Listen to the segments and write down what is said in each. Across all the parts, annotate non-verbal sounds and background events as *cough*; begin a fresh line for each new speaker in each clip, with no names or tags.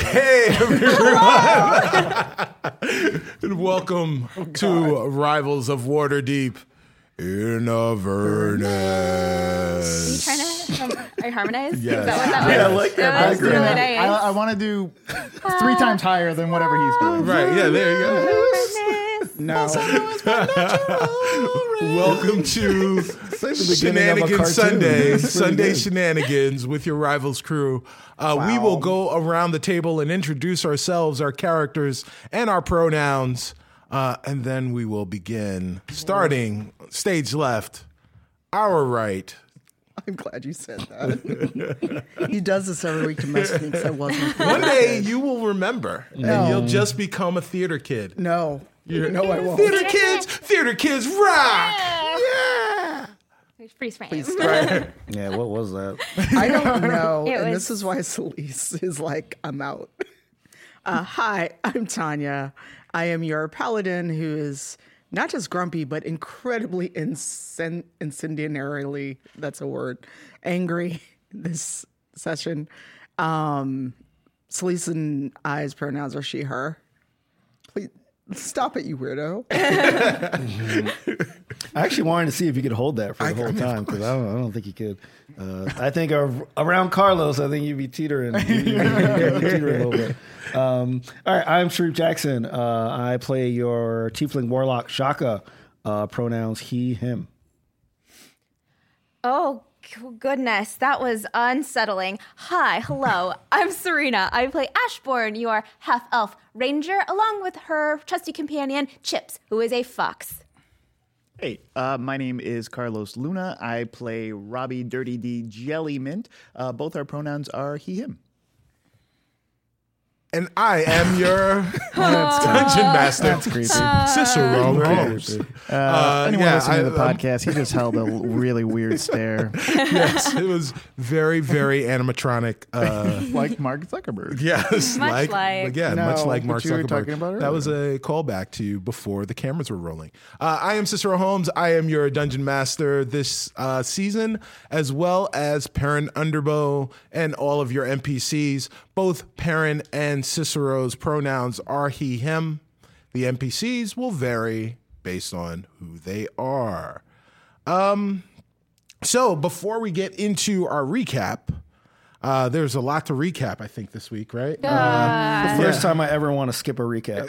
Hey, everyone. *laughs* and welcome to Rivals of Waterdeep in
Are you
Avernus.
trying to um, I harmonize?
Yes.
Is that what that
Yeah, I
was?
like that
That was really
background.
nice.
I, I want to do three times higher than whatever he's doing.
Right, yeah, there you go.
Harmonize.
No,
Welcome
*laughs*
to
Say the beginning of a cartoon.
Shenanigans Sunday,
That's pretty
Sunday
good.
Shenanigans with your Rivals crew. Uh, We will go around the table and introduce ourselves, our characters, and our pronouns, uh, and then we will begin. Starting stage left, our right.
*laughs* I'm glad you said that. he does this every week to mess with me because I wasn't.
One day you will remember, and you'll just become a theater kid.
No. no, I won't.
Theater kids, theater kids rock. Yeah.
Freeze frame.
Yeah, what was that?
I don't know.
It
and
was-
this is why Celise is like, I'm out. Uh, hi, I'm Tanya. I am your paladin who is not just grumpy, but incredibly incen- incendiarily, that's a word, angry *laughs* this session. Um, Celise and I's pronouns are she, her. Please stop it, you
*laughs*
weirdo.
*laughs* I actually wanted to see if you could hold that for the whole time because I, don't- I don't think you could. Uh, I think ar- around Carlos, I think you'd
*laughs*
be teetering, *laughs* You'd be teetering a little bit. Um, all right, I'm Sharif Jackson. Uh, I play your tiefling warlock Shaka. Uh, pronouns he him.
Oh g- goodness, that was unsettling. Hi, hello. I'm Serena. I play Ashbourne, your half elf ranger, along with her trusty companion Chips, who is a fox.
Hey, uh, my name is Carlos Luna. I play Robbie Dirty D Jelly Mint. Uh, both our pronouns are he, him.
And I am
*laughs*
your dungeon master, *laughs*
creepy.
Cicero. Rose. Uh,
Anyone
yeah,
listening to the
I-
podcast, he just held
*laughs*
a l- really weird stare,
yes, it was very, very animatronic. Uh,
like Mark Zuckerberg.
yes,
Much
like,
like-
yeah,
No,
much like
what
Mark
you were
Zuckerberg.
talking about
that was a callback to before the cameras were rolling. Uh, I am Cicero Holmes. I am your dungeon master this uh, season, as well as Perrin Underbow and all of your NPCs. Both Perrin and Cicero's pronouns are he, him. The NPCs will vary based on who they are. So before we get into our recap, uh, there's a lot to recap. I think this week, right?
Uh,
*laughs*
Oh,
The first time I ever want to skip
*laughs*
a recap.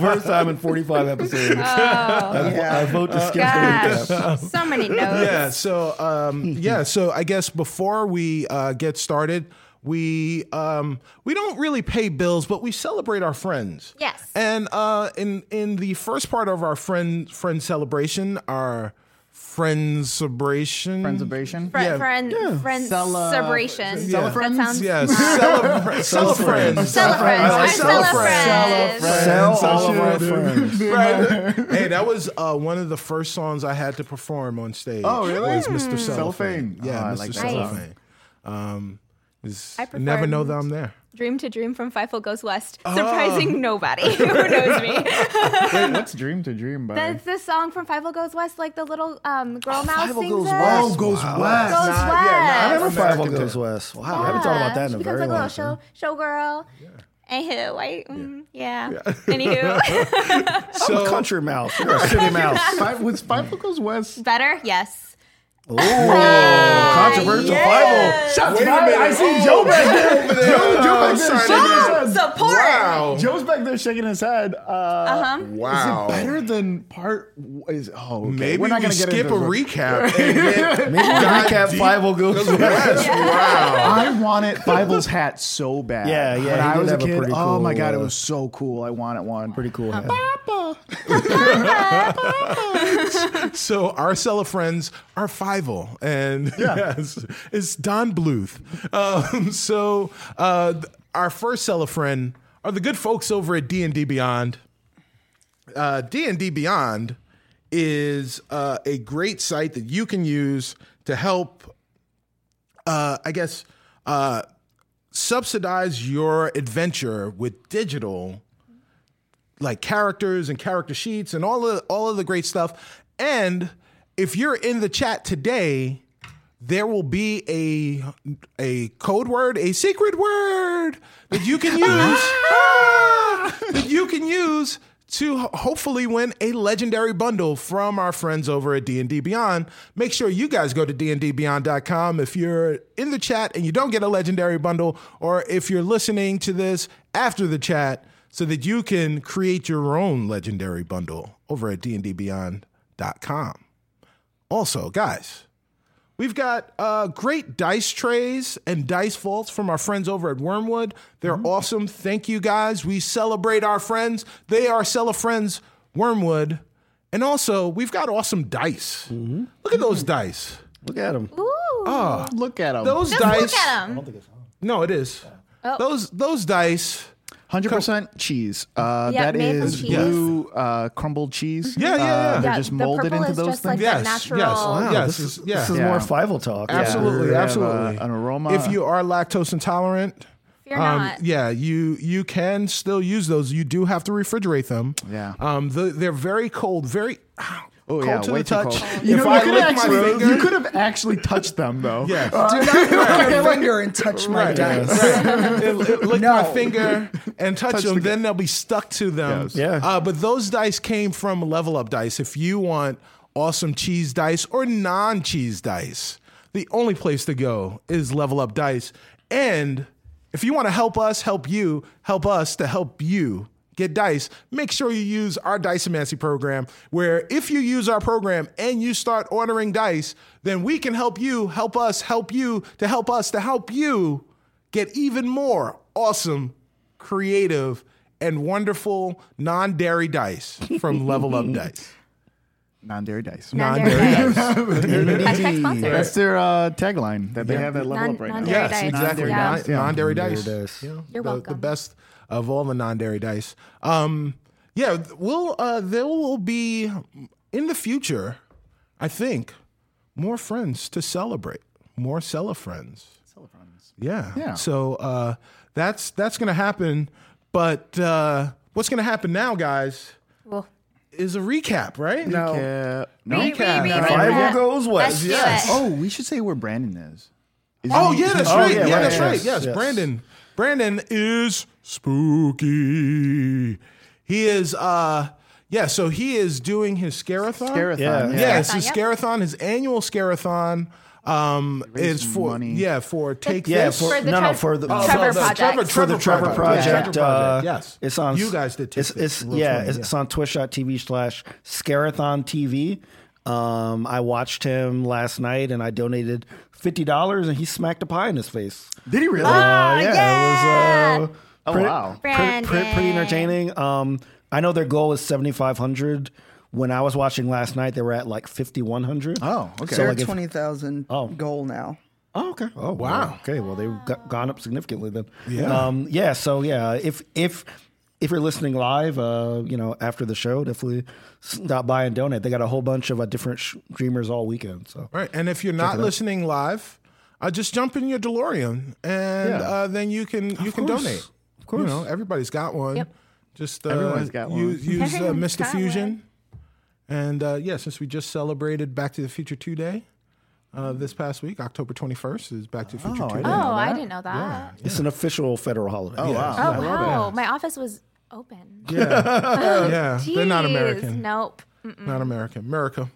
first time in 45 episodes. I, I vote to
Oh.
skip
Gosh,
the recap.
*laughs*
so many notes. *laughs*
yeah. So um, yeah. So I guess before we uh, get started, we um, we don't really pay bills, but we celebrate our friends.
Yes.
And uh, in in the first part of our friend friend celebration, our friends celebration,
*laughs*
Friendsibration.
Friend, friend, friend,
Cele-
celebration.
Yeah.
That sounds
Yes, celebra- cele- friends.
Cele- friends.
Oh,
I'm
cele-
cele-
friends.
friends.
Sell all of our friends.
Right. *laughs* hey, that was uh, one of the first songs I had to perform on stage.
Oh, really?
Was Mr. Hmm. Cellophane?
Cellophane.
Yeah,
Oh, I
Mr.
like that
song.
Cellophane. Um, is,
I
I never know
performed-
that I'm there.
Dream to Dream from Fifo Goes West,
Oh.
surprising nobody *laughs* who knows me.
Wait, what's Dream to Dream by?
That's the song from Fifo Goes West, like the little um, girl mouse sings
Oh, Goes
it.
West.
Oh, goes wow.
Goes West.
I remember Five
American
Goes West. Wow, I haven't thought about that in
she
a
becomes
very
like a
long
little
time.
show showgirl. Anywho, I mm, yeah. *laughs*
*laughs*
Anywho,
I'm a
So,
*laughs*
country mouse. You're a city mouse.
Five, was Five Goes West?
better yes.
Ooh, controversial Bible.
Wait a minute.
I see Joe back there.
Over there. Oh, I'm sorry to interrupt.
Support.
Wow.
Joe's back there shaking his head. Uh,
Uh-huh.
*laughs* Wow.
Better than part is oh okay.
Maybe
we're not
we
gonna get
skip a
into
*laughs*
this.
recap. and then- *laughs*
Maybe we recap Five Goes West.
Yes, Wow.
I wanted Bible's hat so bad.
Yeah, yeah,
When
he
I
did
was a
have a
kid,
pretty
oh my
cool,
god, it
uh,
was so cool. I wanted one.
Pretty cool. hat.
*laughs* So our cellar friends are Fivel, and *laughs* yes, it's Don Bluth. Um, *laughs* so uh, th- our first cellar friend are the good folks over at D and D Beyond. Uh, D and D Beyond is uh, a great site that you can use to help, uh, I guess, uh, subsidize your adventure with digital like characters and character sheets and all of all of the great stuff. And if you're in the chat today, there will be a a code word, a secret word that you can use ah, that you can use to ho- hopefully win a legendary bundle from our friends over at D&D Beyond. Make sure you guys go to dndbeyond.com if you're in the chat and you don't get a legendary bundle or if you're listening to this after the chat so that you can create your own legendary bundle over at dndbeyond.com. Also, guys, We've got uh, great dice trays and dice vaults from our friends over at Wormwood. They're awesome. Thank you guys. We celebrate our friends. They are Cella Friends Wormwood. And also, we've got awesome dice. Look at those dice.
Look at him.
Ooh.
Ah.
Look at them.
Those
Just
dice.
look at Oh. him.
No, it is. Those those dice.
Hundred percent cheese. Uh,
Yeah,
that
made from
is
cheese.
blue uh, crumbled cheese.
Yeah, yeah, yeah.
Uh, they're
Yeah,
just
the
molded
purple
into
is
those
just like
things.
the
Yes, yes,
natural-
yes.
this is,
yeah.
this is
Yeah.
more Fivel talk.
Absolutely,
They have, uh,
absolutely.
an aroma.
If you are lactose intolerant,
Fear
um,
not.
yeah, you you can still use those. You do have to refrigerate them.
Yeah.
um, the, they're very cold, very
Oh,
cold
yeah,
to
way
the
too
touch.
cold.
You
if
know,
I
you could
lick my
actually,
finger,
you could have actually touched them though.
yeah,
Oh,
Do not put your finger and touch my
Right,
dice.
right. It- it lick my
No.
finger and touch, them, then they'll be stuck to them.
Yes.
Yeah.
Uh, but those dice came from Level Up Dice. If you want awesome cheese dice or non cheese dice, the only place to go is Level Up Dice. And if you want to help us, help you, help us to help you. Get dice. Make sure you use our Diceomancy program, where if you use our program and you start ordering dice, then we can help you, help us, help you, to help us, to help you get even more awesome, creative, and wonderful non dairy dice from Level Up Dice.
non-dairy dice.
Non-dairy dice. Hashtag sponsor.
That's their uh, tagline that they have at level
Non-
up right now.
non-dairy
Yes,
dice.
exactly.
Yeah.
Non- Non-dairy dice.
dice.
Yeah,
You're
the, The
welcome.
best of all the non-dairy dice. Um, yeah, we'll uh, there will be in the future, I think, more friends to celebrate. More Cella friends. Yeah.
Yeah.
So uh, that's that's gonna happen. But uh, what's gonna happen now, guys,
Well,
is a recap, right?
No.
Yeah. No?
we- we- we- we-
Fivel goes
Let's
west.
do
Yes.
it.
Oh, we should say where Brandon is. Is
Oh
he-
yeah, that's
Oh,
right.
yeah,
Yeah,
right,
that's
yes,
right. Yes,
yes.
Brandon. Brandon is spooky. He is uh yeah, so he is doing his scarathon.
Marathon,
Yeah.
yeah.
Yeah, it's
Scarathon,
his
yep.
scarathon, his annual scarathon. Um is
Raise
for
money.
yeah, for take
Yeah,
this.
for,
For the
no, no,
Trev-
for the
Oh, Trevor
the
Project.
Trevor,
for the Trevor Project.
Yeah.
uh,
yes,
it's on.
You guys did.
It's,
take this.
it's
Little
yeah,
Tony,
it's, on twitch.tv slash Scarathon TV. Um, I watched him last night, and I donated fifty dollars, and he smacked a pie in his face.
Did he really?
Ah! Oh,
Uh, *laughs* yeah, it was. Uh,
Oh,
pretty,
wow.
Brandon.
pretty, pretty, pretty entertaining. Um, I know their goal is seventy five hundred. When I was watching last night, they were at like fifty one hundred.
Oh, okay.
They're
like
at
if-
20,000 goal now.
Oh, okay. Oh,
wow.
Okay. Well, they've got, gone up significantly then. Yeah. Um, yeah. So yeah, if if if you're listening live, uh, you know, after the show, definitely stop by and donate. They got a whole bunch of uh, different streamers all weekend. So
Right. And if you're not listening live, uh, just jump in your DeLorean and uh, then you can you can
course.
donate.
Of course.
You know, everybody's got one.
Yep.
Just uh,
Everyone's got one.
Use, use uh,
Everyone's
Mr.
got
Fusion. And uh, yeah, since we just celebrated Back to the Future 2 Day uh, this past week, October 21st is Back to the Future 2 Day.
Oh, I didn't know that.
it's an official federal holiday. Oh
wow.
Oh, wow. My office was open.
yeah. They're not
Jeez,
American.
Nope.
Not American. America.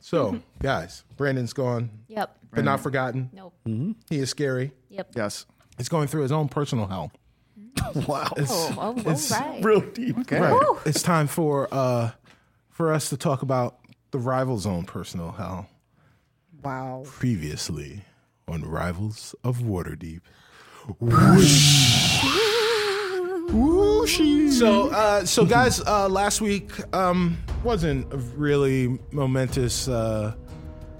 So,
*laughs*
guys, Brandon's gone,
Yep.
but not forgotten.
Nope.
He is scary.
Yep.
Yes.
He's going through his own personal hell.
Wow.
Oh,
*laughs*
oh, all right.
Real deep.
Right. It's time for uh, for us to talk about the Rival Zone personal hell.
Wow.
Previously on Rivals of Waterdeep. So, uh, so guys, uh, last week um, wasn't a really momentous uh,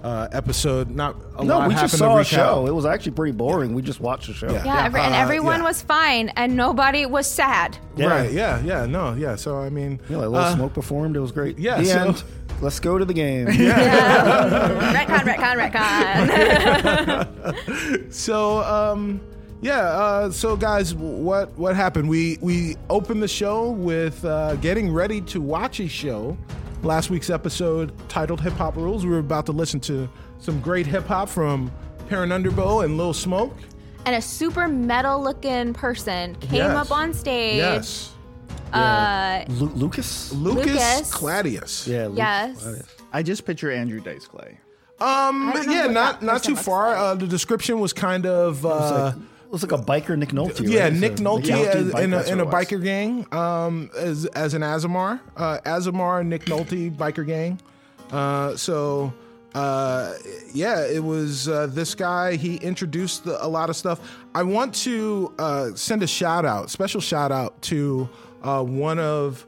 uh, episode. Not a
No,
lot
we
happened
just
to
saw a
recap.
show. It was actually pretty boring. We just watched the show.
Yeah, every- and
Uh,
everyone
yeah.
was fine, and nobody was
*laughs*
sad.
Yeah.
Right? Yeah, yeah, no, yeah. So I mean, uh,
Yeah, like Lil Smoke performed. It was great.
yeah,
The
so-
end. Let's go to
*laughs*
the game.
retcon, retcon, retcon. *laughs*
So, um, yeah. Uh, so, guys, what what happened? We we opened the show with uh, getting ready to watch a show. Last week's episode titled "Hip Hop Rules." We were about to listen to Some great hip hop from Perrin Underbow and Lil Smoke.
And a super metal looking person came
Yes.
up on stage.
Yes.
Uh,
Lu- Lucas.
Lucas,
Lucas.
Cladius.
Yeah. Lucas.
Yes.
I just picture Andrew Dice Clay.
Um.
don't know
Yeah.
what
Not
that
not
person
too
looks
far.
like.
Uh, the description was kind of. Uh,
It's like, looks like a biker Nick Nolte. right?
yeah,
It's a
Nick Nolte as,
biker,
in, a,
that's
in a
what it was.
biker gang, um, as as an Azamar, uh, Azamar, Nick Nolte, biker gang. Uh, so, uh, yeah, it was uh, this guy. He introduced the, a lot of stuff. I want to uh, send a shout out, special shout out to uh, one of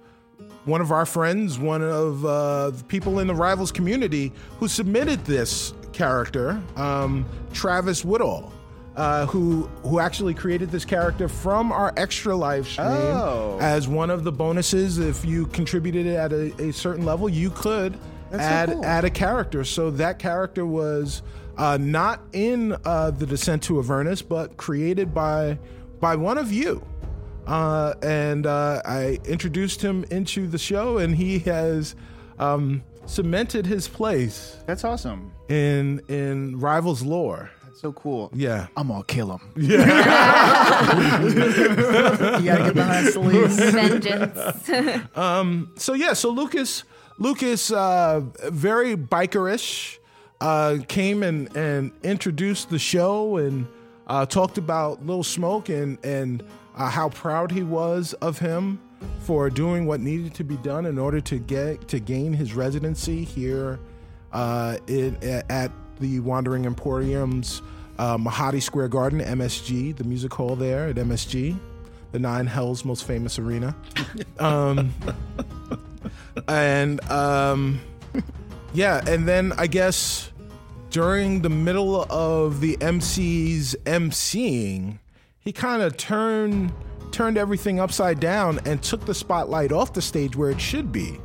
one of our friends, one of uh, the people in the Rivals community who submitted this character, um, Travis Woodall, uh, who who actually created this character from our extra live stream
Oh.
as one of the bonuses. If you contributed at a, a certain level, you could add add a character. So that character was uh, not in uh, the Descent to Avernus, but created by by one of you uh, and uh, I introduced him into the show, and he has um, cemented his place
That's awesome.
in in Rivals lore.
That's so cool.
Yeah.
I'm gonna kill him.
You gotta get behind *laughs* Celeste.
*laughs* Vengeance.
So yeah, so Lucas Lucas uh, very bikerish uh, came and and introduced the show and uh, talked about Lil Smoke and and uh, how proud he was of him for doing what needed to be done in order to get to gain his residency here uh, in, at the Wandering Emporium's uh, Mahati Square Garden, MSG, the music hall there at MSG, the Nine Hells' most famous arena and um, yeah, and then I guess during the middle of the MC's emceeing, he kind of turned turned everything upside down and took the spotlight off the stage where it should be,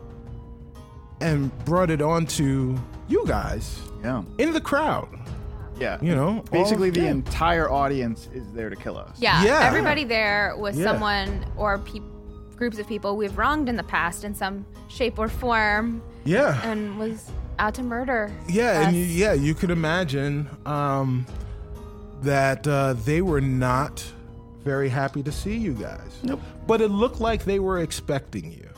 and brought it onto you guys
Yeah.
in the crowd.
Yeah.
You know, all-
basically the
yeah.
entire audience is there to kill us.
Yeah.
Yeah.
Everybody there was
Yeah.
someone or peop groups of people we've wronged in the past in some shape or form
Yeah,
and was out to murder.
Yeah,
us.
and you, yeah, you could imagine um, that uh, they were not very happy to see you guys. Nope. But it looked like they were expecting you.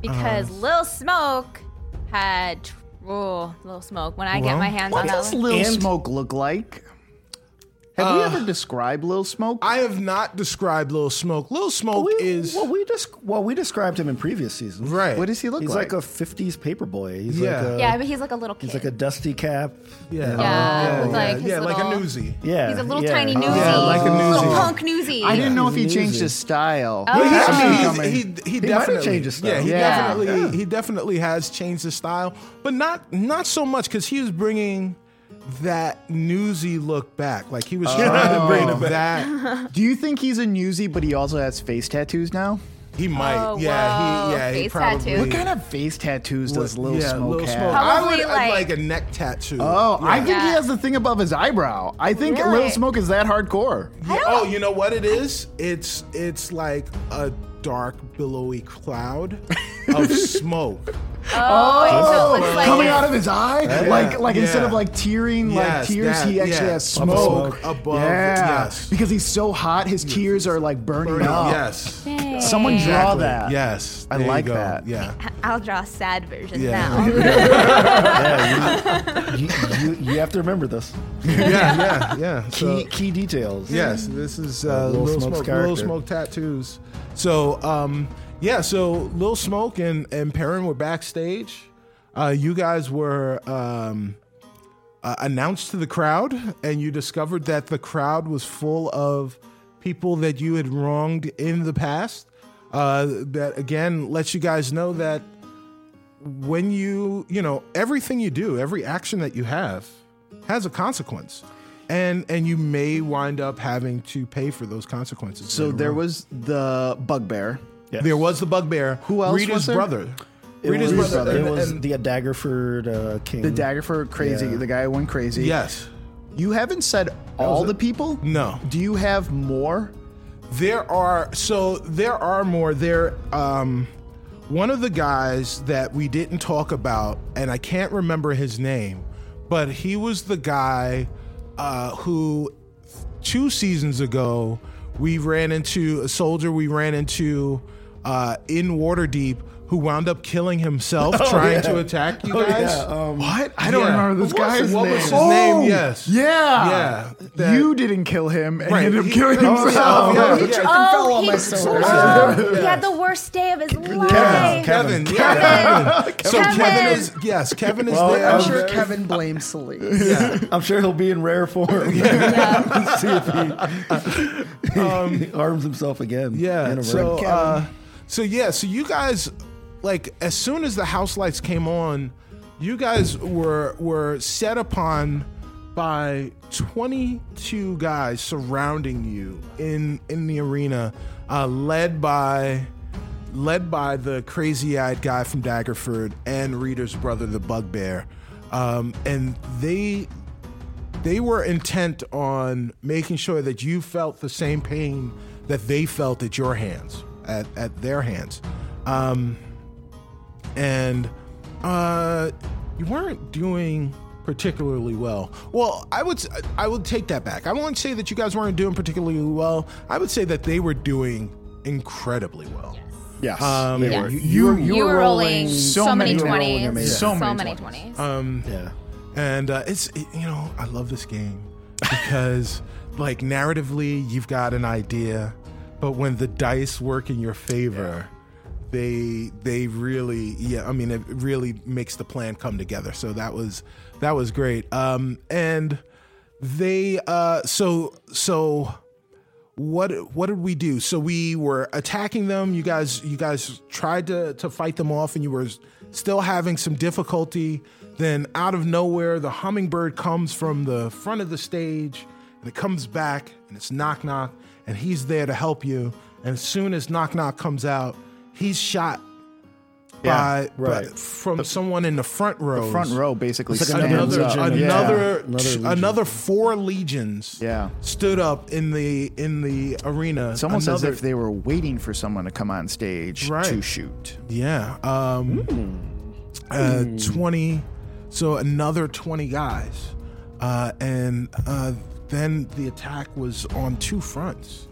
because Lil Smoke had. tr- Oh, Lil Smoke. When I get my hands on
What
that
does
one.
Lil
And-
Smoke look like? Have we ever described Lil Smoke?
I have not described Lil Smoke. Lil Smoke
We,
is
well, we just well we described him in previous seasons.
right.
what does he look
He's like,
like?
a '50s paperboy. He's
Yeah.
like a,
Yeah, but he's like a little kid.
He's like a dusty cap. uh,
Yeah,
Yeah,
yeah,
like his
yeah, like a
little-
newsie.
Yeah,
He's a little
yeah.
tiny newsie.
Yeah, like a
Little
newsie.
punk newsie.
I didn't know if
he's
he changed
newsy.
his style.
Well, he,
That's
I mean, he's,
coming.
he, he
might have
definitely
changed his style.
Yeah, he
Yeah.
definitely he definitely has changed his style, but not not so much because he was bringing that newsy look back. Like he was trying to
Oh.
bring that.
Do you think he's a newsy, but he also has face tattoos now?
He might.
Oh,
yeah,
whoa.
he yeah he
Face
probably.
tattoo.
What kind of face tattoos does Lil
yeah,
Smoke
Lil
have?
Smoke. I
Probably
would like,
like-
a neck tattoo.
Oh, I think he
Yeah.
has the thing above his eyebrow. I think Lil
Really?
Smoke is that hardcore.
Yeah, oh, you know what it is? It's it's like a dark billowy
*laughs*
cloud of smoke.
Oh, it looks like
Coming out of his eye, like like
Yeah.
instead of like tearing like
Yes,
tears,
that-
he actually
yeah.
has
Bubble
smoke
smoke above,
Yeah,
yes.
because he's so hot, his tears are like burning,
Burning.
up.
Yes.
Someone draw that.
Yes.
I
There you
like
go.
*laughs*
that.
Yeah.
I'll draw a sad version
Yeah. *laughs*
now.
Yeah, you, you, you, you have to remember this.
Yeah, yeah, yeah.
Key,
So,
key details.
Yes, this is uh,
Mm. Lil
Lil,
Smoke's
Smoke.
character.
Lil Smoke tattoos. So, um, yeah, so Lil Smoke and and Perrin were backstage. Uh, you guys were um, uh, announced to the crowd, and you discovered that the crowd was full of people that you had wronged in the past. Uh, that again lets you guys know that when you you know everything you do every action that you have has a consequence and and you may wind up having to pay for those consequences
So
later
there
on.
was the bugbear.
Yeah.
there was the bugbear
Who else
rita's
was there?
brother
It
rita's
was,
brother
it
and-
was
and-
the Daggerford uh, King.
Mm.
The dagger for crazy.
Yeah.
The guy who went crazy.
yes
You haven't said all the people.
No.
Do you have more?
There are so there are more there. Um, one of the guys that we didn't talk about, and I can't remember his name, but he was the guy uh, who two seasons ago we ran into a soldier we ran into uh, in Waterdeep who wound up killing himself trying
yeah.
to attack you
Oh,
guys.
yeah, um,
what? I
don't
don't
remember this
What was
guy's
his- What was his
name.
name?
Oh,
Yes.
Yeah.
Yeah, that-
you didn't kill him and
Right,
ended up
he *laughs*
killing
killed
himself.
himself, yeah.
He tripped and Oh, fell on my sword.
oh, he had the worst day of his life.
Kevin.
Kevin.
Yeah. Kevin. So
Kevin.
Kevin is yes. Kevin is
Well,
there.
I'm
I'm
sure
very-
Kevin blames Celine.
I'm sure he'll be in rare form. *laughs* See if he, he *laughs* arms himself again. in
Yeah.
a
So,
ring.
uh, so yeah. So you guys, like, as soon as the house lights came on, you guys were were set upon by 22 guys surrounding you in in the arena, uh, led by led by the crazy-eyed guy from Daggerford and Reader's brother, the Bugbear, um, and they they were intent on making sure that you felt the same pain that they felt at your hands, at, at their hands. Um, and uh, you weren't doing particularly well. Well, I would s- I would take that back. I won't say that you guys weren't doing particularly well. I would say that they were doing incredibly well.
Yes.
Um,
they
yeah.
were.
you, were-
You were rolling
so
so
many-
many
you were rolling
20s.
amazing.
So
So
many
many
20s.
yeah.
and uh, it's it- you know I love this game because *laughs* like narratively you've got an idea, but when the dice work in your favor, they they really yeah I mean it really makes the plan come together. So that was that was great. Um, and they uh, so so what what did we do? So we were attacking them. You guys you guys tried to to fight them off, and you were still having some difficulty. Then out of nowhere, the hummingbird comes from the front of the stage, and it comes back, and it's knock knock, and he's there to help you. And as soon as knock knock comes out, he's shot by,
Yeah,
by-
right.
from someone in the front row.
front row basically
It's like
stands
Another
up.
legion.
Yeah.
another
Another
t-
legion.
another, four legions
Yeah.
stood up in the in the arena.
It's almost
another,
as if they were waiting for someone to come on stage
Right.
to shoot.
Yeah. Um,
Hmm.
Uh, 20. So another 20 guys. Uh, and uh, then the attack was on two fronts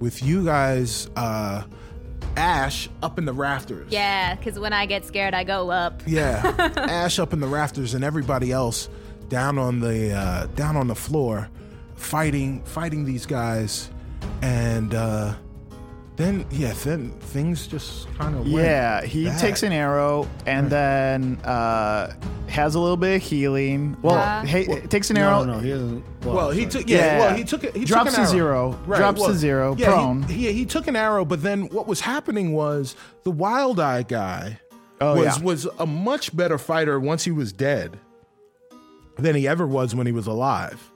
with you guys, uh, Ash up in the rafters.
Yeah, because when I get scared, I go up.
Yeah, Ash up in the rafters and everybody else down on the uh, down on the floor, fighting fighting these guys, and uh, then yeah, then things just kind of
Yeah, he
That-
takes an arrow and then uh, has a little bit of healing. Well, hey, takes an arrow.
No, no, he doesn't.
Well, he took yeah, Well, he took it. He
Drops
took an
to
arrow.
zero. Drops to zero,
Yeah, he-
prone.
He, he took an arrow, but then what was happening was the wild eye guy was
Oh, yeah.
was a much better fighter once he was dead than he ever was when he was alive.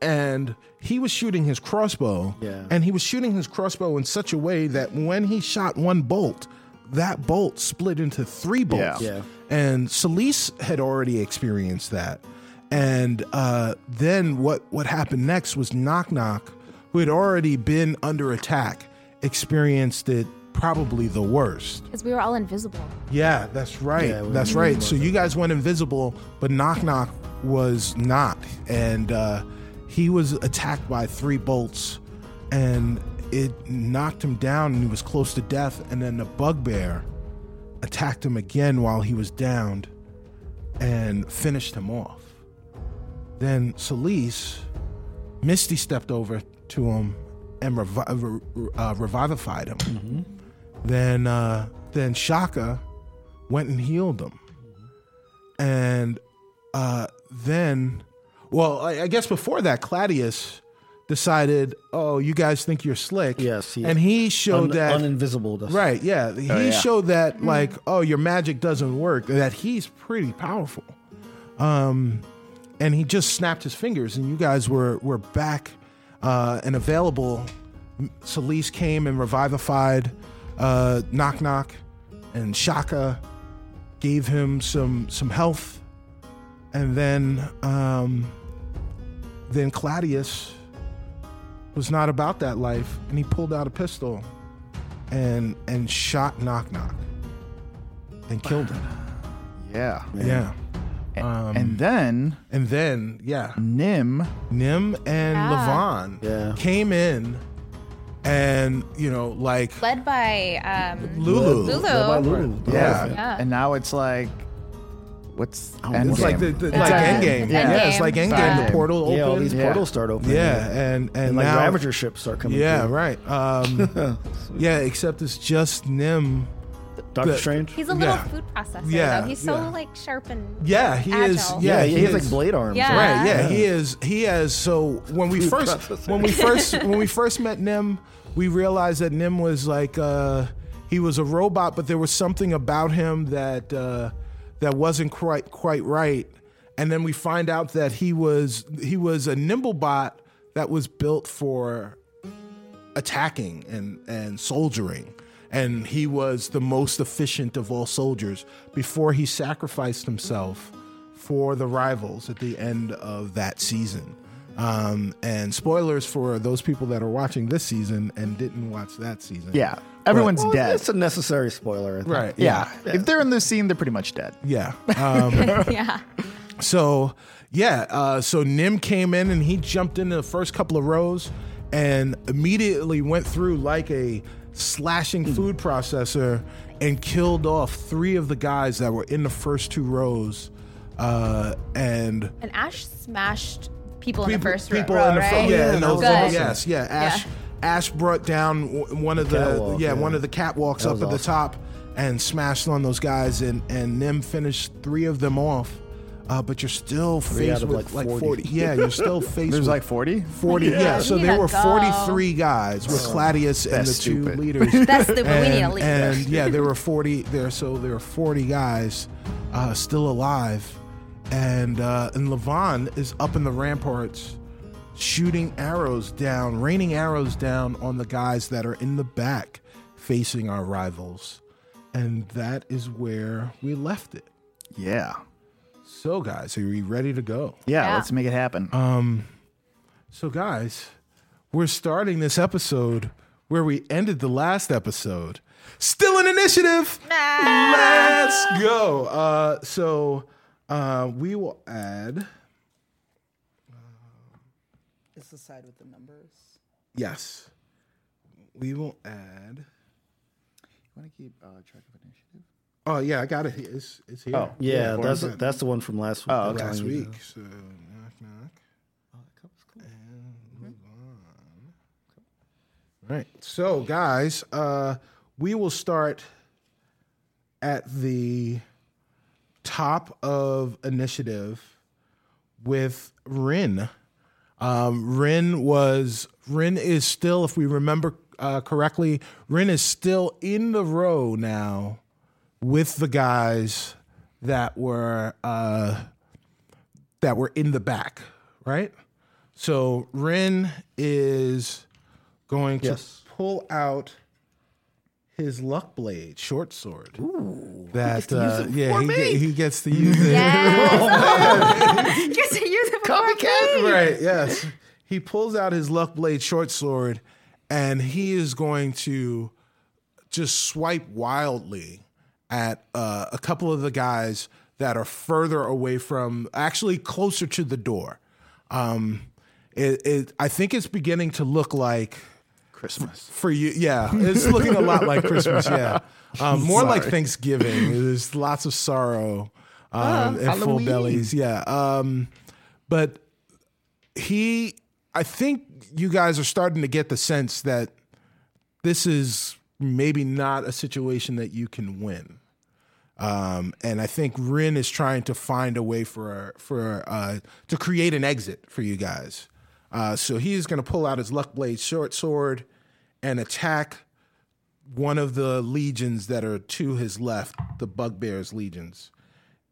And he was shooting his crossbow,
Yeah.
and he was shooting his crossbow in such a way that when he shot one bolt, that bolt split into three bolts.
Yeah.
And Celise had already experienced that. And uh, then what, what happened next was Knock Knock, who had already been under attack, experienced it probably the worst.
Because we were all invisible.
Yeah, that's right.
Yeah, we
that's
were
right. So you guys went invisible, but Knock Knock was not. And uh, he was attacked by three bolts and it knocked him down and he was close to death. And then the bugbear attacked him again while he was downed and finished him off. Then Celise, Misty stepped over to him and revi- uh, revivified him.
Mm-hmm.
Then, uh, then Shaka went and healed him. And uh, then, well, I, I guess before that, Claudius decided, oh, you guys think you're slick.
Yes, he-
and he showed
Un-
that.
uninvisible. That's-
Right, yeah. He
yeah.
showed that like, oh, your magic doesn't work, that he's pretty powerful. Um and he just snapped his fingers and you guys were were back uh and available. Celise came and revivified uh knock knock and Shaka gave him some some health and then um then Claudius was not about that life and he pulled out a pistol and and shot knock knock and killed him
Yeah.
yeah
and then
And then, yeah,
Nim.
Nim and
Yeah.
Levon
Yeah.
came in and, you know, like
Led by um,
Lulu.
Lulu.
Yeah.
Yeah.
And now it's like, what's
It's
Endgame?
like the, the like
Endgame.
Endgame.
Yeah.
Yeah. it's like Endgame.
Endgame.
The portal
Yeah, all
opens.
these
Yeah,
Yeah.
portals start opening.
and and,
And like
now,
Ravager ships start coming.
Yeah,
through.
right. Um,
*laughs*
yeah, except it's just Nim.
Doctor
The-
Strange.
He's a little
Yeah.
food processor.
Yeah,
though. He's so
yeah.
like sharp and
Yeah, he is.
Agile.
Yeah,
yeah, he has like
is-
blade arms.
Yeah.
right?
Right. Yeah, he is. He has. So when we
Food
first
processor.
when we first when we first met Nim, we realized that Nim was like uh, he was a robot, but there was something about him that uh, that wasn't quite quite right. And then we find out that he was he was a nimblebot that was built for attacking and, and soldiering. And he was the most efficient of all soldiers before he sacrificed himself for the rivals at the end of that season. Um, and spoilers for those people that are watching this season and didn't watch that season.
Yeah. Everyone's
Well,
dead.
That's a necessary spoiler. I think.
Right.
Yeah. If they're in this scene, they're pretty much dead.
Yeah. Um,
yeah.
So yeah, uh, so Nim came in and he jumped into the first couple of rows and immediately went through like a slashing food processor and killed off three of the guys that were in the first two rows. Uh, and
And Ash smashed people, in the
people,
first
people
row,
in the
*laughs* right?
front, yeah, in the
Good.
front, yes, yeah. Ash, Ash brought down w- one of the,
Catwalk,
yeah,
yeah.
one of the catwalks up
was
at the
awesome.
top and smashed on those guys, and and Nim finished three of them off. Uh, but you're still
out
faced
of,
with
like,
like 40.
40.
Yeah, you're
*laughs*
still faced
There's
with
like 40.
40. Yeah, so
You
they
gotta
were
go.
43 guys with Claudius and the
Oh, That's
two
stupid.
leaders.
*laughs* That's the we need a
and,
leader.
and, yeah, there were 40 there, so there were 40 guys uh, still alive, and uh, and Levon is up in the ramparts, shooting arrows down, raining arrows down on the guys that are in the back, facing our rivals, and that is where we left it.
Yeah.
So guys, are you ready to go?
Yeah.
Yeah.
Let's make it happen.
So, guys, we're starting this episode where we ended the last episode. Still an initiative. Let's go. Uh, so, uh, we will add.
It's the side with the numbers.
Yes, we will add.
want to keep uh, track of initiative?
Oh yeah, I got it. It's it's here.
Oh.
Yeah,
Yeah,
that's that's the one from last week. Oh,
last week. So knock knock. All right. So guys, uh, we will start at the top of initiative with Rin. Um, Rin was Rin is still, if we remember uh, correctly, Rin is still in the row now with the guys that were uh, that were in the back, right? So Rin is going to
Yes.
pull out his luck blade, short sword. that uh, yeah, he, get- he gets to use it.
Yes, use it for
Right, yes. He pulls out his luck blade short sword and he is going to just swipe wildly at uh, a couple of the guys that are further away from, actually closer to the door. Um, it, it, I think it's beginning to look like
Christmas.
for you, yeah, it's looking a lot like Christmas.
*laughs*
Yeah, um, more like Thanksgiving. There's lots of sorrow um, and full
Ah, Halloween.
bellies. Yeah, um, but he, I think you guys are starting to get the sense that this is maybe not a situation that you can win. Um, and I think Rin is trying to find a way for for uh, to create an exit for you guys. Uh, so he is going to pull out his luck blade short sword and attack one of the legions that are to his left, the bugbear's legions.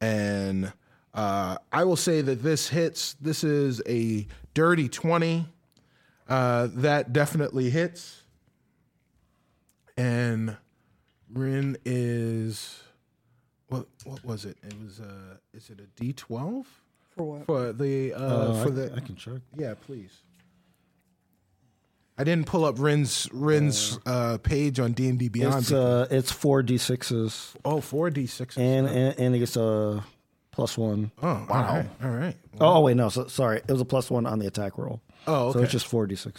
And uh, I will say that this hits. This is a dirty twenty. Uh, that definitely hits. And Rin is what what was it? It was uh is it a D twelve? For
what?
For the uh, for the
I can check.
yeah, please. I didn't pull up Rin's Rin's uh, page on D and D
uh,
Beyond.
It's uh, it's four d sixes,
oh, four D sixes.
and and, and it gets a plus one. Oh,
Oh, wow. All right. All right.
oh, wait, no. So, sorry. It was a plus one on the attack roll.
Oh,
So
okay.
it's just four d6s.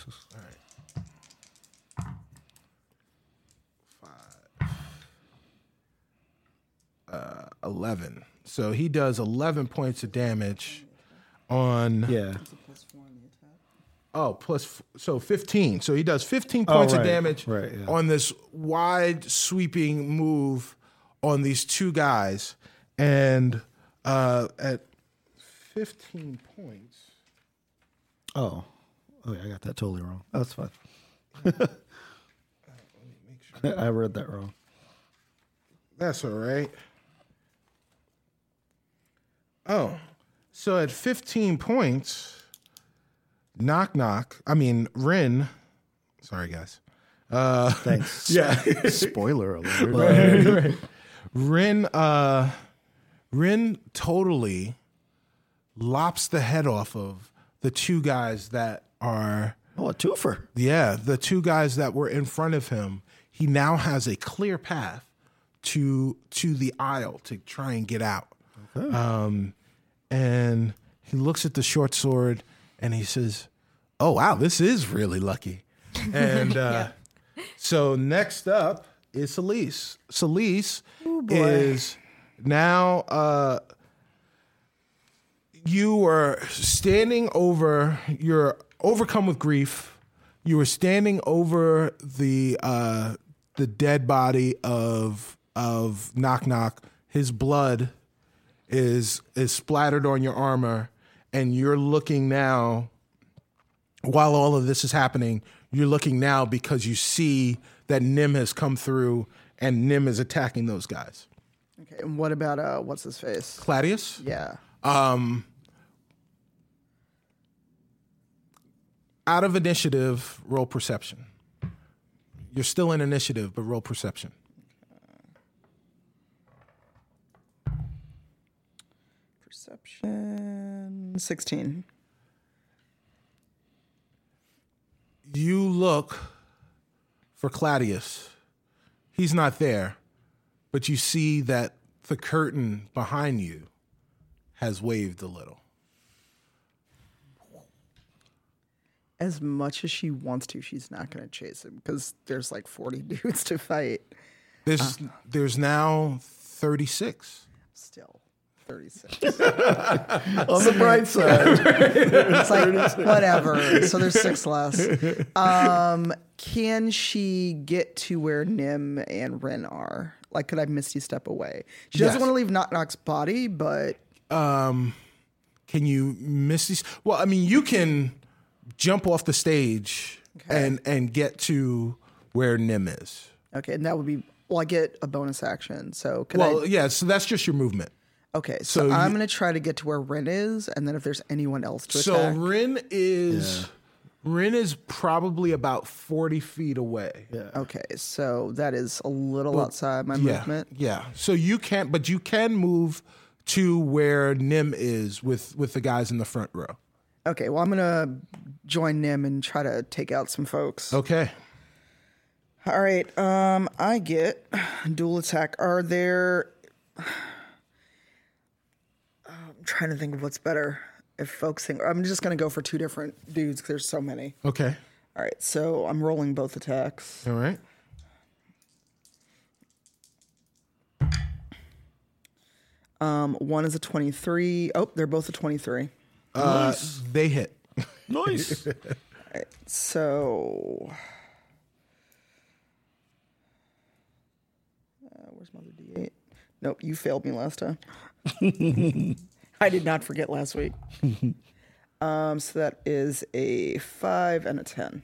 Eleven. So he does eleven points of damage on
Yeah.
Oh, plus f- so fifteen. So he does fifteen points
Oh, right,
of damage
right, yeah.
on this wide sweeping move on these two guys, and uh, at fifteen points,
Oh. Oh, yeah. I got that totally wrong. That's fine. *laughs* I read that wrong.
that's all right. Oh, so at fifteen points, knock knock. I mean, Rin. Sorry, guys. Uh,
*laughs* Thanks.
yeah.
Spoiler alert.
Rin uh Rin totally lops the head off of the two guys that are
Oh, a twofer.
yeah, the two guys that were in front of him. He now has a clear path to to the aisle to try and get out. Um and he looks at the short sword and he says, "Oh wow, this is really lucky." And uh so next up is Celise. Celise is now uh you were standing over you're overcome with grief. You were standing over the uh the dead body of of knock knock. His blood is is splattered on your armor and you're looking now while all of this is happening, you're looking now because you see that Nim has come through and Nim is attacking those guys.
Okay, and what about uh, what's his face?
Claudius?
Yeah.
Um, out of initiative, roll perception. You're still in initiative, but roll perception.
Perception. 16.
You look for Claudius. He's not there, but you see that the curtain behind you has waved a little.
As much as she wants to, she's not going to chase him because there's like 40 *laughs* dudes to fight.
There's there's now 36.
Still. 36.
*laughs* On the *laughs* bright side.
It's like, whatever. So there's six less. Um, can she get to where Nim and Ren are? Like, could I Misty step away? She doesn't
Yes.
want to leave Knock Knock's body, but
Can you miss these? Well, I mean, you can jump off the stage and and get to where Nim is.
okay. And that would be, well, I get a bonus action. So can I?
Well, yeah. So that's just your movement.
Okay, so,
So
I'm
you-
gonna try to get to where Ren is, and then if there's anyone else to
So
attack,
Rin is Rin is probably about forty feet away. Yeah.
okay, so that is a little outside my
Yeah.
movement.
So you can't, but you can move to where Nim is with with the guys in the front row.
Okay, well I'm gonna join Nim and try to take out some folks.
Okay.
All right, um, I get dual attack. Are there? I'm trying to think of what's better. If focusing, I'm just gonna go for two different dudes. 'cause There's so many.
Okay.
All right, so I'm rolling both attacks.
All right.
Um, one is a 23. Oh, they're both a 23.
Uh, They hit.
*laughs* nice.
So, uh, where's my other D8? Nope, you failed me
*laughs*
last time. I did not forget last week. *laughs* Um, so that is a five and a ten.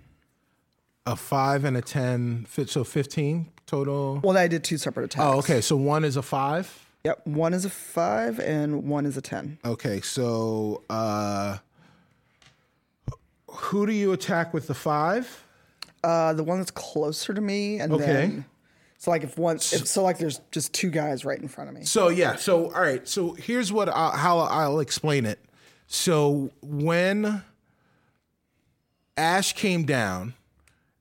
A five and a ten. Fit so fifteen total.
Well, I did two separate attacks.
Oh, okay. So one is a five.
Yep, one is a five and one is a ten.
Okay, so uh, who do you attack with the five?
Uh, the one that's closer to me, and
Okay.
then so like if one, if, so like there's just two guys right in front of me.
So yeah, so all right, so here's what I, how I'll explain it. So when Ash came down,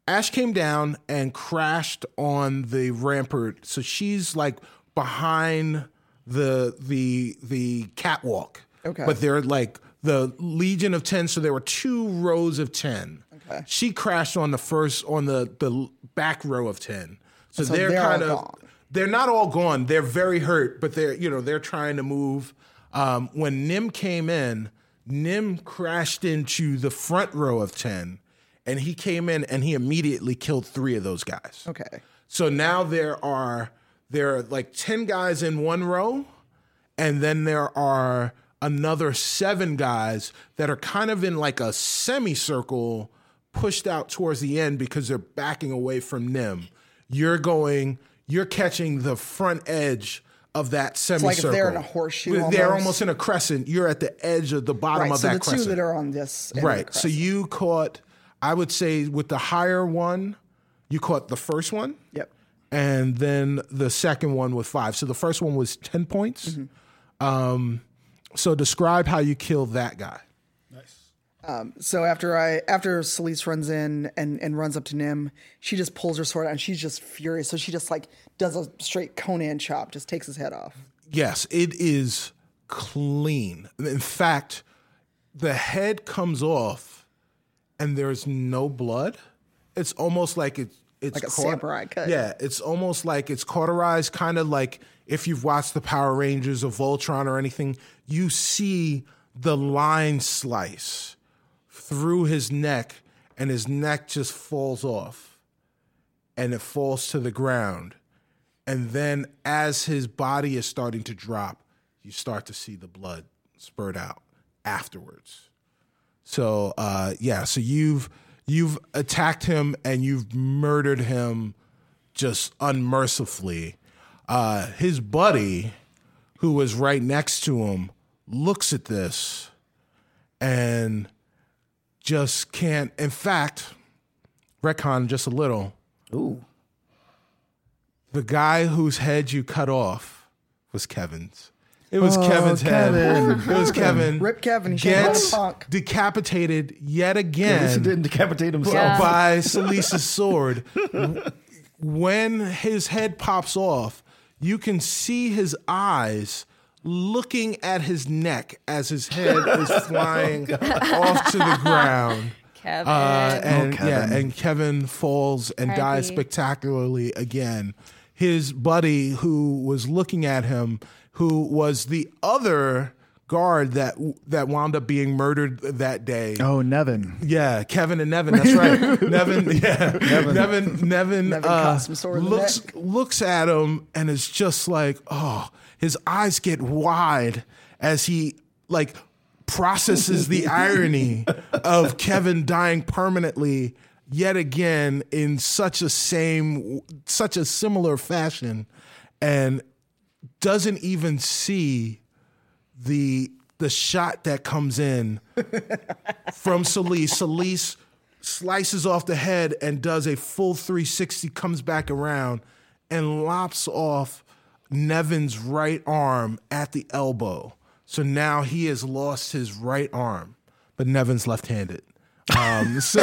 Ash came down and crashed on the rampart. So she's like behind the the the catwalk.
Okay.
But they're like the Legion of Ten, so there were two rows of ten. Okay. She crashed on the first on the the back row of ten. So,
So
they're,
they're all
kind of
gone.
they're not all gone. They're very hurt, but they're you know they're trying to move. Um, when Nim came in, Nim crashed into the front row of ten, and he came in and he immediately killed three of those guys.
Okay.
So now there are there are like ten guys in one row, and then there are another seven guys that are kind of in like a semicircle pushed out towards the end because they're backing away from Nim. You're going, you're catching the front edge of that semicircle.
like if they're in a horseshoe
They're
almost.
almost in a crescent. You're at the edge of the bottom
Right.
of
So
that
the
crescent.
two that are on this. end of the
Right. So
crest.
you caught, I would say, with the higher one, you caught the first one.
Yep.
And then the second one with five. So the first one was 10 points. Um, so describe how you kill that guy.
So after I after Celise runs in and, and runs up to Nim, she just pulls her sword out and she's just furious. So she just like does a straight Conan chop, just takes his head off.
Yes, it is clean. In fact, the head comes off and there's no blood. It's almost like it, it's
Like a samurai cut.
Yeah, it's almost like it's cauterized, kind of like if you've watched the Power Rangers or Voltron or anything, you see the line slice through his neck and his neck just falls off and it falls to the ground. And then as his body is starting to drop, you start to see the blood spurt out afterwards. So uh, yeah, so you've you've attacked him and you've murdered him just unmercifully. Uh, his buddy, who was right next to him, looks at this and just can't. In fact, retcon just a little.
Ooh.
The guy whose head you cut off was Kevin's. It was Kevin's head. It was Oh, Kevin.
Rip Kevin, he should've
gets
called him punk.
decapitated yet again
At least he didn't decapitate himself.
b- *laughs* by Selisa's sword. when his head pops off, you can see his eyes looking at his neck as his head is flying off to the ground.
Kevin.
Uh, and
Kevin.
yeah, and Kevin falls and dies
R.I.P.
spectacularly again. His buddy, who was looking at him, who was the other guard that that wound up being murdered that day.
Oh, Nevin.
Yeah, Kevin and Nevin. That's right. Nevin. Yeah, Nevin. Nevin. Nevin, uh,
caught some sword in the
looks looks at him and is just like, oh, his eyes get wide as he like processes the irony of Kevin dying permanently yet again in such a same, such a similar fashion, and doesn't even see the the shot that comes in from Solis. Solis slices off the head and does a full 360, comes back around and lops off Nevin's right arm at the elbow. So now he has lost his right arm, but Nevin's left handed. Um, *laughs* so,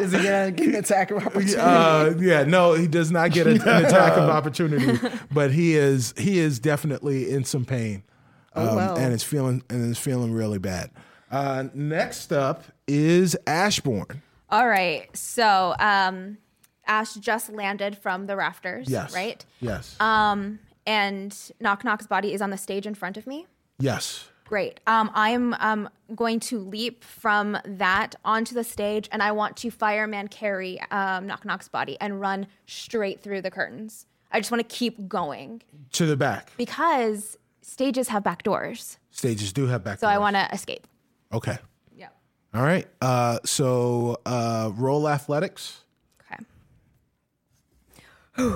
Is he *laughs* gonna get an attack of opportunity?
uh, yeah, no, he does not get a- an attack of opportunity, but he is he is definitely in some pain, um,
wow.
and it's feeling and it's feeling really bad. Uh, next up is Ashbourne.
All right. So um, Ash just landed from the rafters.
Yes.
Right.
Yes.
Um, and Knock Knock's body is on the stage in front of me.
yes.
Great. Um, I'm um, going to leap from that onto the stage, and I want to fireman carry um, Knock Knock's body and run straight through the curtains. I just want to keep going
To the back.
because stages have back doors,
Stages do have back.
so I want to escape.
to. Okay.
Yeah.
All right. Uh, so uh, roll athletics.
Okay.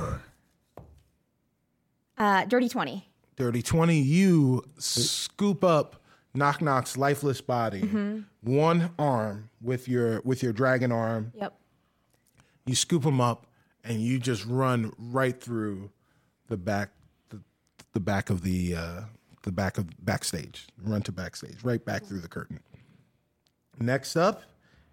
*sighs* uh, dirty twenty.
Dirty 20. You scoop up Knock Knock's lifeless body,
Mm-hmm.
one arm with your with your dragon arm.
Yep.
You scoop him up and you just run right through the back the, the back of the uh, the back of backstage. Run to backstage, right back through the curtain. Next up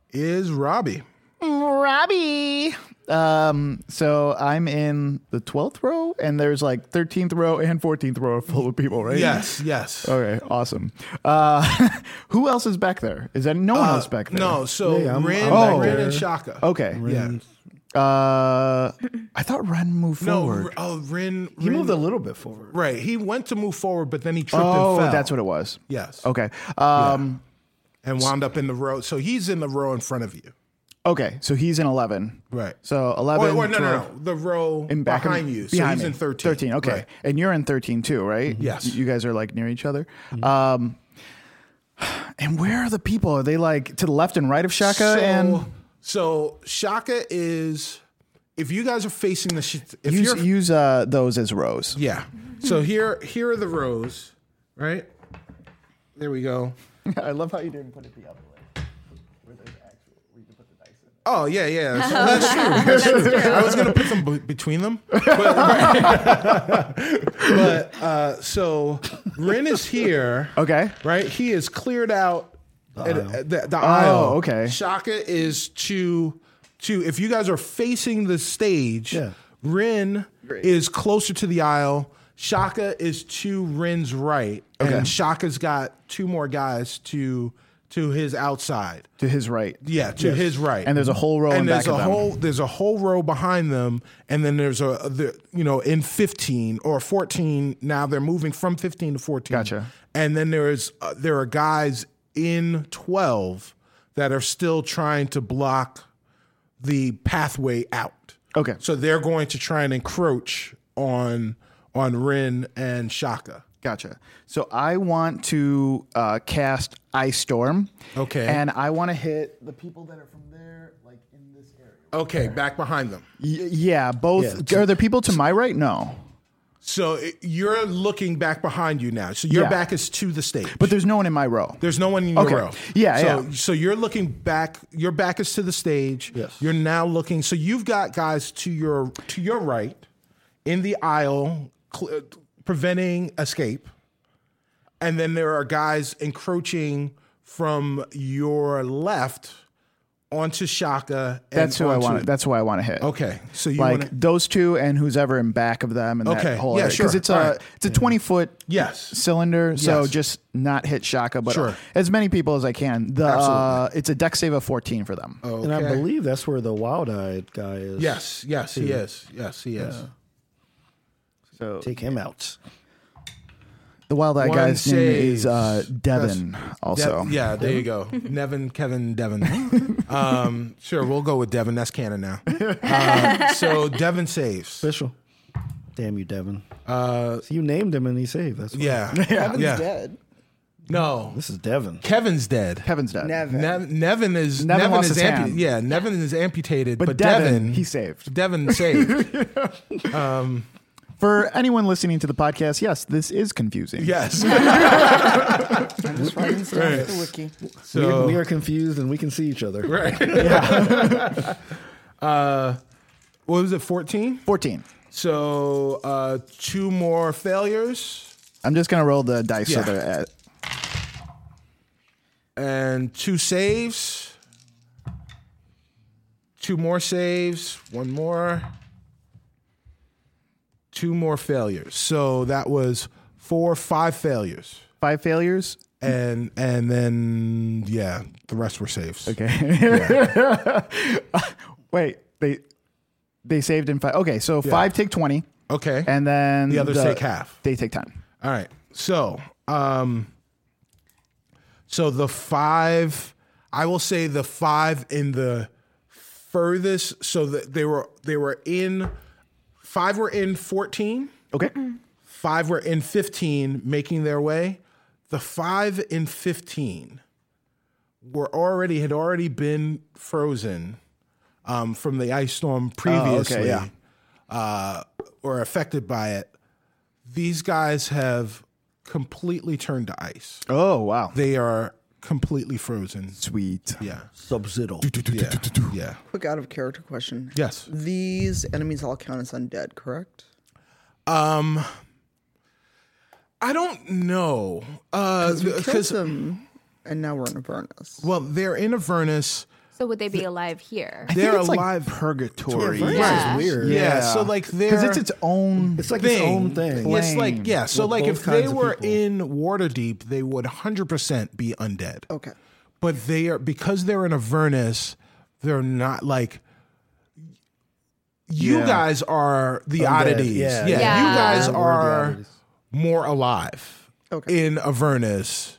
is Robbie.
Robbie. Um, so I'm in the 12th row and there's like 13th row and 14th row are full of people, right?
Yes, yes.
Okay, awesome. Uh, *laughs* who else is back there? Is that no one else back there?
Uh, No, so
Yeah, I'm-
Rin,
I'm back
Rin
there.
and Shaka.
Okay.
Yeah.
Uh, I thought Ren moved
No,
forward.
R- oh, Rin, Rin.
He moved a little bit forward.
Right. He went to move forward, but then he tripped
oh,
and fell.
that's what it was.
Yes.
Okay. Um,
And wound up in the row. So he's in the row in front of you.
Okay. So he's in 11.
Right.
So 11.
Or, or no, no,
12,
no. The row
in back
behind
of,
you. So he's
me.
in 13.
13, okay.
Right. Mm-hmm.
And you're in 13 too, right?
Yes.
You guys are like near each other. Um, and where are the people? Are they like to the left and right of Shaka?
So,
and
so Shaka is, if you guys are facing the, sh- if
use,
you're,
use uh, those as rows.
yeah. So here, here are the rows, right? There we go.
*laughs* I love how you didn't put it the other way. Where there's actual, where you can put the dice in.
Oh yeah, yeah. *laughs* That's, that's true. That's true. I was gonna put them b- between them, but, *laughs* but, uh, so Rin is here.
Okay.
right? He is cleared out at- at the, the aisle.
Oh, okay.
Shaka is to to if you guys are facing the stage,
Yeah.
Rin is closer to the aisle. Shaka is to Rin's right, and Shaka's got two more guys to to his outside.
To his right.
Yeah, to his right.
And there's a whole row in
and
back
there's
of
a
them.
whole there's a whole row behind them, and then there's a the, you know in 15 or 14 now they're moving from 15 to 14.
Gotcha.
And then there is uh, there are guys in 12 that are still trying to block the pathway out.
Okay.
So they're going to try and encroach on on Rin and Shaka.
Gotcha. So I want to uh, cast Ice Storm.
Okay.
And I want to hit the people that are from there, like in this area.
Okay, back behind them.
Y- yeah, both. Are there people to my right? No.
So it- you're looking back behind you now. So your
Yeah.
back is to the stage.
But there's no one in my row.
There's no one in
Okay.
your row.
Yeah,
so,
yeah.
So you're looking back. Your back is to the stage.
Yes.
You're now looking. So you've got guys to your to your right in the aisle, cl- uh, preventing escape, and then there are guys encroaching from your left onto Shaka. And
That's who I
onto-
want. That's who I want to hit.
Okay. So you
like
wanna-
those two and who's ever in back of them and
Okay.
that whole
Yeah,
area.
sure.
it's a
All right.
it's a twenty foot
yes.
cylinder. So
Yes.
just not hit Shaka, but
Sure.
as many people as I can. The uh, it's a deck save of fourteen for them.
Okay.
And I believe that's where the wild-eyed guy is.
Yes. Yes. He is. Yes. He is.
So
Take him out.
the wild eyed
One
guy's name
saves.
is uh, Devin. also,
Dev- yeah, there you go.
*laughs*
Nevin, Kevin, Devin. Um, sure, we'll go with Devin. That's canon
*laughs*
now. Uh, so Devin saves.
Official. Damn you, Devin. Uh, you named him and he saved. That's why.
Yeah.
*laughs* Kevin's
yeah.
dead.
No,
This is Devin.
Kevin's dead.
Kevin's dead.
Nev- Nevin is
Nevin
Nevin,
lost
is
his
ampu-
hand.
yeah Nevin is amputated,
But
but,
Devin,
Devin,
he saved.
Devin
*laughs*
saved.
For anyone listening to the podcast, yes, this is confusing.
yes.
I'm just
*laughs*
writing stuff for the wiki.
So-
we are confused and we can see each other.
right. uh, what was it? Fourteen.
fourteen.
So uh, two more failures.
I'm just gonna roll the dice
Yeah.
so they're at
and two saves, two more saves, one more, two more failures. So that was four, five failures,
five failures.
and and then yeah, the rest were saves.
Okay. *laughs* Wait, they they saved in five. Okay, so five take twenty,
Okay.
and then
The others take half.
They take ten.
All right. So, um, so the five, I will say the five in the furthest. So that they were they were in five were in fourteen.
Okay.
Five were in 15 making their way. The five in 15 were already, had already been frozen um, from the ice storm
Oh,
previously
yeah.
uh, or affected by it. These guys have completely turned to ice.
Oh wow.
They are completely frozen.
Sweet.
Yeah.
Sub-Zero.
Yeah. yeah.
Quick out of character question.
Yes.
These enemies all count as undead, correct?
Um, I don't know. uh, Because
Because them, and now we're in Avernus.
Well, they're in Avernus.
So would they be alive here?
I
They're
think it's
alive.
like purgatory.
Vertigo
Yeah.
is weird.
yeah. so like they're
because it's its own.
It's like
thing.
its own thing.
Play-
It's like yeah, so
With
like
both
if they
kinds of
were
people.
in Waterdeep, they would hundred percent be undead.
Oh.
Okay.
But they are because they're in Avernus, they're not like you
Yeah.
guys are the
Undead,
oddities.
yeah,
Yeah,
yeah.
you guys
We're the
are
oddities.
more alive
Okay.
in Avernus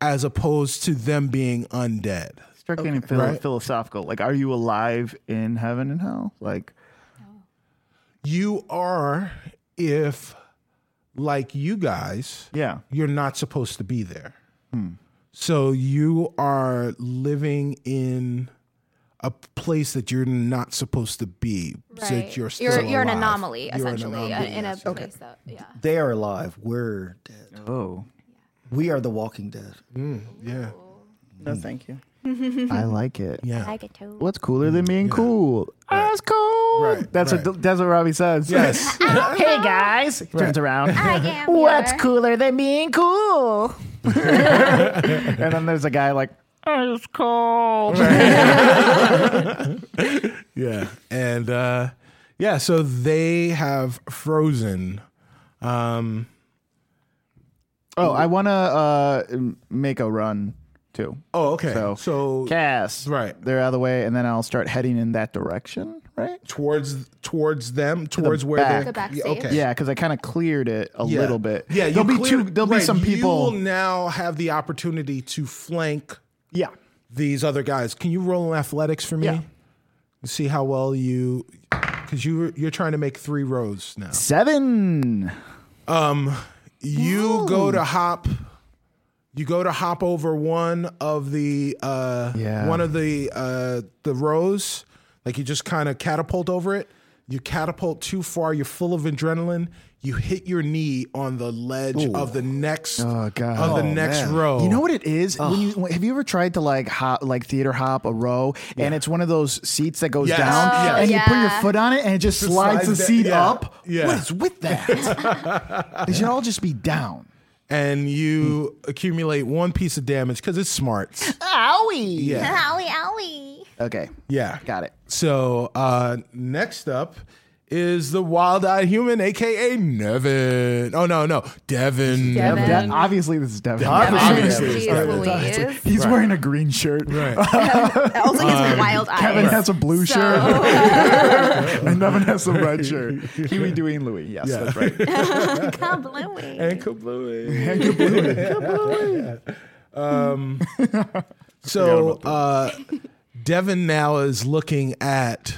as opposed to them being undead.
struck me in phil-
Right.
philosophical. Like, are you alive in heaven and hell? Like,
You are if like you guys
yeah,
you're not supposed to be there. So you are living in a place that you're not supposed to be. So that you're still
you're, you're an
alive.
anomaly,
You're an
essentially, uh,
anomaly,
in a
yes.
place that, yeah.
They are alive. We're dead.
oh,
We are the Walking Dead.
yeah,
No, thank you.
I like it.
yeah.
get to.
What's cooler than being cool? Ice cold.
Right,
That's what
right.
that's what Robbie says. *laughs*
Yes.
hey guys, He turns around. What's cooler than being *laughs* cool? and then there's a guy like ice cold.
yeah and uh yeah so they have frozen um
Oh, I want to uh, m- make a run too.
oh okay
So,
so,
Cass,
Right.
They're out of the way, and then I'll start heading in that direction, right?
towards towards them towards where
back.
they
The back
Yeah,
seat.
okay
Yeah, because I kind of cleared it a
Yeah.
little bit.
yeah you
there'll be
clear-
two. There'll
right,
be some
you
people.
will now have the opportunity to flank
yeah,
these other guys. Can you roll in athletics for me?
Yeah.
See how well you, because you were- you're trying to make three rows now.
seven.
You go to hop, you go to hop over one of the uh,
Yeah.
one of the uh, the rows. Like you just kind of catapult over it. You catapult too far. You're full of adrenaline. You hit your knee on the ledge of the next
Oh, God.
of the
Oh,
next row.
You know what it is? When you when- have you ever tried to like hop, like theater hop a row, and it's one of those seats that goes
Yes.
down,
Oh,
and you put your
yeah.
foot on it, and it just slides the
slides down.
seat
Yeah.
up.
Yeah.
What is with that?
*laughs*
they should all just be down.
and you
Hmm.
accumulate one piece of damage because it's smarts.
Owie.
Yeah.
Owie, owie.
Okay.
Yeah.
Got it.
So uh, next up is the wild eyed human, aka Nevin. Oh no, no, Devin.
Devin.
That- obviously, this is Devin. *laughs*
Obviously.
Jeez Louise.
He's wearing a green shirt.
Right.
also has wild eyes.
Kevin has a blue
So- *laughs*
shirt. *laughs* and Nevin has the red shirt. Huey, Dewey, and Louie. Yes, that's right.
Kablooey.
And Kablooey. And *laughs* Um, so uh, Devin now is looking at.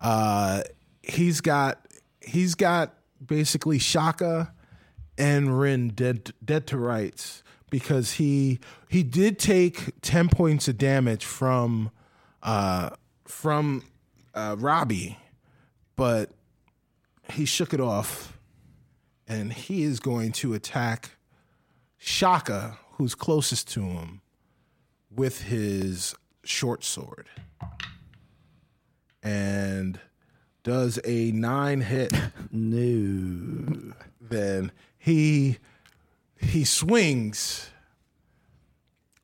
Uh, he's got. He's got basically Shaka and Rin dead dead to rights because he he did take ten points of damage from uh, from uh, Robbie, but he shook it off, and he is going to attack Shaka, who's closest to him, with his short sword, and does a nine hit.
No.
then he he swings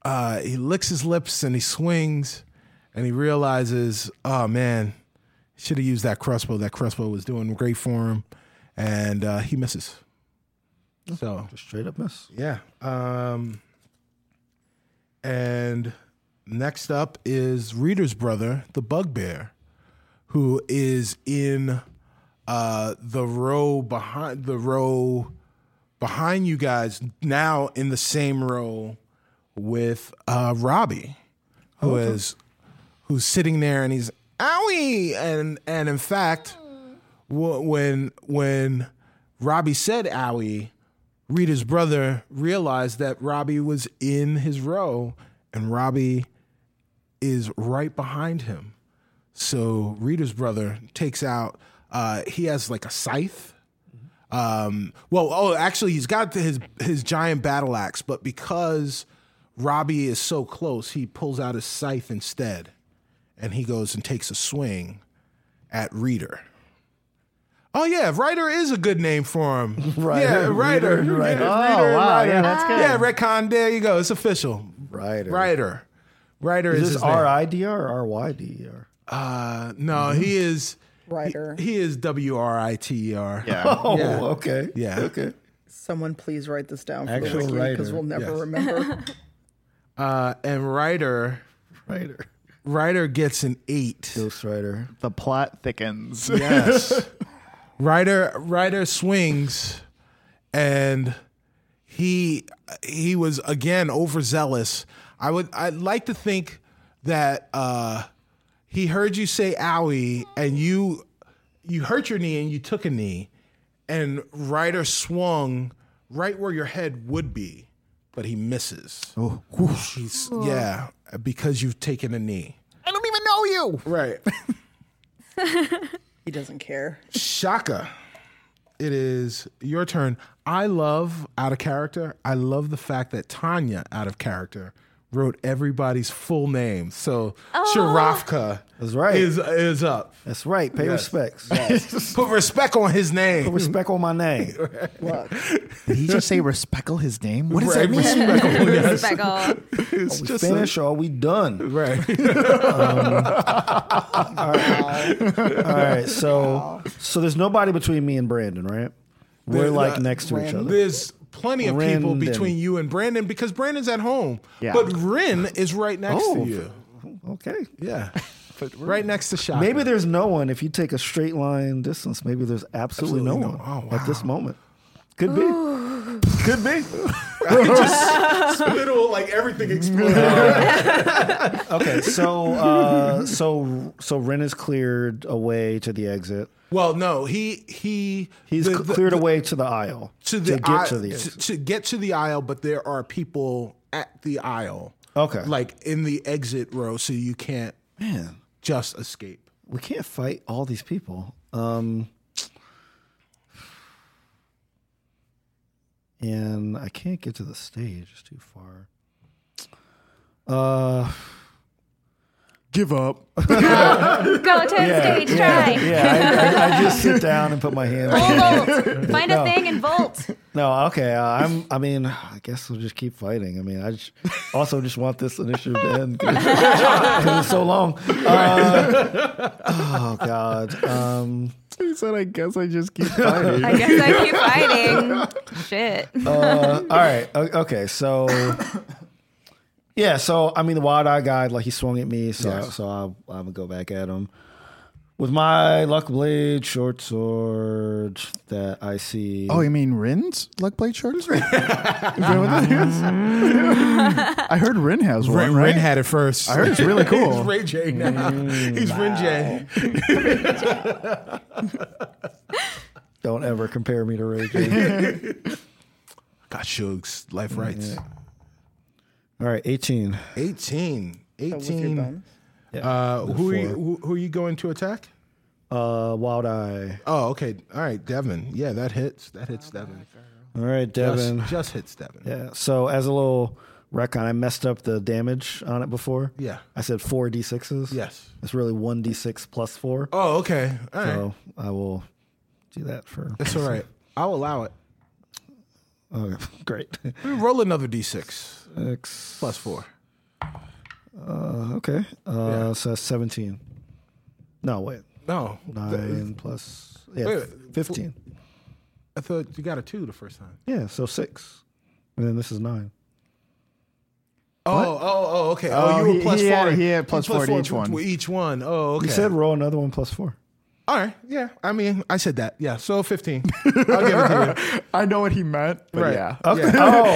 uh he licks his lips and he swings and he realizes oh man should have used that crossbow that crossbow was doing great for him and uh he misses so
Straight up miss.
yeah um and next up is reader's brother the bugbear who is in uh, the row behind the row behind you guys now in the same row with uh, Robbie, who is who's sitting there and he's owie and and in fact wh- when when Robbie said owie, Rita's brother realized that Robbie was in his row and Robbie is right behind him. So Rita's brother takes out. Uh, he has like a scythe. Um, well, oh, actually, he's got his his giant battle axe, but because Robbie is so close, he pulls out his scythe instead, and he goes and takes a swing at Reader. Oh yeah, Ryder is a good name for him. Ryder, yeah, Ryder, Ryder, Ryder,
Oh, wow, yeah, that's good.
Yeah, retcon. There you go. It's official.
Ryder.
Ryder. Ryder is,
Is
his
this
name.
R I D R or R Y D E R?
Uh, no, he is
Ryder.
He, he is W R I T E R.
Yeah.
Oh,
Yeah.
okay.
Yeah.
Okay.
Someone please write this down for
Actual
the wiki because
writer.
we'll never
Yes.
*laughs* remember.
Uh, and Ryder
Writer.
Ryder gets an eight.
Ghost Rider.
The plot
*laughs*
thickens.
Yes. Ryder Ryder swings and he he was again overzealous. I would I'd like to think that uh he heard you say owie and you you hurt your knee and you took a knee and Ryder swung right where your head would be, but he misses. Oh, yeah, because you've taken a knee.
I don't even know you.
Right.
he doesn't care.
Shaka, it is your turn. I love out of character. I love the fact that Tanya out of character wrote everybody's full name. So Sharafka
That's right.
is is up.
That's right. Pay
Yes.
respects. *laughs*
Put respect on his
Put
name.
respect on
*laughs*
my name.
Look,
Did he just say respectful his name? What does
Right,
that mean?
respect on- yes.
Speckle.
It's just a-
Finish or are we done?
right.
All right. So so there's nobody between me and Brandon, right?
*laughs*
We're
There's
like
not-
next to each other.
There's plenty of people
Brandon.
between you and Brandon because Brandon's at home.
Yeah.
But Rin is right next to
Oh.
you.
Okay.
Yeah. *laughs* right next to Shaka.
Maybe there's no one. If you take a straight line distance, maybe there's absolutely, no
Absolutely
one
no one. Oh,
at this moment. Could be. Could be.
literal like
*laughs*
everything explodes.
Okay. So uh, so so Ren is cleared away to the exit.
Well, no, he he
He's
the-
cl-
the-
cleared away to the aisle
to the
get
aisle,
to the
to,
exit.
to get to the aisle, but there are people at the aisle.
Okay.
like in the exit row, so you can't
Man,
just escape.
we can't fight all these people. Um, and I can't get to the stage; it's too far. Uh, give up.
Go to the stage, try.
Yeah, I, I, I just sit down and put my hand. on it.
Bolt. Find a thing and bolt.
No, okay. Uh, I'm. I mean, I guess we'll just keep fighting. I mean, I just, also just want this initiative to end *laughs* because it's so long. Uh, oh God. Um,
He said, I guess I just keep
*laughs*
fighting.
I guess I keep fighting. Shit.
uh, all right. o- Okay. So, yeah. So, I mean, the wide eye guy, like he swung at me. So, so I, I'm gonna go back at him with my luck blade short sword that I see.
Oh, you mean Rin's luck blade shorts? Is
*laughs*
that what that is? *laughs* I heard Rin has one.
Ren,
right?
Ren had it first.
I heard it's really
He's
cool.
Ray J now. He's Ren J.
Don't ever compare me to Ray J.
*laughs* Got Shugs, life rights.
all right. 18.
18. 18.
bone?
Uh, who, are you,
Before.
who, who are you going to attack?
Uh, wild eye.
Oh, okay. All right, Devin. Yeah, that hits. That hits Devin.
All right, Devin.
Just, just hits Devin.
Yeah. So as a little retcon, I messed up the damage on it before.
Yeah.
I said four d sixes.
Yes.
It's really one d six plus four.
Oh, okay. All right.
So I will do that for.
That's all
*laughs*
right. I'll allow it.
Oh, great.
Roll another d6
X,
plus four.
uh, okay. Uh,
Yeah.
So that's seventeen. No wait.
No,
Nine plus. Yeah.
Wait, wait.
Fifteen.
I thought you got a two the first time.
Yeah. So six. And then this is nine.
Oh, oh, oh, okay. Oh,
Oh,
you were
he-
plus
he had-
four.
he had plus four to each
to-
one.
to Each one. Oh, okay.
You said roll another one plus four.
All right. Yeah. I mean, I said that. Yeah. So
*laughs*
fifteen. I'll give it to you.
*laughs* I know what he meant, but
Right.
yeah.
Okay. Yeah.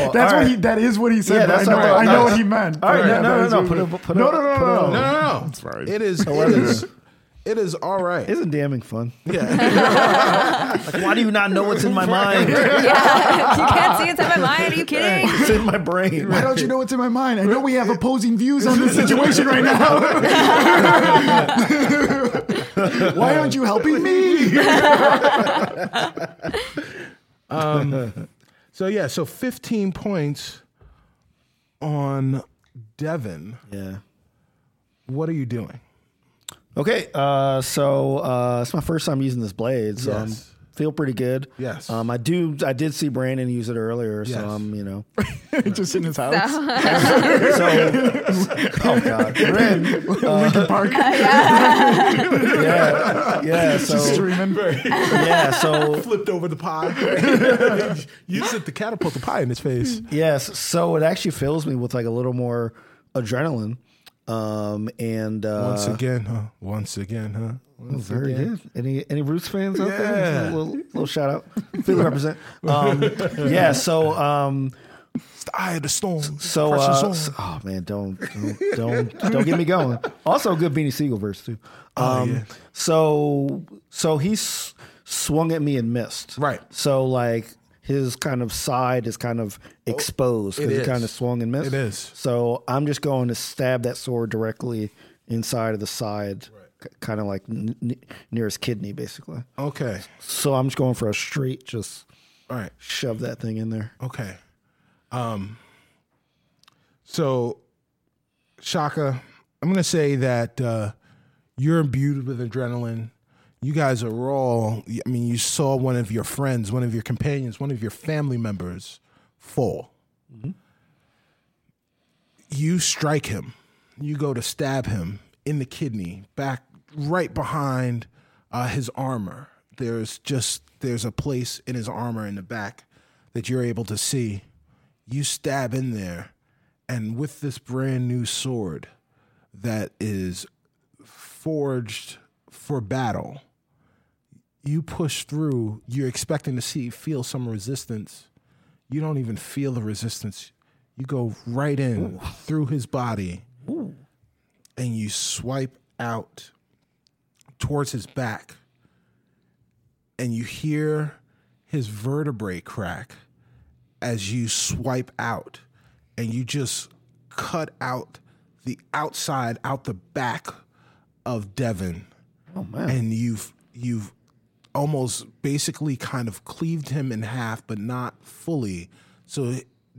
Oh,
*laughs* That's what he. That is what he said.
Yeah,
but
that's
I know,
what I-
I know
no.
what he meant.
All right,
But
no,
yeah,
no,
that is
no,
what-
put it- put it-
no, no, no,
put it
no,
on.
No,
no.
no, no.
That's right.
It is. It is. It is all right.
Isn't
*laughs*
damning fun?
yeah.
Like, why do you not know what's in my
*laughs*
mind?
Yeah. You can't see it's in my mind. Are you kidding?
*laughs* it's in my
*laughs*
brain.
Why don't you know what's in my mind? I know we
*laughs*
have opposing views on this situation right now. *laughs* Why aren't you helping me? *laughs*
So yeah. So fifteen points on Devin.
*laughs* Yeah.
What are you *laughs* doing?
Okay, uh, so uh, it's my first time using this blade, so
Yes.
I'm feel pretty good.
Yes.
Um, I do. I did see Brandon use it earlier,
Yes.
so I'm, you know.
just in his house. *laughs*
So, oh
*laughs*
God, Brandon.
Lincoln Park.
Yeah,
*laughs*
yeah. So
Streaming.
yeah, so
Flipped over the *laughs* pie. you said the catapult the pie in his face.
Yes. So it actually fills me with like a little more adrenaline. Um, and uh,
Once again, huh? Once again, huh? Once
very
again.
good. Any any Roots fans out there?
Yeah.
Little, little shout out. Feel
*laughs*
the represent. Um, yeah. So um,
It's the eye of the storm.
so
Fresh and
uh,
soul.
s- oh man, don't don't don't, don't get me going. Also, a good Beanie Siegel verse too. Um,
Oh, yeah.
so so he s- swung at me and missed.
Right.
So like his kind of side is kind of exposed because
Oh, it
he
is.
kind of swung and missed.
It is.
So I'm just going to stab that sword directly inside of the side, kind of like n- n- near his kidney, basically.
okay.
So I'm just going for a straight, just
All right.
shove that thing in there.
Okay. Um. So, Shaka, I'm gonna say that uh, you're imbued with adrenaline. You guys are all. I mean, you saw one of your friends, one of your companions, one of your family members fall. You strike him. You go to stab him in the kidney, back right behind uh, his armor. There's just there's a place in his armor in the back that you're able to see. You stab in there, and with this brand new sword that is forged for battle, you push through. You're expecting to see feel some resistance. You don't even feel the resistance. You go right in through his body and you swipe out towards his back and you hear his vertebrae crack as you swipe out and you just cut out the outside out the back of Devin. Oh man. And you've you've almost basically kind of cleaved him in half but not fully. So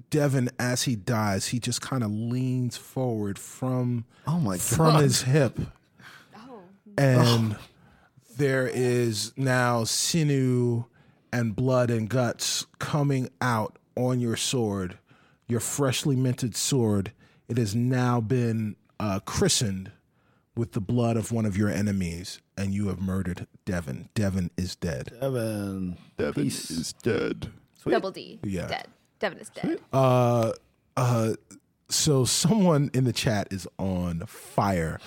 Devin as he dies, he just kind of leans forward from
Oh, my
from his hip. And there is now sinew and blood and guts coming out on your sword, your freshly minted sword. It has now been uh, christened with the blood of one of your enemies, and you have murdered Devon. Devon is dead.
Evan.
Devin is dead.
Double D.
Yeah.
Dead. Devin is dead.
Uh, So someone in the chat is on fire.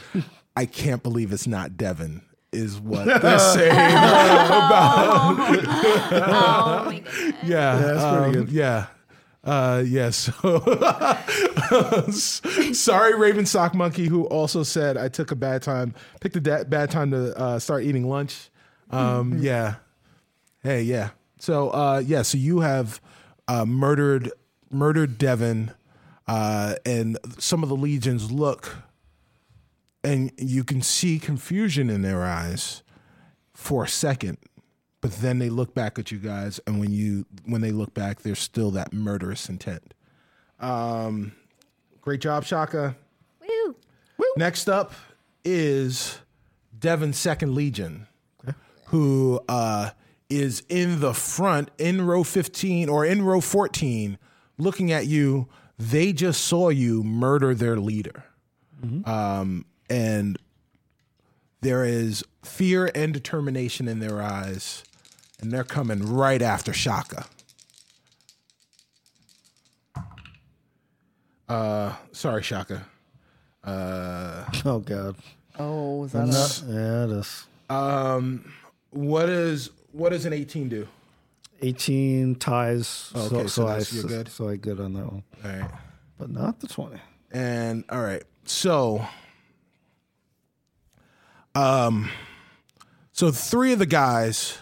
I can't believe it's not Devon. Is *laughs* what they're saying about
Oh my goodness.
Yeah, that's pretty good. Yeah. Uh, yes. *laughs* Sorry, Raven Sock Monkey, who also said I took a bad time, picked a da- bad time to uh, start eating lunch. Um, *laughs* yeah. Hey, yeah. So, uh, yeah. So you have uh, murdered murdered Devin, uh, and some of the legions look, and you can see confusion in their eyes for a second but then they look back at you guys and when you when they look back there's still that murderous intent um great job shaka
Woo.
next up is devon's second legion who uh is in the front in row 15 or in row 14 looking at you they just saw you murder their leader um and there is fear and determination in their eyes, and they're coming right after Shaka. Uh, sorry, Shaka. Uh,
Oh God.
Oh, is that a-
Yeah, it is.
What is what does an eighteen do?
18 ties.
Oh, Okay,
so, so,
so
I
that's- you're good.
so I good on that one,
All right,
but not the 20.
and all right. So, um, um, so three of the guys,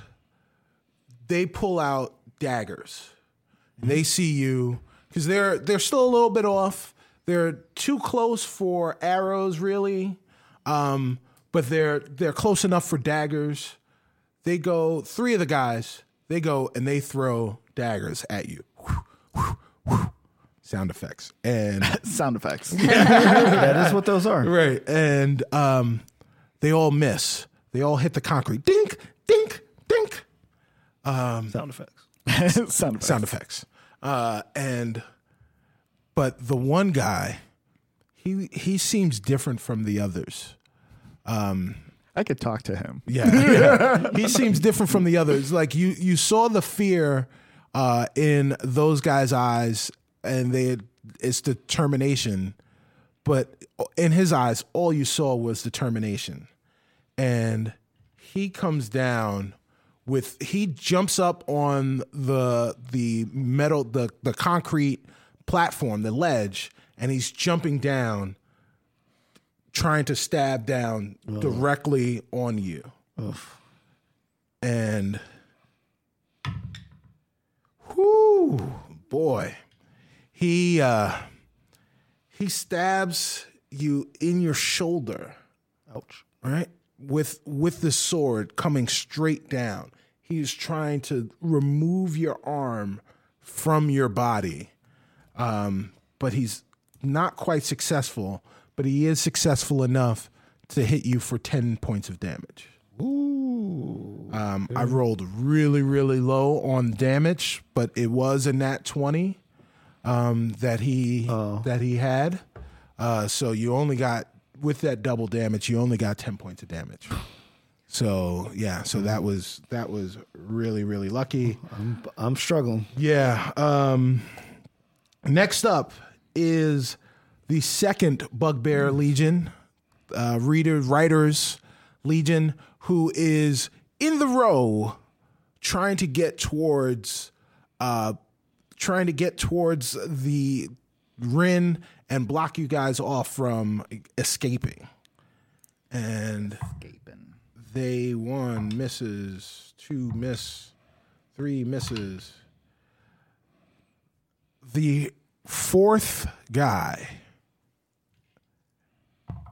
they pull out daggers. And they see you because they're they're still a little bit off. They're too close for arrows, really, um, but they're they're close enough for daggers. They go three of the guys. They go and they throw daggers at you. Sound effects and
Sound *laughs* effects.
*laughs* That is what those
*laughs*
are.
right, and um, they all miss. They all hit the concrete. Dink, dink, dink. Um,
Sound effects.
Sound effects.
sound effects. Uh, and but the one guy, he he seems different from the others.
I could talk to him.
Yeah, yeah. he seems different from the others. Like you, you saw the fear uh, in those guys' eyes, and they had, it's determination. But in his eyes, all you saw was determination, and he comes down with he jumps up on the the metal the the concrete platform the ledge and he's jumping down trying to stab down directly on you. And whoo boy. He uh he stabs you in your shoulder. Ouch. Right? With with the sword coming straight down. He's trying to remove your arm from your body Um, but he's not quite successful, but he is successful enough to hit you for 10 points of damage. Ooh. Um, I rolled really, really low on damage, but it was a nat 20 um, that he that he had. Uh, so you only got with that double damage, you only got 10 points of damage. So yeah, so that was that was really, really lucky.
I'm struggling.
Yeah. Um, next up is the second Bugbear Legion, uh, Reader Writers Legion, who is in the row trying to get towards, uh, trying to get towards the Rin and block you guys off from escaping. And they one misses, two miss, three misses the fourth guy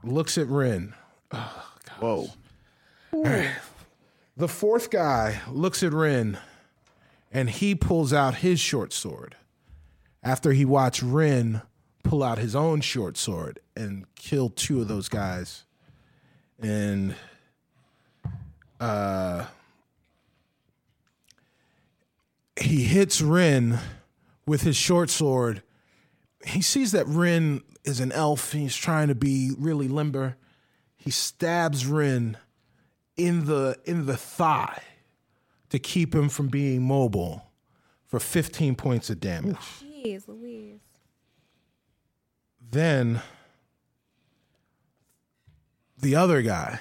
looks at Ren.
Whoa.
The fourth guy looks at Ren and he pulls out his short sword after he watched Ren pull out his own short sword and kill two of those guys. And uh he hits Ren with his short sword. He sees that Ren is an elf and he's trying to be really limber. He stabs Ren in the in the thigh to keep him from being mobile for 15 points of damage.
Jeez Louise.
Then the other guy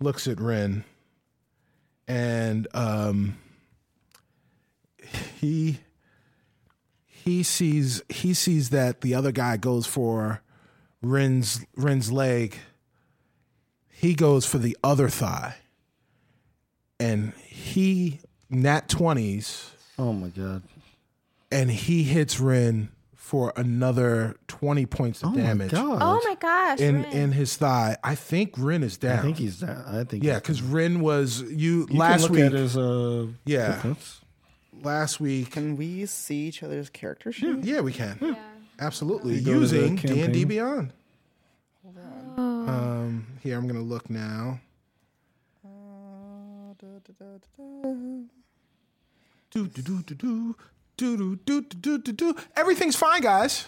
looks at Ren and um, he he sees he sees that the other guy goes for Ren's Ren's leg. He goes for the other thigh. And he nat 20s
Oh my god.
and he hits Ren for another 20 points of
Oh
damage
my god.
Oh my gosh.
in
Ren.
in his thigh. I think Ren is down.
I think he's. down. I think.
yeah,
he's-
because Ren was you,
You can
last
look
week.
At his, uh,
Yeah.
footprints.
last week,
Can we see each other's character sheet?
yeah, we can absolutely
go to the
using D and D
campaign.
Beyond. Um, here I'm gonna look now. Do do do do do do do do do do do. Everything's fine, guys.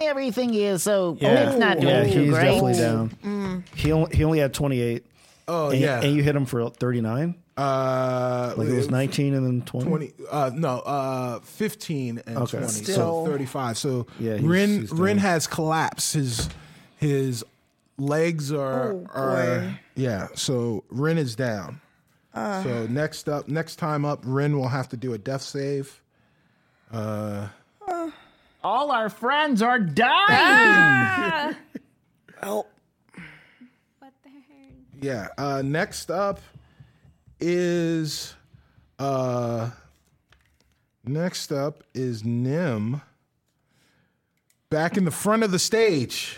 Everything is so.
Oh,
Yeah.
It's not doing
yeah,
too
he's
great.
definitely down.
Mm.
He only, he only had 28.
Oh
and,
yeah.
and you hit him for 39.
uh,
Like it was 19 and then 20.
20 uh no uh 15 and 20 so
Still.
35 so
Yeah, he's-
rin
he's
rin
down.
has collapsed his his legs are
Oh,
are
boy. Uh.
yeah so rin is down so next up next time up rin will have to do a death save
All our friends are dying.
Help.
What the heck?
yeah uh next up is uh next up is nim back in the front of the stage.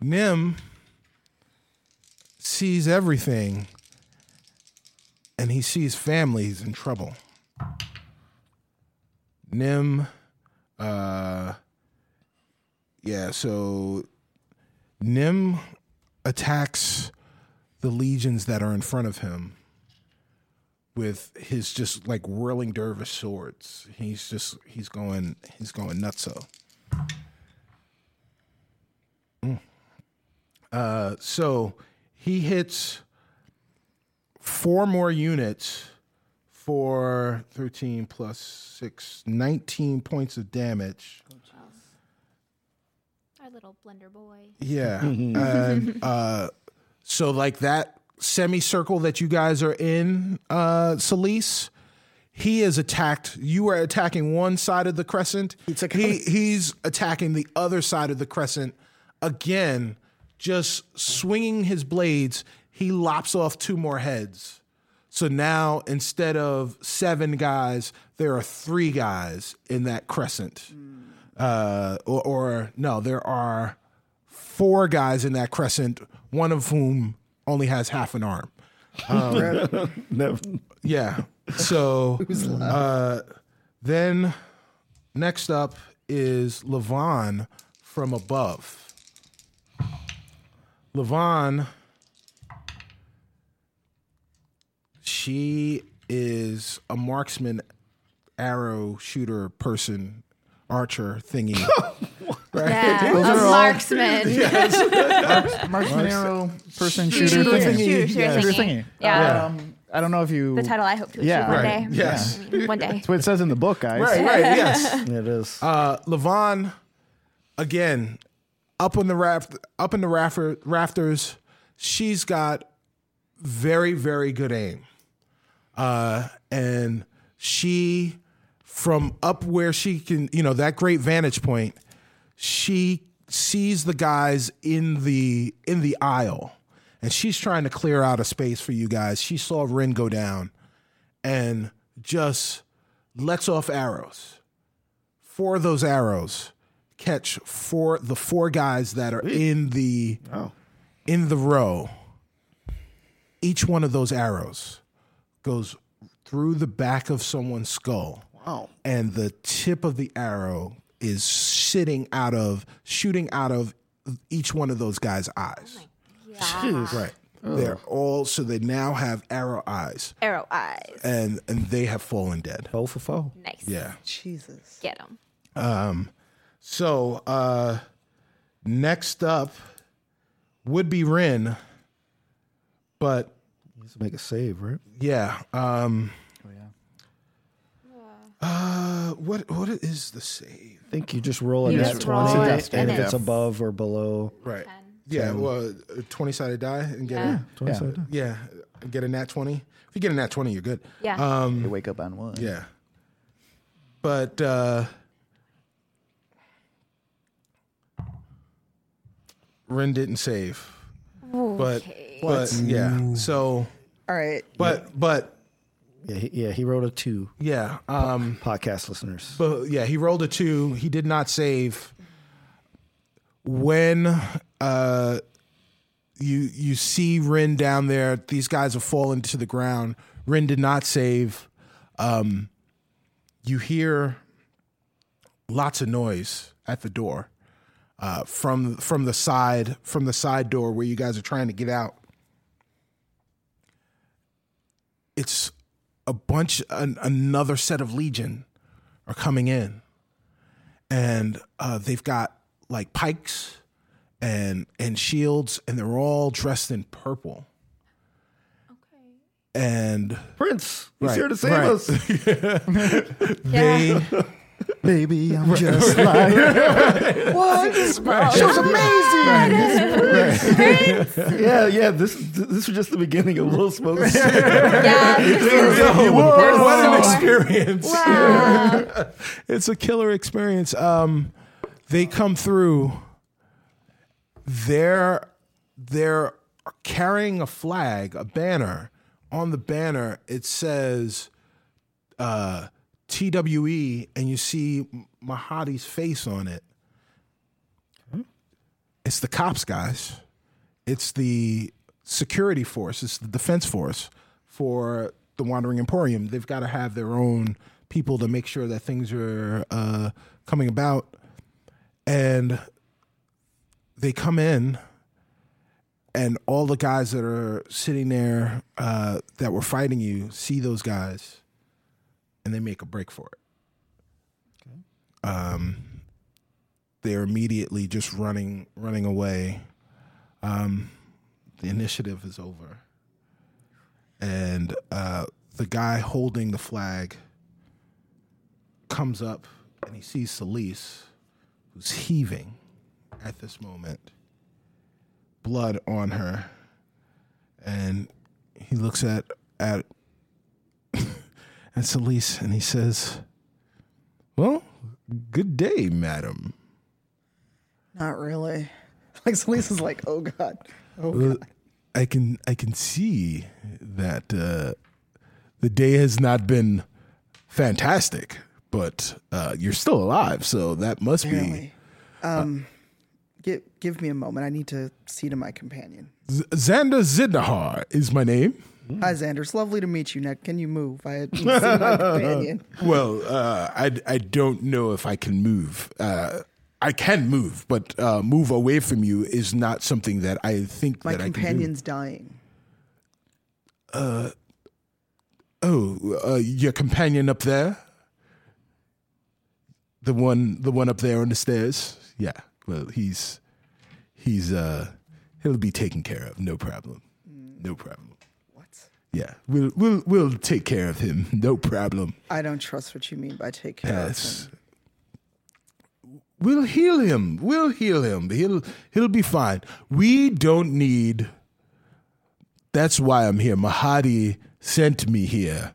Nim sees everything and he sees families in trouble. Nim, uh, yeah, so Nim attacks the legions that are in front of him with his just like whirling dervish swords. He's just he's going he's going nutso. Mm. Uh, so he hits four more units for 13 plus 6 19 points of damage
Our little blender boy.
yeah and, uh, so like that semicircle that you guys are in uh Solis, he is attacked you are attacking one side of the crescent he, he's attacking the other side of the crescent again just swinging his blades he lops off two more heads so now instead of seven guys, there are three guys in that crescent. Uh, or, or no, there are four guys in that crescent, one of whom only has half an arm.
No.
Yeah. So uh, then next up is Levon from above. Levon, she is a marksman, arrow shooter person, archer thingy.
Yeah, a marksman.
Marksman arrow person
Shooter,
shooter
shooter,
thingy.
shooter,
Yeah.
thingy.
Shooter thingy.
Yeah.
Um, I don't know if you.
The title I hope to achieve
Yeah.
one
Right.
day.
Yes.
I mean, *laughs* one day.
*laughs*
That's what it says in the book, guys.
*laughs* Right, right, yes.
It is.
Uh, Levon, again, up on the raft, up in the rafter, rafters. She's got very, very good aim, uh, and she, from up where she can, you know, that great vantage point, she sees the guys in the in the aisle, and she's trying to clear out a space for you guys. She saw Ren go down, and just lets off arrows four of those arrows catch four the four guys that are in the in the row. Each one of those arrows goes through the back of someone's skull. Wow. And the tip of the arrow is sitting out of shooting out of each one of those guys' eyes. Right. They're all so they now have arrow eyes
Arrow eyes.
and and they have fallen dead.
Foe for foe.
Nice.
Yeah.
Jesus.
Get him.
So uh next up would be Rin, but
Let's make a save, right?
yeah. Um uh, what what is the save?
I think you just roll a
You
net
just
20
roll it,
and
and
if
it's-
it's above or below.
Right. Yeah, well, uh, twenty sided die and get
Yeah.
Yeah.
a yeah, get a nat twenty. If you get a nat twenty, you're good. Um,
Yeah.
You wake up on one.
Yeah. But uh Ren didn't save. But but yeah. So
All right.
but but
Yeah, he, yeah, he rolled a two.
yeah. Um
Podcast listeners.
but yeah, he rolled a 2. He did not save when uh you you see Ren down there. These guys have fallen to the ground. Ren did not save. Um, you hear lots of noise at the door uh, from from the side from the side door where you guys are trying to get out. It's a bunch an, another set of legion are coming in, and uh, they've got like pikes and and shields, and they're all dressed in purple. And
Prince, he's here to save
right.
us.
*laughs* they
Baby, I'm just like.
Show's amazing. yeah, yeah. This this was just the beginning of Little
*laughs*
Smoke's
Yeah.
what an
Wow.
experience!
wow.
It's a killer experience. Um, they come through. They're they're carrying a flag, a banner. On the banner, it says uh, TWE, and you see Mahadi's face on it. It's the cops, guys. It's the security force. It's the defense force for the Wandering Emporium. They've got to have their own people to make sure that things are uh, coming about. And they come in, and all the guys that are sitting there uh, that were fighting you see those guys, and they make a break for it. Um, they're immediately just running, running away. Um, the initiative is over, and uh, the guy holding the flag comes up and he sees Celise, who's heaving at this moment, blood on her, and he looks at at *laughs* at Celise and he says, "Well, good day, madam."
Not really. *laughs* Like Selisa's like, oh god, oh
Well, I can I can see that uh, the day has not been fantastic, but uh, you're still alive, so that must
apparently. Um, give give me a moment. I need to see to my companion.
be Z- Xander Zidnahar is my name.
Hi, Xanders. Lovely to meet you. Now, can you move? I
*laughs*
need to see my companion.
Well, uh, I I don't know if I can move. Uh, I can move, but uh, move away from you is not something that I think
My
that
companion's dying.
I can do. Oh, uh, your companion up there, the one the one up there on the stairs. Yeah. Well, he's he's uh he'll be taken care of. No problem. No problem.
What?
Yeah, we'll we'll we'll take care of him. *laughs* No problem.
I don't trust what you mean by take care
Yes. We'll heal him. We'll heal him. He'll he'll be fine. We don't need That's why I'm here. Mahadi sent me here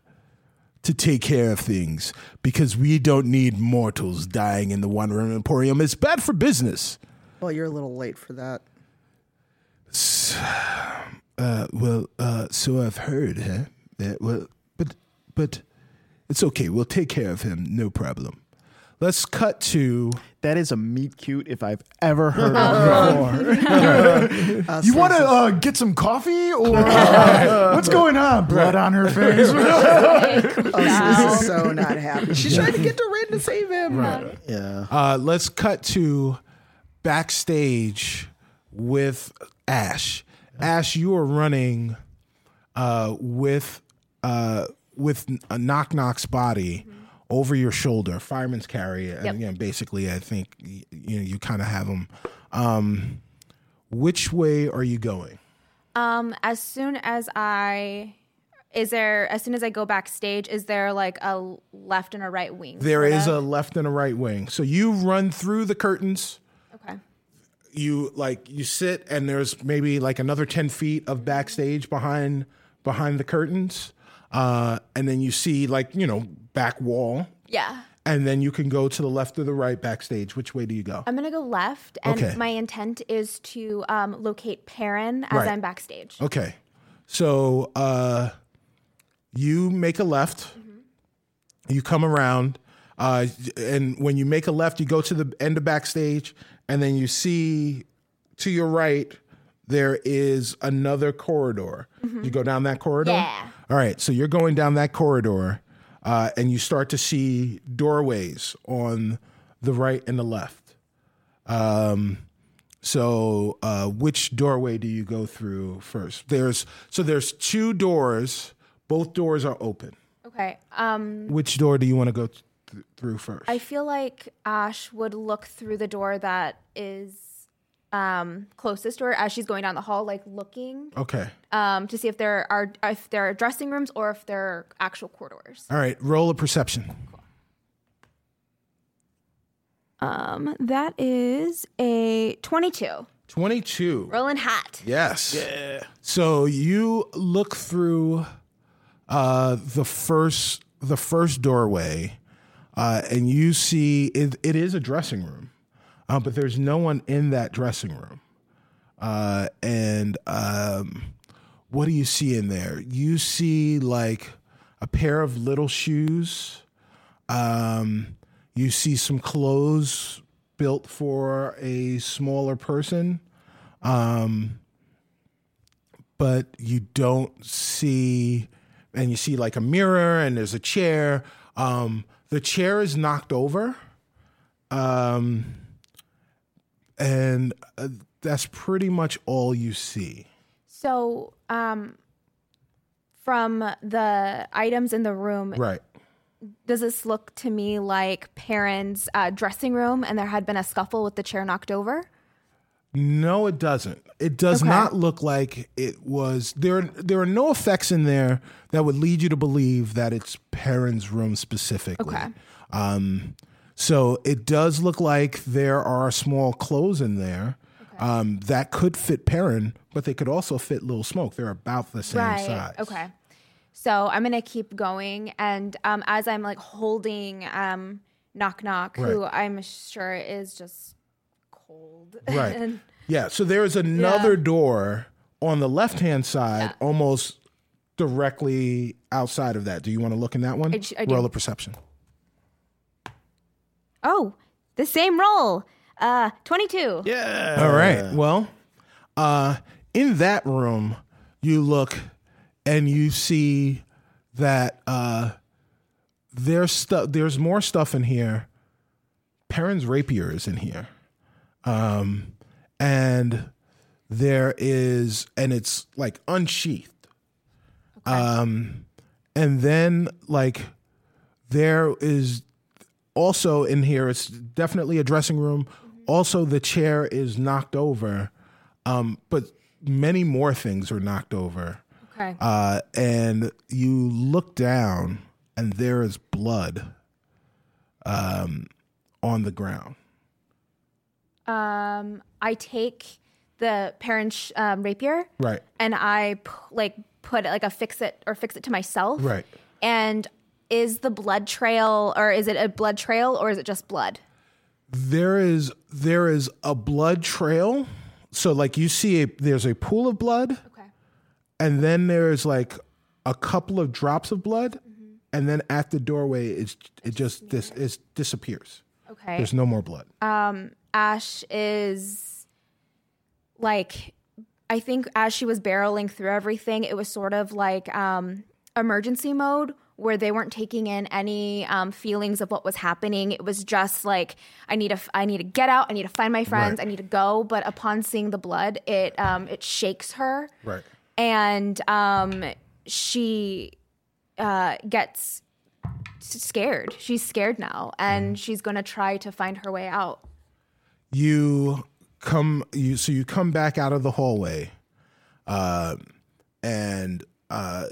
to take care of things because we don't need mortals dying in the One Room Emporium. It's bad for business.
of him. Well, you're a little late for that.
Uh, well, uh, so I've heard, huh? Yeah, well, but but it's okay. We'll take care of him. No problem. Let's cut to
*laughs* That is a meat cute if I've ever heard of before.
Uh-huh.
you *laughs* want to uh, get some coffee *laughs* or uh, what's going on? Blood on her *laughs* face.
Oh,
*laughs*
Selisa's so not happy. She's trying to get to Rin to save him.
Yeah.
Uh, let's cut to backstage with Ash. Ash, you are running uh, with uh, with a knock knock's body over your shoulder, fireman's carry, and
Yep.
you know, basically, I think y- you know, you kind of have them. Um, which way are you going?
Um, as soon as I is there as soon as I go backstage, is there like a left and a right wing?
There is a
sorta?
left and a right wing, so you run through the curtains.
okay.
you like you sit and there's maybe like another 10 feet of backstage behind behind the curtains uh, and then you see like you know back wall
Yeah.
and then you can go to the left or the right backstage which way do you go
I'm gonna go left, and
Okay.
my intent is to um, locate Perrin as
Right.
I'm backstage.
okay so uh, you make a left you come around uh, and when you make a left you go to the end of backstage and then you see to your right there is another corridor you go down that corridor
Yeah.
all right so you're going down that corridor uh, and you start to see doorways on the right and the left um, so uh, which doorway do you go through first there's so there's two doors both doors are open
Okay. Um,
which door do you want to go th- th- through first?
I feel like Ash would look through the door that is um, closest to her as she's going down the hall, like looking
okay.
um, to see if there are if there are dressing rooms or if there are actual corridors.
All right. Roll a perception.
Um, that is a 22.
22.
Rolling hat.
Yes. Yeah. So you look through uh, the first the first doorway, uh, and you see it, it is a dressing room, uh, but there's no one in that dressing room. Uh, and um, what do you see in there? You see like a pair of little shoes. Um, you see some clothes built for a smaller person but you don't see and you see like a mirror and there's a chair um the chair is knocked over um and uh, that's pretty much all you see.
So, um, from the items in the room,
Right.
does this look to me like Perrin's uh, dressing room and there had been a scuffle with the chair knocked over?
No, it doesn't. It does not look like it was there. There are no effects in there that would lead you to believe that it's Perrin's room specifically.
Okay.
Um, so it does look like there are small clothes in there um, that could fit Perrin, but they could also fit Little Smoke. They're about the same size.
Okay. So I'm gonna keep going, and um, as I'm like holding um, knock knock, who
Right.
I'm sure is just cold.
Right.
*laughs* and
yeah. So there is another door on the left hand side, almost directly outside of that. Do you want to look in that one?
I ch- I do.
Roll a perception.
oh, the same roll. Uh, 22. Yeah.
All right. Well, uh, in that room, you look and you see that uh, there's stuff. There's more stuff in here. Perrin's rapier is in here, um, and there is, and it's like unsheathed. Um, and then like there is also in here it's definitely a dressing room also the chair is knocked over um, but many more things are knocked over
Okay.
uh, and you look down and there is blood um, on the ground
Um, I take the parent's um, rapier.
Right.
And I p- like put it like a fix it or fix it to myself.
Right.
And is the blood trail or is it a blood trail or is it just blood?
there is there is a blood trail so like you see a, there's a pool of blood
Okay.
and then there's like a couple of drops of blood and then at the doorway it's it just this it disappears
Okay. Uh,
there's no more blood
Um, Ash is like I think as she was barreling through everything, it was sort of like um emergency mode where they weren't taking in any um, feelings of what was happening. It was just like I need to f- I need to get out. I need to find my friends.
Right.
I need to go. But upon seeing the blood, it um, it shakes her
right
and um, she uh, gets s- scared. She's scared now, and she's going to try to find her way out.
you come you so you come back out of the hallway uh, and uh,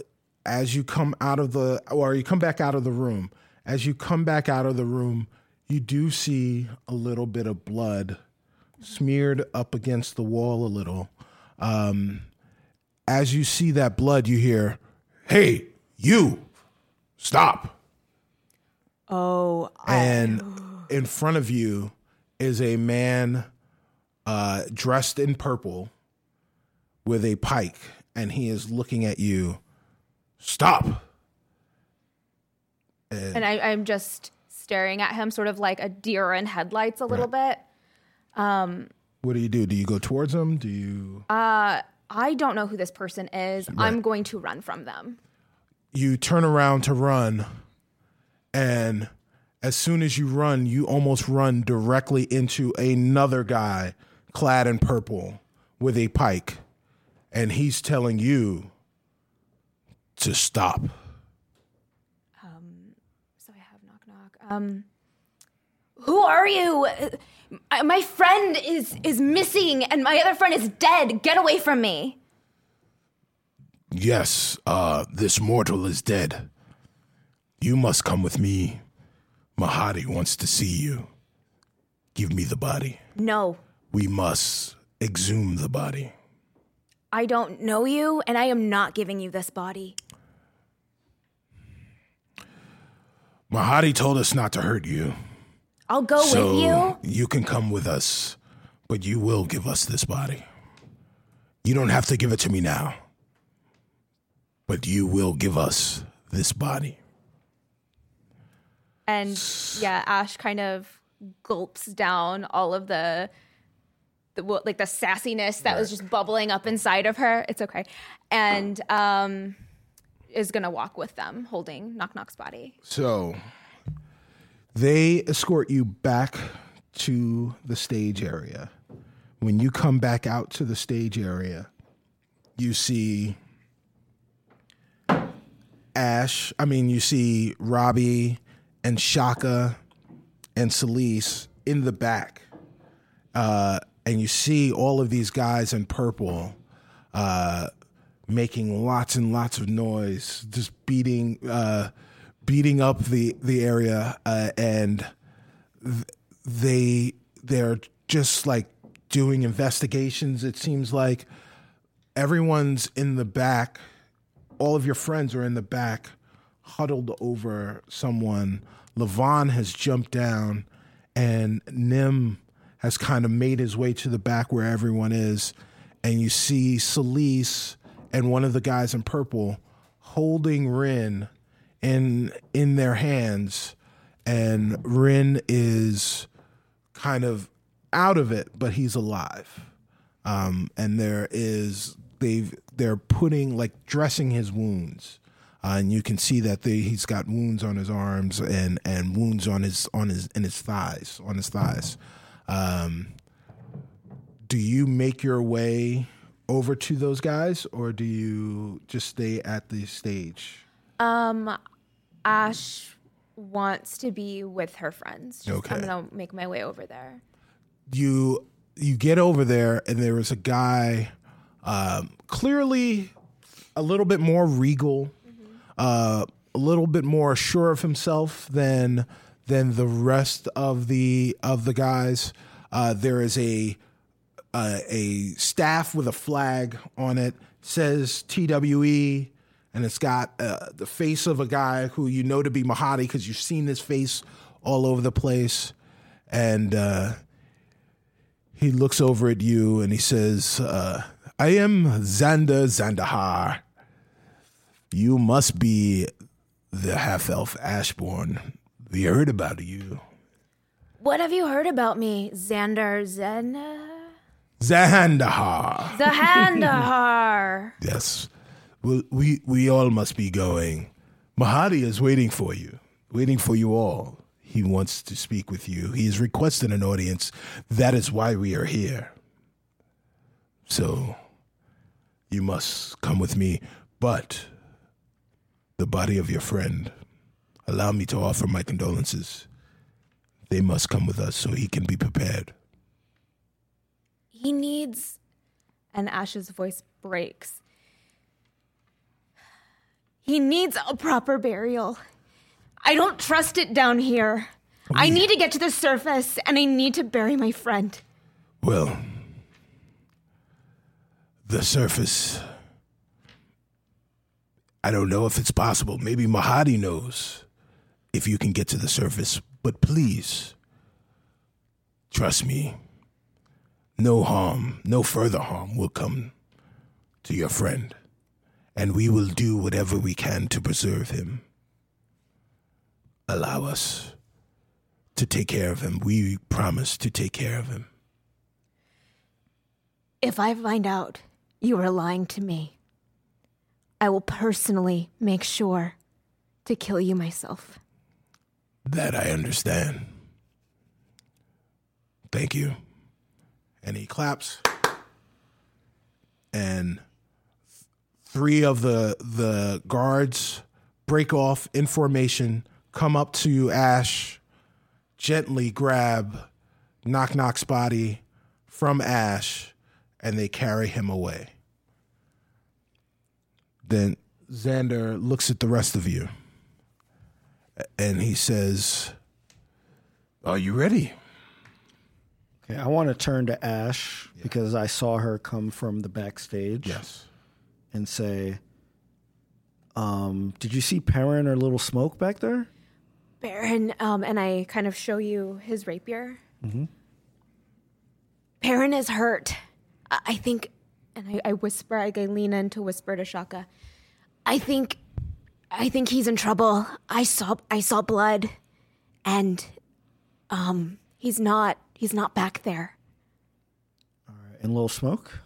as you come out of the or you come back out of the room as you come back out of the room you do see a little bit of blood smeared up against the wall a little um, as you see that blood you hear hey you stop
Oh,
and in front of you is a man uh, dressed in purple with a pike, and he is looking at you. Stop!
and I, I'm just staring at him, sort of like a deer in headlights, a little bit.
What do you do? Do you go towards him? Do you
I don't know who this person is. I'm going to run from them.
you turn around to run, and as soon as you run, you almost run directly into another guy clad in purple with a pike, and he's telling you to stop.
So I have knock knock. Um, who are you? Uh, I- My friend is is missing, and my other friend is dead. Get away from me!
Yes, uh, this mortal is dead. You must come with me. Mahadi wants to see you. Give me the body.
No,
We must exhume the body.
I don't know you, and I am not giving you this body.
Mahadi told us not to hurt you.
I'll go
so
Oh, with you.
can come with us, but you will give us this body. You don't have to give it to me now, but you will give us this body.
And yeah, Ash kind of gulps down all of the, the wo- like the sassiness that was just bubbling up inside of her. It's okay, and um, is gonna walk with them, holding Knock Knock's body.
So they escort you back to the stage area When you come back out to the stage area, you see Ash. I mean, you see Robbie and Shaka and Celise in the back, uh, and you see all of these guys in purple uh, making lots and lots of noise, just beating uh, beating up the the area, uh, and th- they they're just like doing investigations. It seems like everyone's in the back. All of your friends are in the back, huddled over someone. Levon has jumped down, and Nim has kind of made his way to the back where everyone is. And you see Celise and one of the guys in purple holding Rin in in their hands, and Rin is kind of out of it, but he's alive. Um, and there is they've they're putting like dressing his wounds, uh, and you can see that they, he's got wounds on his arms and and wounds on his on his in his thighs on his thighs. Um, do you make your way over to those guys, or do you just stay at the stage?
Um, Ash wants to be with her friends. Just-
Okay.
I'm gonna make my way over there.
you you get over there and there was a guy um, clearly a little bit more regal uh, a little bit more sure of himself than than the rest of the of the guys uh, there is a uh, a staff with a flag on it says TWE, and it's got uh, the face of a guy who you know to be Mahadi because you've seen this face all over the place, and uh, he looks over at you and he says, uh, "I am Xander Zandahar. You must be the half elf Ashborn. We heard about you."
What have you heard about me, Xander Zen?
Zandahar.
The Handahar.
Yes. Well, we, we all must be going. Mahadi is waiting for you, waiting for you all. He wants to speak with you. He has requested an audience. That is why we are here. So you must come with me. But the body of your friend, allow me to offer my condolences. They must come with us so he can be prepared.
He needs. And Ash's voice breaks. He needs a proper burial. I don't trust it down here. I need to get to the surface and I need to bury my friend.
Well, the surface. I don't know if it's possible. Maybe Mahadi knows if you can get to the surface, but please, trust me, no harm, no further harm will come to your friend, and we will do whatever we can to preserve him. Allow us to take care of him. We promise to take care of him.
If I find out you are lying to me, I will personally make sure to kill you myself.
That I understand. Thank you. And he claps. And th- three of the the guards break off in formation, come up to Ash, gently grab Knock Knock's body from Ash, and they carry him away. Then Xander looks at the rest of you and he says, "Are you ready?"
Okay, I want to turn to Ash because I saw her come from the backstage
Yes.
and say, um, "Did you see Perrin or Little Smoke back there?"
Baron, um, and I kind of show you his rapier. mm
Mm-hmm.
Baron is hurt. I, I think, and I, I whisper, I lean in to whisper to Shaka. I think, I think he's in trouble. I saw, I saw blood, and um, he's not, he's not back there,
And Little Smoke.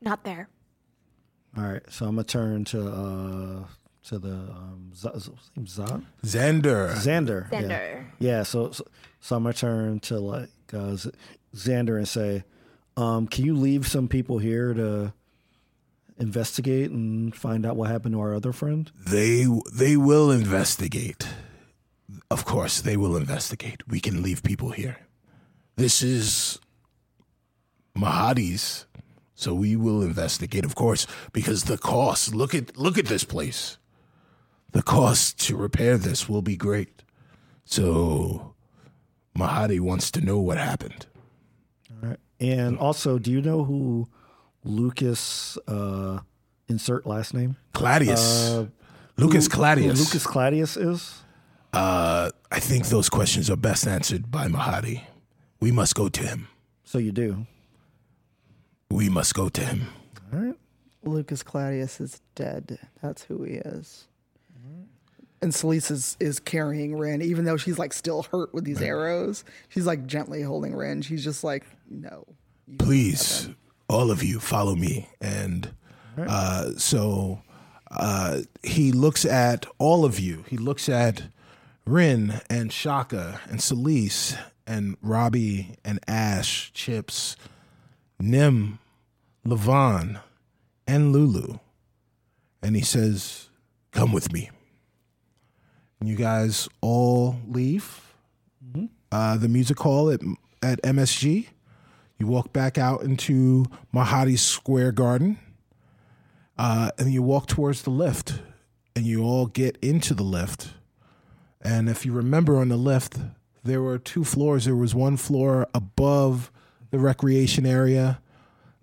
not there.
All right, so I'm gonna turn to uh, So the um, Z- Z- name Zod?
Xander.
Xander. yeah.
Xander.
Yeah. so, so so I'm gonna turn to like uh, Z- Xander and say, um, "Can you leave some people here to investigate and find out what happened to our other friend?"
They they will investigate. Of course, they will investigate. We can leave people here. This is Mahadi's, so we will investigate, of course, because the cost. Look at look at this place. The cost to repair this will be great. So Mahadi wants to know what happened.
And also, do you know who Lucas uh, insert last name?
Claudius. Lucas Claudius.
Who Lucas Claudius is?
Uh, I think those questions are best answered by Mahadi. We must go to him.
So you do.
We must go to him.
All right.
Lucas Claudius is dead. That's who he is. And Celise is, is carrying Rin, even though she's like still hurt with these arrows. She's like gently holding Rin. She's just like, no.
please, all of you, follow me. And uh, so uh, he looks at all of you. He looks at Rin and Shaka and Celise and Robbie and Ash, Chips, Nim, Levon, and Lulu. And he says, Come with me. And you guys all leave uh, the music hall at, at MSG. You walk back out into Mahadi Square Garden, uh, and you walk towards the lift, and you all get into the lift. And if you remember on the lift, there were two floors. There was one floor above the recreation area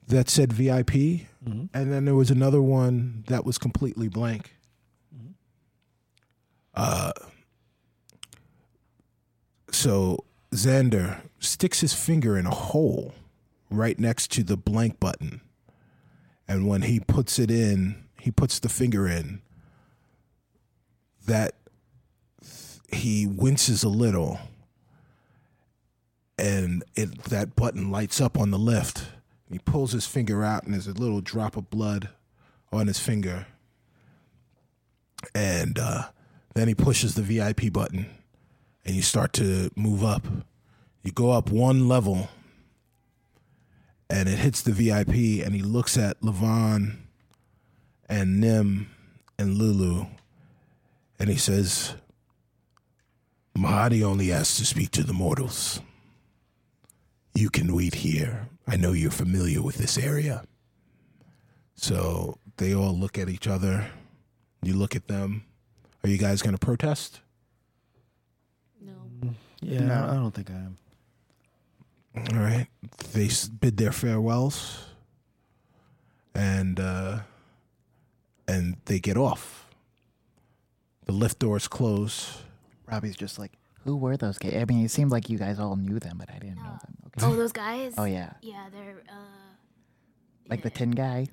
that said VIP, and then there was another one that was completely blank. So Xander sticks his finger in a hole right next to the blank button. And when he puts it in, he puts the finger in, that he winces a little. And it, that button lights up on the left. He pulls his finger out, and there's a little drop of blood on his finger. And uh, then he pushes the VIP button and you start to move up. You go up one level and it hits the VIP and he looks at Levon and Nim and Lulu and he says, Mahadi only asks to speak to the mortals. You can wait here. I know you're familiar with this area. So they all look at each other. You look at them. Are you guys going to protest?
Yeah, I don't think I am.
All right. They s- bid their farewells, and uh, and they get off. The lift doors close.
Robbie's just like, who were those guys? I mean, it seemed like you guys all knew them, but I didn't know them. Okay.
Oh, those guys?
*laughs* Oh, yeah.
Yeah, they're, uh,
Like the tin guy.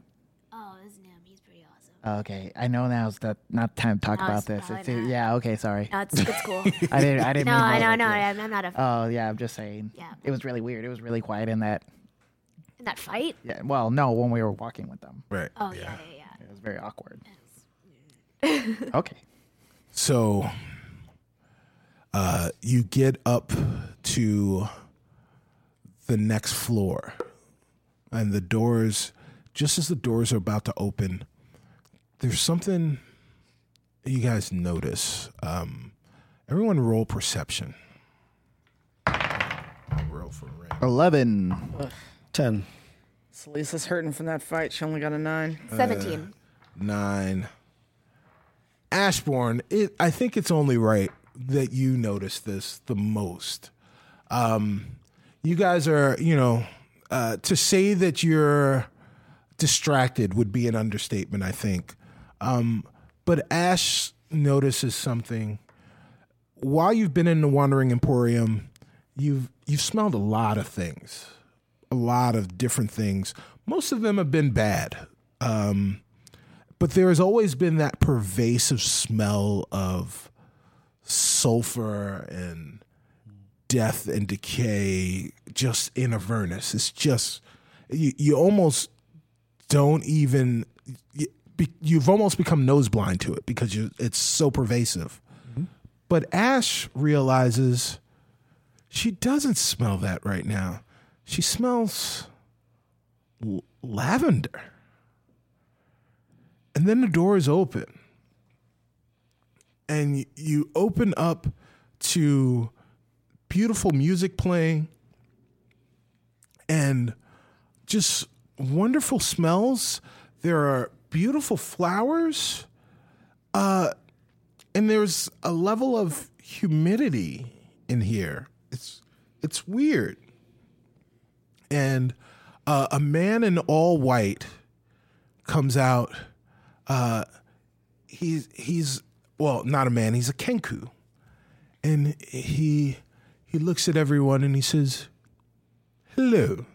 Oh,
oh, this is him. He's pretty awesome.
Okay, I know now's the not the time to talk
No,
about
it's
this.
probably
It's, it-
not.
yeah. Okay. Sorry.
No, it's, it's cool. *laughs*
I didn't. I didn't.
no,
mean
I
all that
know, no,
to-
I'm, I'm not a,
Oh yeah, I'm just saying.
Yeah.
It was really weird. It was really quiet in that.
in that fight?
Yeah. Well, no, when we were walking with them,
Right.
Oh, yeah, yeah, yeah.
it was very awkward. okay.
So uh, you get up to the next floor, and the doors, just as the doors are about to open, there's something you guys notice. Um, everyone roll perception. I'll roll for Ray.
Eleven.
Ten.
Celise is hurting from that fight. She only got a nine.
Uh,
17.
nine. Ashbourne, it, I think it's only right that you notice this the most. Um, you guys are, you know, uh, to say that you're distracted would be an understatement, I think. Um, but Ash notices something. While you've been in the Wandering Emporium, you've you've smelled a lot of things, a lot of different things. Most of them have been bad. Um, but there has always been that pervasive smell of sulfur and death and decay just in Avernus. It's just you, you almost don't even be, you've almost become nose blind to it because you, it's so pervasive. But Ash realizes she doesn't smell that right now. She smells l- lavender. And then the door is open. And y- you open up to beautiful music playing and just wonderful smells. There are beautiful flowers. Uh, and there's a level of humidity in here. It's it's weird. And uh, a man in all white comes out. Uh, he's he's well, not a man. He's a kenku, and he he looks at everyone and he says, "Hello,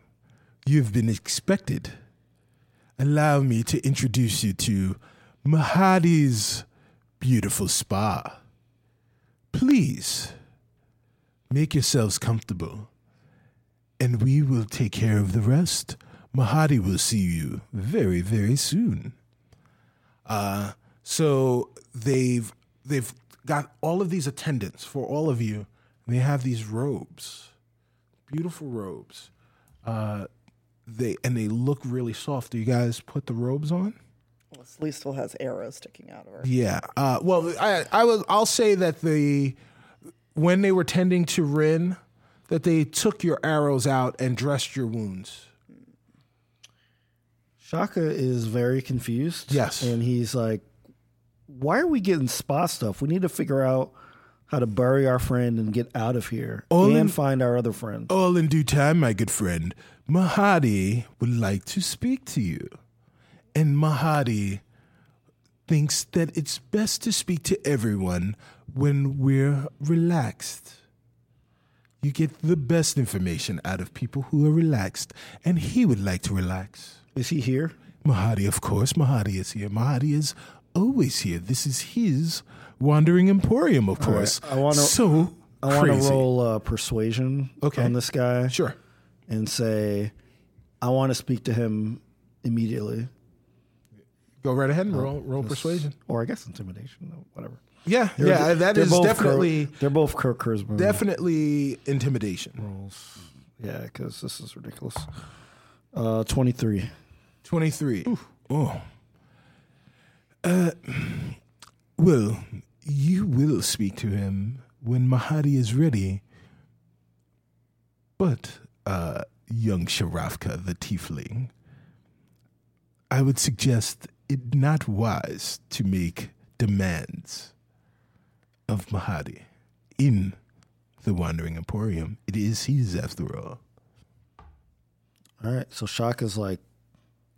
you've been expected. Allow me to introduce you to Mahadi's beautiful spa. Please make yourselves comfortable, and we will take care of the rest. Mahadi will see you very, very soon. Uh, so they've they've got all of these attendants for all of you. And they have these robes, beautiful robes. Uh, they and they look really soft. Do you guys put the robes on?
Leslie still has arrows sticking out of her.
Yeah. Uh, well, I I was I'll say that the when they were tending to Rin, that they took your arrows out and dressed your wounds.
Shaka is very confused.
Yes.
And he's like, why are we getting spa stuff? We need to figure out how to bury our friend and get out of here
Only-
and find our other friend.
All in due time, my good friend. Mahadi would like to speak to you. And Mahadi thinks that it's best to speak to everyone when we're relaxed. You get the best information out of people who are relaxed, and he would like to relax.
Is he here?
Mahadi, of course, Mahadi is here. Mahadi is always here. This is his wandering emporium, of course.
I wanna-
so
I want
crazy.
to roll uh, persuasion
Okay.
on this guy
Sure.
and say, I want to speak to him immediately.
Go right ahead
Uh,
and roll, roll persuasion.
Or I guess intimidation, or whatever.
Yeah, yeah, that
They're
is
both
definitely
Kurt- they're both Kirk Charisma.
definitely intimidation.
Yeah, because this is ridiculous. Uh, 23.
Twenty three. Oh. Uh, *clears throat* well, you will speak to him when Mahadi is ready. But uh, young Sharafka, the tiefling, I would suggest it not wise to make demands of Mahadi in the Wandering Emporium. It is his, after all.
All right. So Shaka's like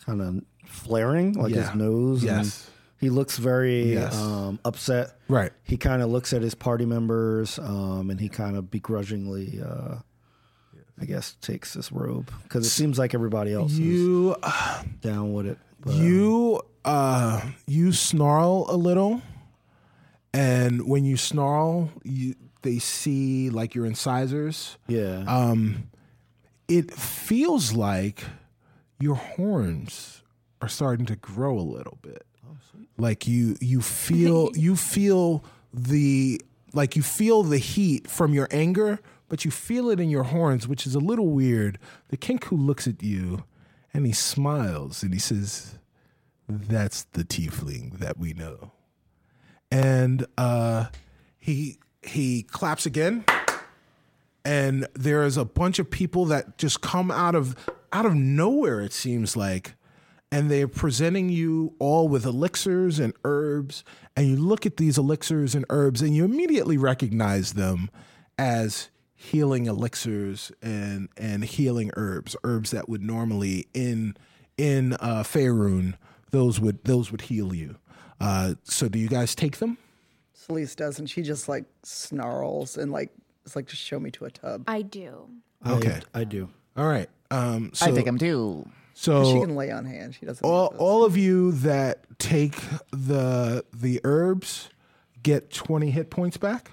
kind of flaring, like
Yeah.
his nose. and
Yes.
he looks very
Yes.
um, upset.
Right.
He kind of looks at his party members um, and he kind of begrudgingly, uh, I guess, takes this robe because it seems like everybody else
You
is down with it. But um,
You uh you snarl a little and when you snarl you they see like your incisors.
yeah.
Um it feels like your horns are starting to grow a little bit. Like you you feel you feel the like you feel the heat from your anger, but you feel it in your horns, which is a little weird. The kinku looks at you and he smiles and he says, That's the tiefling that we know. And uh he he claps again and there is a bunch of people that just come out of out of nowhere it seems like and they're presenting you all with elixirs and herbs and you look at these elixirs and herbs and you immediately recognize them as healing elixirs and and healing herbs herbs that would normally in in uh Faerun those would those would heal you uh so do you guys take them
Celeste doesn't. She just like snarls and like it's like just show me to a tub.
I do.
I-
okay.
I, do.
all right um so
I think I'm too.
so
she can lay on hand. She doesn't.
all,
need this.
all of you that take the the herbs get 20 hit points back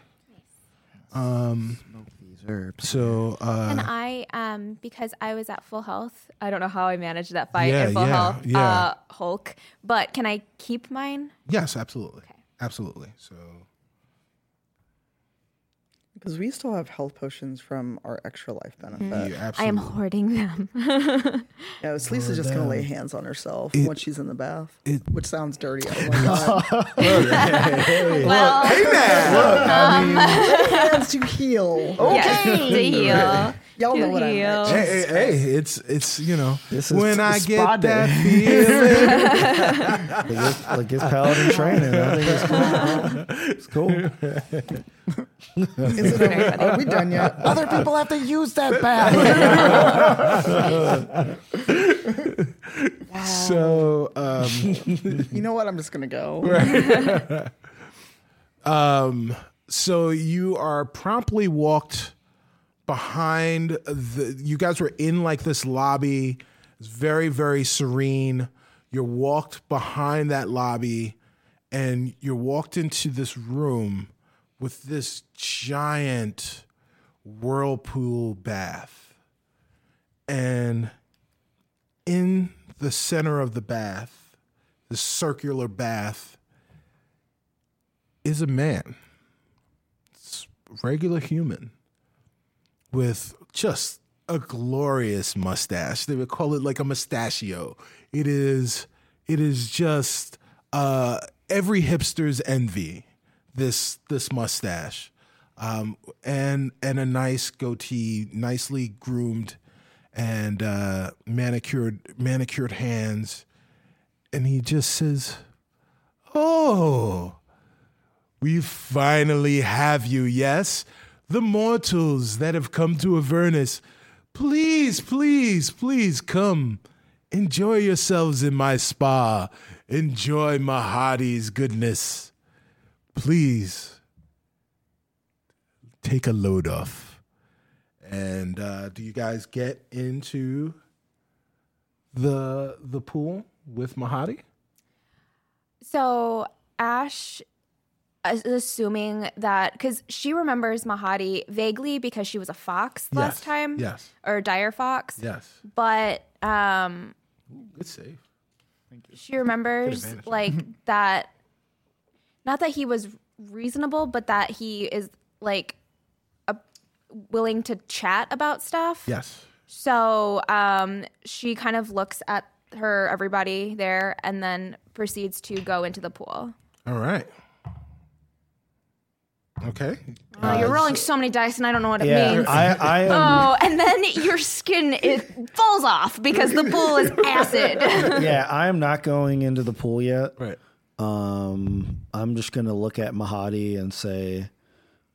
um
these herbs.
So uh,
And I, um, because I was at full health, I don't know how I managed that fight
Yeah,
at full
yeah,
health,
yeah.
Uh, Hulk. But can I keep mine?
yes, absolutely, absolutely. So
Because we still have health potions from our extra life benefit.
you absolutely.
I am hoarding them.
No, Lisa's just going to lay hands on herself once she's in the bath, which sounds dirty. Oh my God.
well,
Lay
*laughs*
hands to heal. Oh,
yes, *laughs* to heal.
Y'all know
to
what I meant.
heal.
Hey, hey, hey, it's it's you know
This is
when
t-
I
spa
get
day.
that feeling.
Like it's, like it's paladin training. I think it's cool.
*laughs*
It's cool.
Is it over? Are we done yet?
Other people have to use that bath.
so um,
You know what? I'm just going to go.
um, so you are promptly walked behind the. You guys were in like this lobby. It's very very serene. You're walked behind that lobby, and you're walked into this room with this giant whirlpool bath, and in the center of the bath, the circular bath, is a man. It's a regular human with just a glorious mustache. They would call it like a mustachio. It is it is just uh, every hipster's envy. This this mustache, um, and and a nice goatee, nicely groomed, and uh, manicured manicured hands, and he just says, "Oh." We finally have you, yes? The mortals that have come to Avernus. Please, please, please come. Enjoy yourselves in my spa. Enjoy Mahadi's goodness. Please take a load off. And uh, do you guys get into the the pool with Mahadi?
So Ash, as- assuming that because she remembers Mahadi vaguely because she was a fox last
Yes,
time,
yes.
or dire fox,
Yes.
but um,
Good save.
she remembers like that. Not that he was reasonable, but that he is like a, willing to chat about stuff.
Yes.
So um, she kind of looks at her everybody there and then proceeds to go into the pool.
All right. Okay.
Oh, you're rolling so many dice, and I don't know what it
Yeah,
means.
I,
*laughs*
I am.
oh, and then your skin it falls off because the pool is
Oh.
acid.
yeah, I am not going into the pool yet.
Right.
Um, I'm just gonna look at Mahadi and say,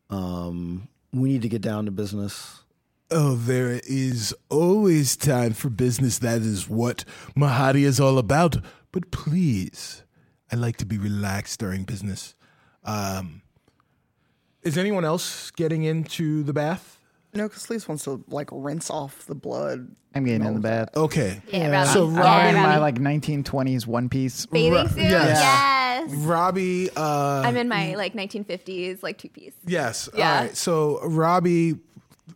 um, we need to get down to business.
Oh, there is always time for business. That is what Mahadi is all about. But please, I like to be relaxed during business. Um, is anyone else getting into the bath?
No, because Lisa wants to like rinse off the blood.
I'm getting in the bath.
Oh,
Okay.
Yeah, rather
*laughs*
So
than-
Rob-
yeah,
I'm in
rather
my
than
like 1920s one piece.
Bathing suit,
yes.
yes.
Robbie. Uh,
I'm in my like 1950s like two piece.
Yes.
Yeah.
All right. So Robbie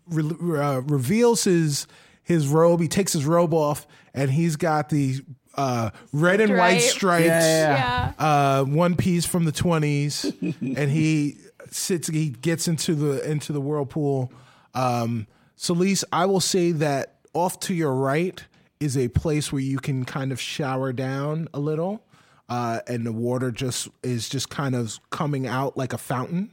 re- uh, reveals his his robe. He takes his robe off, and he's got the uh, red and white
Stripe.
stripes,
Yeah.
Uh, one piece from the twenties,
*laughs*
and he sits. He gets into the into the whirlpool. Um, Solis, I will say that off to your right is a place where you can kind of shower down a little, uh, and the water just is just kind of coming out like a fountain.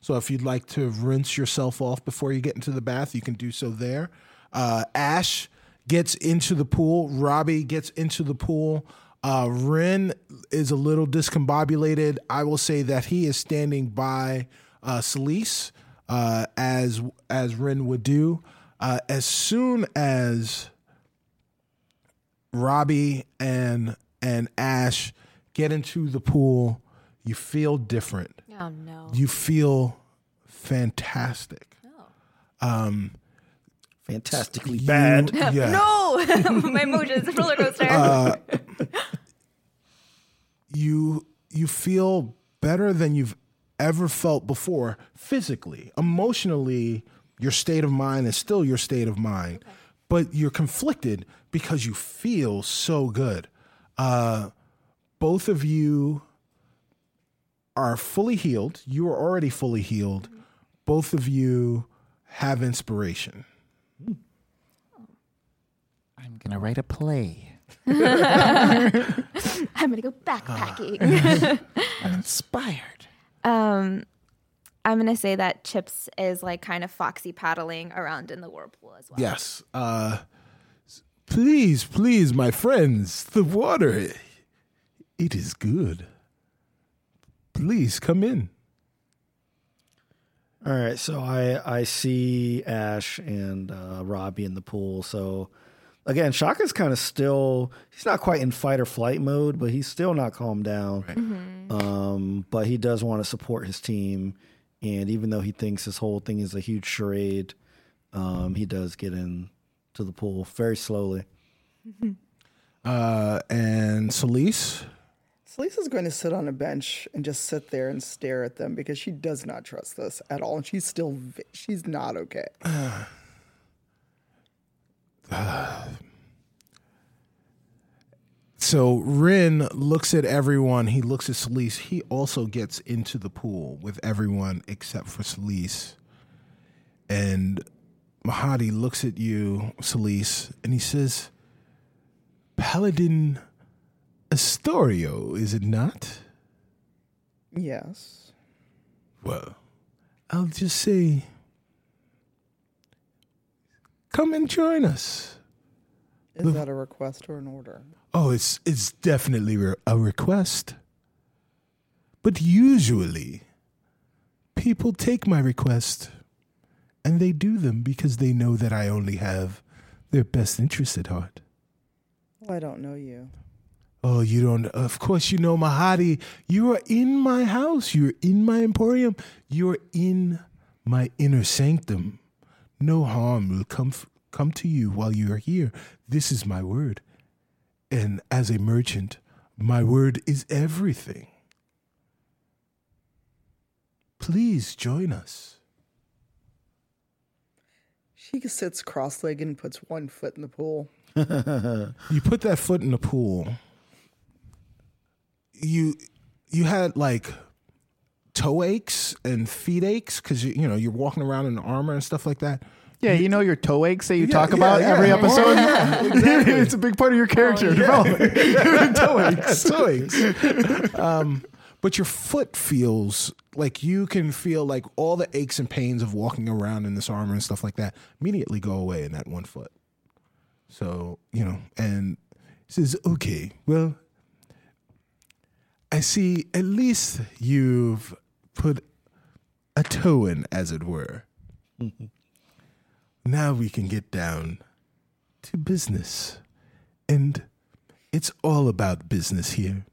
So if you'd like to rinse yourself off before you get into the bath, you can do so there. Uh, Ash gets into the pool. Robbie gets into the pool. Uh, Ren is a little discombobulated. I will say that he is standing by uh, Celise, uh, as as Ren would do. Uh, as soon as Robbie and and Ash get into the pool, you feel different
Oh no.
you feel fantastic.
Fantastically
You-
bad.
yeah.
No, Oh, *laughs* my mood is roller coaster.
You you feel better than you've ever felt before physically. Emotionally, Your state of mind is still your state of mind, but you're conflicted because you feel so good. Uh, both of you are fully healed. You are already fully healed.
Mm-hmm.
Both of you have inspiration.
I'm gonna write a play.
I'm gonna go
Ah.
backpacking.
I'm inspired.
um, I'm gonna say that Chips is like kind of foxy paddling around in the whirlpool as well.
Yes. Uh, please, please, my friends, the water, it is good. Please come in.
All right, so I I see Ash and uh, Robbie in the pool. So again, Shaka's kind of still he's not quite in fight or flight mode, but he's still not calmed down. Um, but he does want to support his team, and even though he thinks this whole thing is a huge charade, um, he does get in to the pool very slowly.
Uh, and Celise,
So Lisa's going to sit on a bench and just sit there and stare at them because she does not trust this at all, and she's still v- she's not okay.
so Rin looks at everyone. He looks at Celise. He also gets into the pool with everyone except for Celise. And Mahadi looks at you, Celise, and he says, Paladin Astorio, is it not?
Yes,
Well, I'll just say, come and join us.
is that a request or an order?
Oh, it's it's definitely re- a request. But usually, people take my request, and they do them because they know that I only have their best interest at heart.
Well, I don't know you.
Oh, you don't. Of course, you know Mahadi. You are in my house. You're in my emporium. You're in my inner sanctum. No harm will come f- come to you while you are here. This is my word, and as a merchant, my word is everything. Please join us.
She sits cross-legged and puts one foot in the pool.
you put that foot in the pool you you had like toe aches and feet aches because you, you know you're walking around in armor and stuff like that
Yeah, you know your toe aches that you talk
yeah,
about
yeah.
every
*laughs*
episode.
Yeah,
*laughs*
exactly.
it's a big part of your
Oh,
character development. toe aches.
toe aches um, but your foot feels like you can feel like all the aches and pains of walking around in this armor and stuff like that immediately go away in that one foot So, you know, and he says, okay, well, I see at least you've put a toe in, as it were. now we can get down to business. And it's all about business here.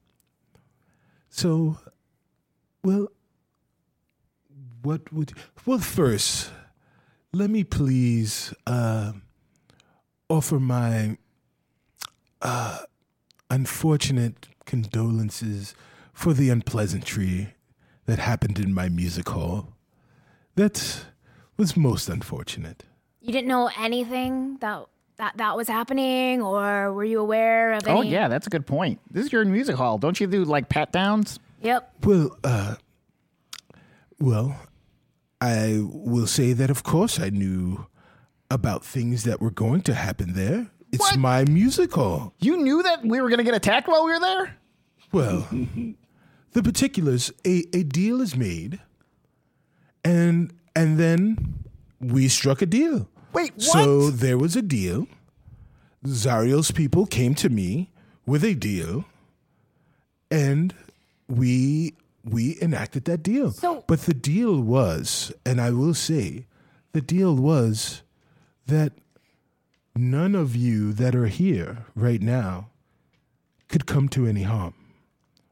So, well, what would. Well, first, let me please. Uh, offer my uh, unfortunate condolences for the unpleasantry that happened in my music hall. That was most unfortunate.
You didn't know anything that that that was happening, or were you aware of any?
Oh yeah, that's a good point. This is your music hall. Don't you do like pat downs?
Yep.
Well, uh, well, I will say that of course I knew about things that were going to happen there. It's
What?
my music hall.
You knew that we were gonna get attacked while we were there.
Well, *laughs* the particulars a, a deal is made, and and then we struck a deal.
Wait, what?
So there was a deal. Zariel's people came to me with a deal, and we we enacted that deal.
So-
but the deal was, and I will say, the deal was that none of you that are here right now could come to any harm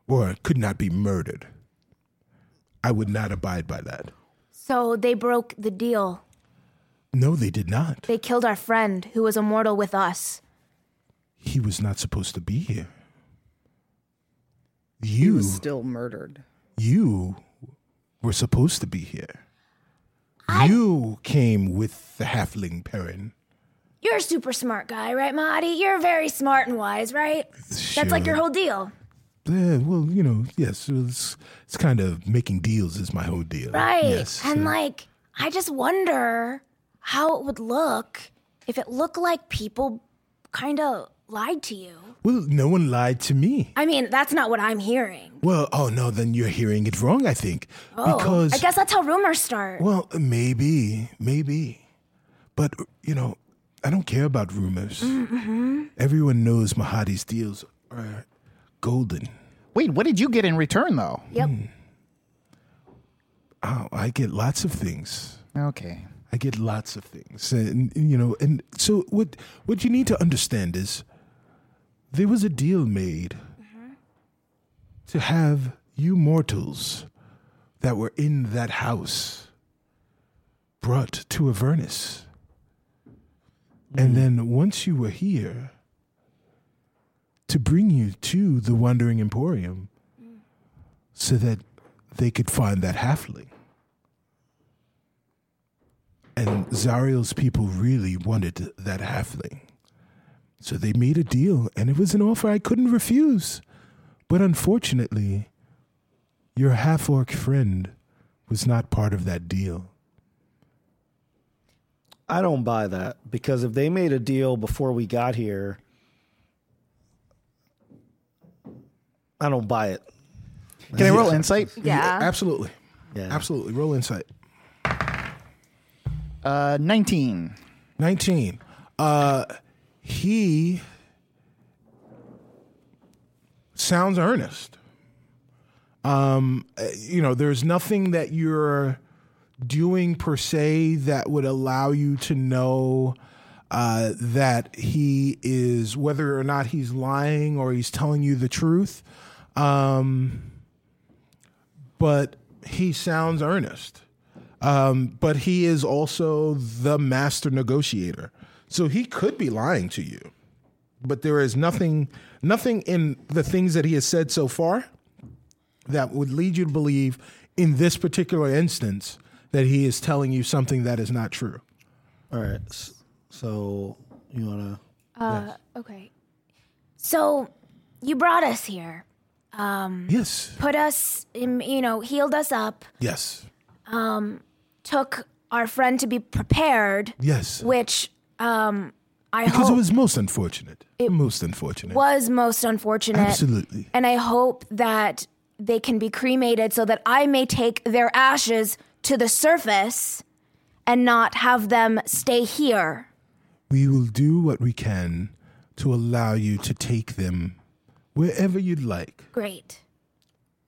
or could not be murdered. I would not abide by that.
So they broke the deal.
No, they did not.
They killed our friend who was immortal with us.
He was not supposed to be here.
He
You,
was still murdered.
you were supposed to be here. you came with the halfling Perrin.
You're a super smart guy, right, Mahdi? You're very smart and wise, right? That's like your
Sure.
whole deal,
Yeah, well, you know, yes, it's, it's kind of making deals is my whole deal.
right?
Yes.
and
uh,
like, I just wonder how it would look if it looked like people kind of lied to you.
well, no one lied to me.
I mean, that's not what I'm hearing.
Well, oh no, then you're hearing it wrong, I think.
Oh,
because
I guess that's how rumors start.
well, maybe, maybe. But you know, I don't care about rumors.
Mm-hmm.
Everyone knows Mahadi's deals are golden.
Wait, what did you get in return, though?
Yep.
Oh, I get lots of things.
Okay.
I get lots of things, and you know, and so what? What you need to understand is, there was a deal made to have you mortals that were in that house brought to Avernus, and then once you were here, to bring you to the Wandering Emporium, so that they could find that halfling. And Zariel's people really wanted that halfling. So they made a deal, and it was an offer I couldn't refuse. But unfortunately, your half orc friend was not part of that deal.
I don't buy that because if they made a deal before we got here, I don't buy it.
Can I roll insight?
Yeah.
Absolutely.
Yeah.
Absolutely. Roll insight.
Uh, 19.
19. Uh, he sounds earnest. Um, uh, you know, there's nothing that you're doing per se that would allow you to know uh, that he is, whether or not he's lying or he's telling you the truth. Um, but he sounds earnest um, but he is also the master negotiator. So he could be lying to you, but there is nothing, nothing in the things that he has said so far that would lead you to believe, in this particular instance, that he is telling you something that is not true.
All right. s- So you want
Okay. So you brought us here,
Yes,
put us, in, you know, healed us up,
yes,
took our friend to be prepared,
yes.
which um, I
Because
Oh.
it
hope
was most unfortunate. most unfortunate.
was most unfortunate.
Absolutely.
And I hope that they can be cremated so that I may take their ashes to the surface and not have them stay here.
We will do what we can to allow you to take them wherever you'd like.
Great.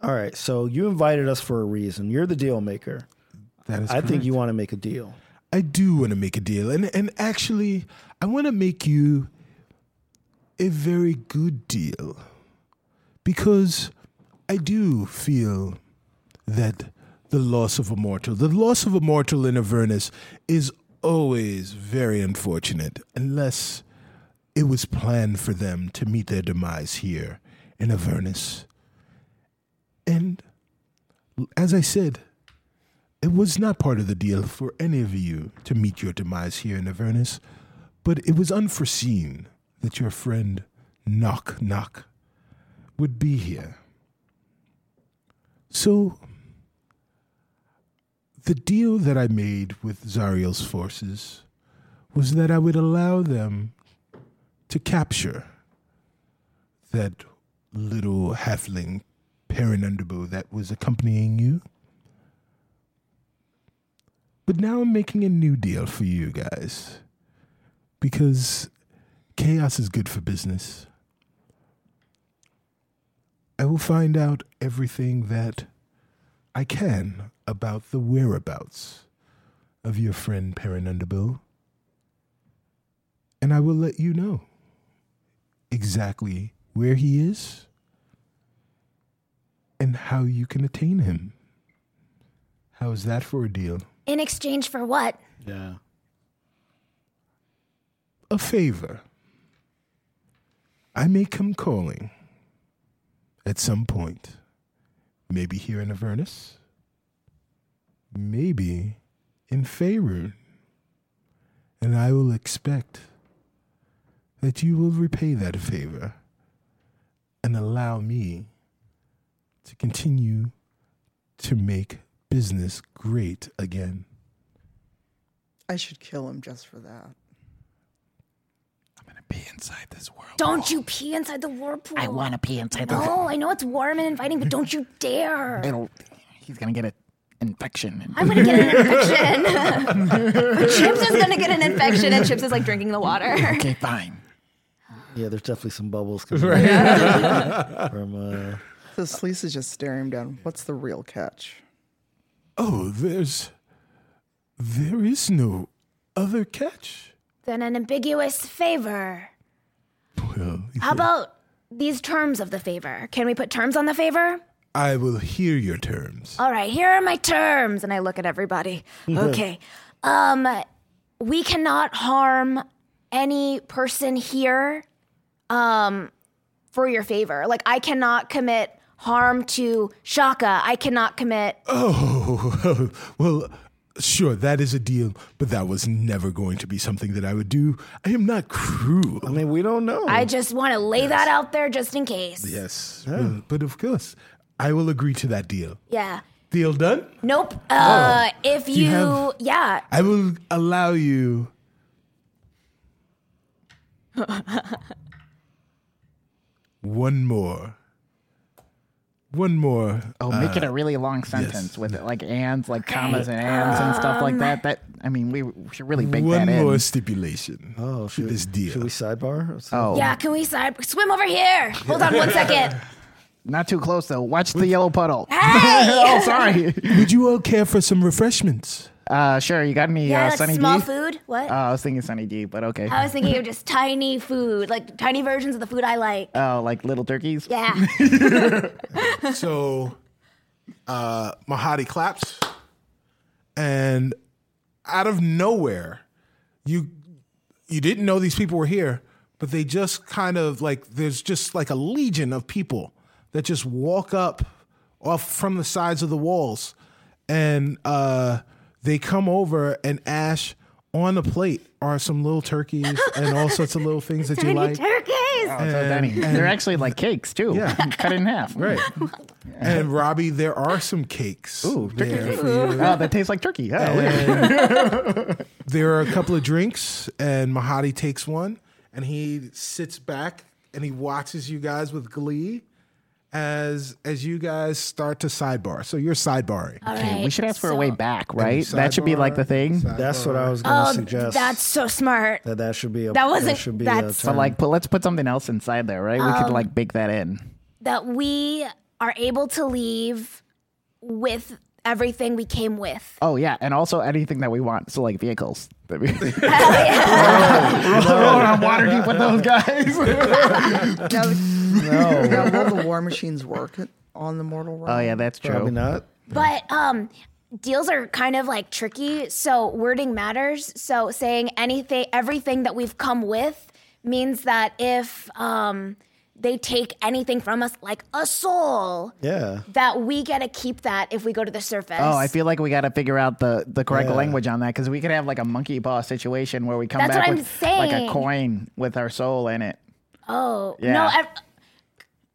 to? All right. So you invited us for a reason. You're the deal maker.
That is
I think you want to make a deal.
I do want to make a deal, and and actually, I want to make you a very good deal because I do feel that the loss of a mortal, the loss of a mortal in Avernus, is always very unfortunate, unless it was planned for them to meet their demise here in Avernus. And as I said, it was not part of the deal for any of you to meet your demise here in Avernus, but it was unforeseen that your friend Knock Knock would be here. So, the deal that I made with Zariel's forces was that I would allow them to capture that little halfling Perrin Underbow that was accompanying you. But now I'm making a new deal for you guys. Because chaos is good for business. I will find out everything that I can about the whereabouts of your friend Perrin Underbill. And I will let you know exactly where he is and how you can attain him. How is that for a deal?
In exchange for what?
Yeah.
a favor. I may come calling at some point. Maybe here in Avernus. Maybe in Faerun, and I will expect that you will repay that favor and allow me to continue to make business great again.
I should kill him just for that.
Be inside this world.
Don't you pee inside the whirlpool.
I want to pee inside the.
No, I know it's warm and inviting, but don't you dare.
It'll, he's gonna get an infection.
*laughs*
*laughs*
I'm gonna get an infection.
Chips is gonna get an infection, and Chips is like drinking the water. *laughs*
okay, fine.
Yeah, there's definitely some bubbles coming out *laughs* from. Uh,
So Sleece is just staring him down. What's the real catch?
Oh, there's. There is no other catch.
Then an ambiguous favor.
Well,
How about these terms of the favor? Can we put terms on the favor?
I will hear your terms.
All right, here are my terms. And I look at *laughs* everybody. Okay. Um, we cannot harm any person here um, for your favor. Like, I cannot commit harm to Shaka. I cannot commit.
Oh, *laughs* well, sure, that is a deal, but that was never going to be something that I would do. I am not cruel.
I mean, we don't know.
I just want to lay that out there just in case. Yeah.
Yes, well, but of course, I will agree to that deal. Deal done?
Nope. Uh, If you.
you have-
yeah.
I will allow you. *laughs* one more. One more.
Oh, make
Uh,
it a really long sentence with it, like ands, like commas and ands and stuff like
Um,
that. That I mean, we should really bake
one
that in.
more stipulation.
oh,
for
should,
this deal.
should we sidebar? Or something?
oh,
Yeah, can we side swim over here? Hold on one second.
not too close though. Watch the yellow puddle.
Hey!
*laughs* oh, sorry.
Would you all care for some refreshments?
Uh, sure. You got any
Yeah,
uh,
like
Sunny
small
D?
food. Uh, What?
Oh, I was thinking Sunny D, but okay.
I was thinking of just tiny food, like tiny versions of the food I like.
oh, like little turkeys.
Yeah.
So, uh, Mahadi claps, and out of nowhere, you you didn't know these people were here, but they just kind of like there's just like a legion of people that just walk up off from the sides of the walls, and uh, they come over and ash on the plate are some little turkeys and all sorts of little things that you
Tiny
like.
*laughs* turkeys.
Oh, so tiny. They're actually like cakes too.
Yeah.
*laughs* cut in half.
*laughs* Right. And Robbie, there are some cakes. Ooh, there for you.
Oh, that tastes like turkey. Oh, weird.
there are a couple of drinks, and Mahadi takes one, and he sits back and he watches you guys with glee as as you guys start to sidebar. So you're sidebarring.
All
Okay,
right,
we should ask for
so-
a way back, right? That should be like the
sidebar,
thing.
sidebar.
that's what I was going to
Oh,
suggest.
that's so smart.
that that should be a
That wasn't-
should be
that's-
a
But
term.
like, put, let's put something else inside there, right? We could
Um,
like bake that in.
That we are able to leave with everything we came with.
Oh yeah, and also anything that we want. So like vehicles. *laughs* That
*laughs*
we-
Hell yeah.
Rolling on water deep
*laughs*
with those guys.
Now, no. now, will the war machines work on the mortal realm?
oh yeah, that's true.
probably not.
but um deals are kind of like tricky, so wording matters. So saying anything everything that we've come with means that if um they take anything from us like a soul,
Yeah.
that we get to keep that if we go to the surface.
Oh, I feel like we got to figure out the, the correct
Yeah.
language on that because we could have like a monkey paw situation where we come
That's
back
what I'm
with like
saying.
a coin with our soul in it.
Oh
Yeah.
no! ev-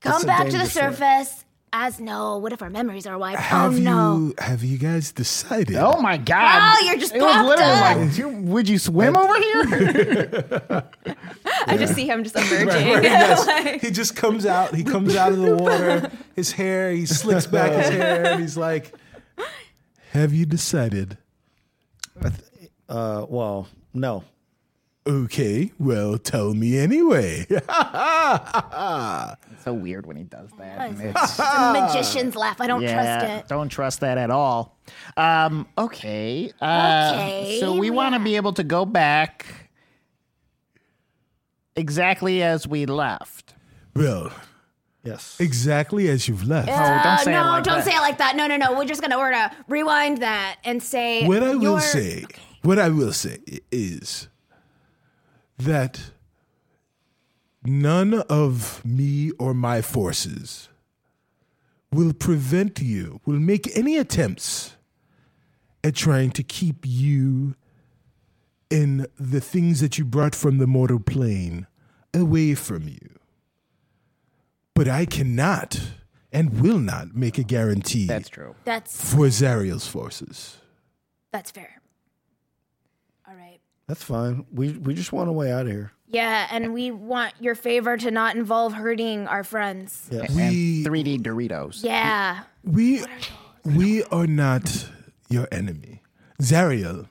come
a
back to the
dangerous way.
surface. As no, what if our memories are wiped?
Have
oh
you
no!
have you guys decided?
Oh my god!
Oh, you're just
it was
popped
literally
up.
like, "Do you- would you swim over
*laughs*
here?
I just see him just emerging. *laughs* Like,
He just comes out. He comes out of the water. His hair. He slicks back his hair, and he's like, "Have you decided?"
Uh, well, no.
Okay, well, tell me anyway. *laughs*
it's so weird when he does that. and it's-
It's a magician's laugh. I *laughs* don't
Ah. yeah,
trust it.
don't trust that at all. Um, okay. Uh,
Okay,
So we
we
want to be able to go back exactly as we left.
well,
Yes.
exactly as you've left.
Oh, don't
Uh,
say it
no,
like
don't
that.
say it like that. No, no, no. We're just gonna we're gonna rewind that and say
What I will
your-
say, what I will say is that none of me or my forces will prevent you, will make any attempts at trying to keep you and the things that you brought from the mortal plane away from you. But I cannot and will not make a guarantee
That's true.
That's
for Zariel's forces.
that's fair. All right.
That's fine. We we just want a way out of here.
Yeah, and we want your favor to not involve hurting our friends.
Yes.
We
3D Doritos.
Yeah.
we we are not your enemy. Zariel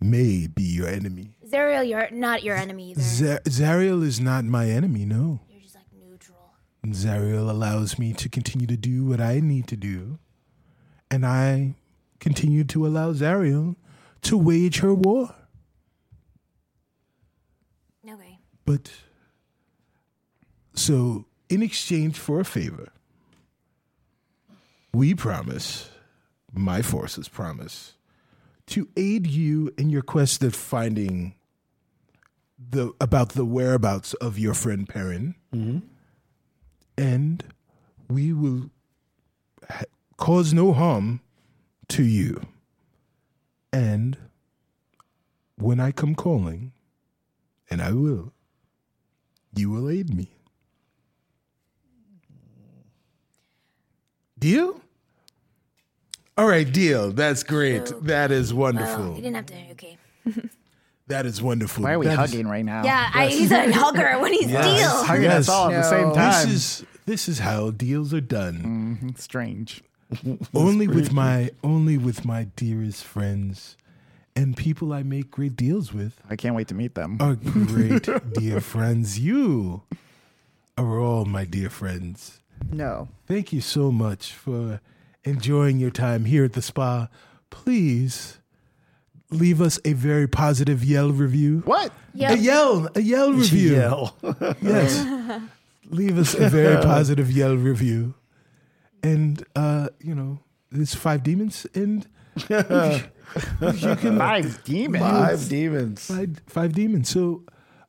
may be your enemy.
Zerial, you're not your enemy either.
Za- Zariel is not my enemy, no.
You're just like neutral.
Zariel allows me to continue to do what I need to do, and I continue to allow Zariel to wage her war.
Okay.
But so, in exchange for a favor, we promise, my forces promise, to aid you in your quest of finding the about the whereabouts of your friend Perrin, and we will ha- cause no harm to you. And when I come calling, and I will. You will aid me. Deal? All right, deal. That's great. That is
Oh, you
wonderful.
didn't have to. Okay.
That is wonderful.
uh, Why are we
That is-
hugging right now?
Uh,
*laughs*
Yeah, I, he's a hugger
*laughs*
when he's deal.
Hugging
Yes.
us all at the same
This
time.
is this is how deals are done.
strange.
Only with my only with my dearest friends and people I make great deals with
I can't wait to meet them.
are great dear friends. You are all my dear friends.
No.
Thank you so much for enjoying your time here at the spa. Please leave us a very positive Yell review.
What?
A Yell, a Yell review.
Yell.
Yes. *laughs* leave us a very positive Yell review. And, uh, you know, it's Five Demons and you can
*laughs*
Five demons.
Five demons.
five, five demons. So,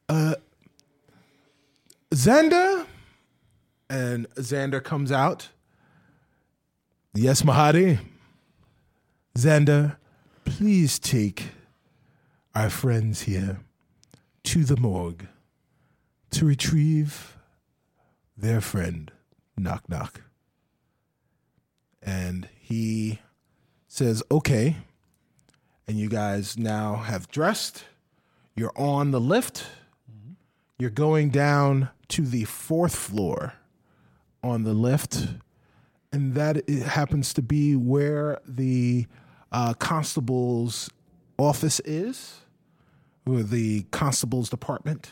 uh, Xander, and Xander comes out. Yes, Mahadi. Xander, please take our friends here to the morgue to retrieve their friend. Knock, knock. And he says, okay. And you guys now have dressed. You're on the lift. You're going down to the fourth floor on the lift. And that i- happens to be where the uh, constable's office is, or the constable's department.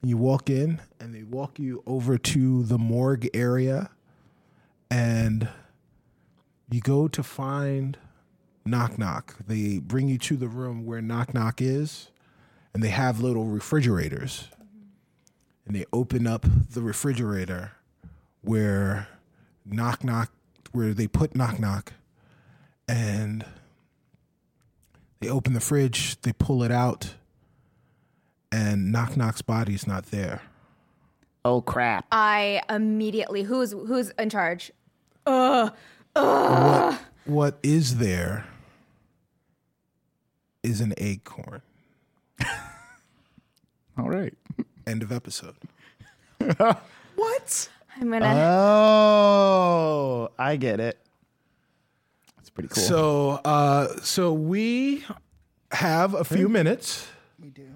And you walk in, and they walk you over to the morgue area. And you go to find Knock Knock. They bring you to the room where Knock Knock is, and they have little refrigerators. And they open up the refrigerator where Knock Knock, where they put Knock Knock, and they open the fridge, they pull it out, and Knock Knock's body's not there.
Oh crap.
I immediately who's who's in charge?
What is there is an acorn.
All right.
End of episode.
What?
I'm gonna
Oh, I get it. That's pretty cool.
So, uh, so we have a few minutes.
We do.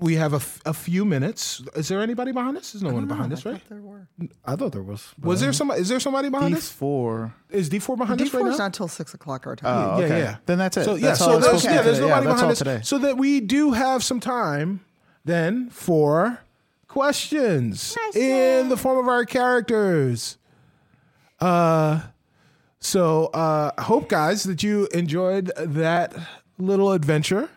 We have a, f- a few minutes. Is there anybody behind us? There's no one behind us, right?
There were.
I thought there was.
Was there somebody? Is there somebody behind
D
us?
four.
Is D four behind us right
D4
now?
is not till six o'clock our time.
Oh,
yeah,
okay.
yeah.
Then that's it.
So yeah,
That's all
so
it's
there's,
supposed to
yeah,
be
there's
today.
nobody
that's all
behind us.
today.
So that we do have some time then for questions in the form of our characters. Uh, so uh, hope guys that you enjoyed that little adventure.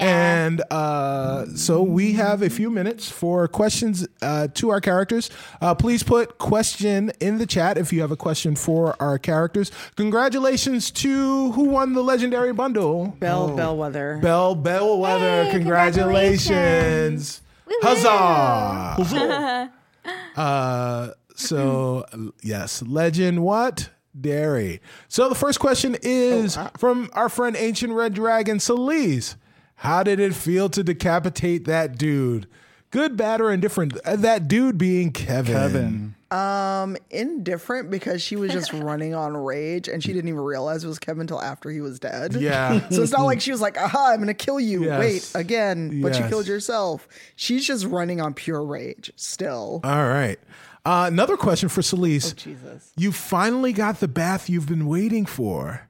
And uh, so we have a few minutes for questions uh, to our characters. Uh, please put question in the chat if you have a question for our characters. Congratulations to who won the legendary bundle.
Bell, Bellwether.
Bell Bellwether.
Hey,
congratulations.
congratulations.
Huzzah. *laughs* uh, so, yes, legend what? dairy. So the first question is from our friend Ancient Red Dragon Celise. How did it feel to decapitate that dude? Good, bad, or indifferent? Uh, That dude being Kevin.
Kevin.
Um, indifferent because she was just running on rage and she didn't even realize it was Kevin until after he was dead.
Yeah.
*laughs* So it's not like she was like, aha, I'm going to kill you.
Yes.
Wait, again. But
Yes.
you killed yourself. She's just running on pure rage still.
All right. Uh, another question for Celise.
Jesus.
You finally got the bath you've been waiting for,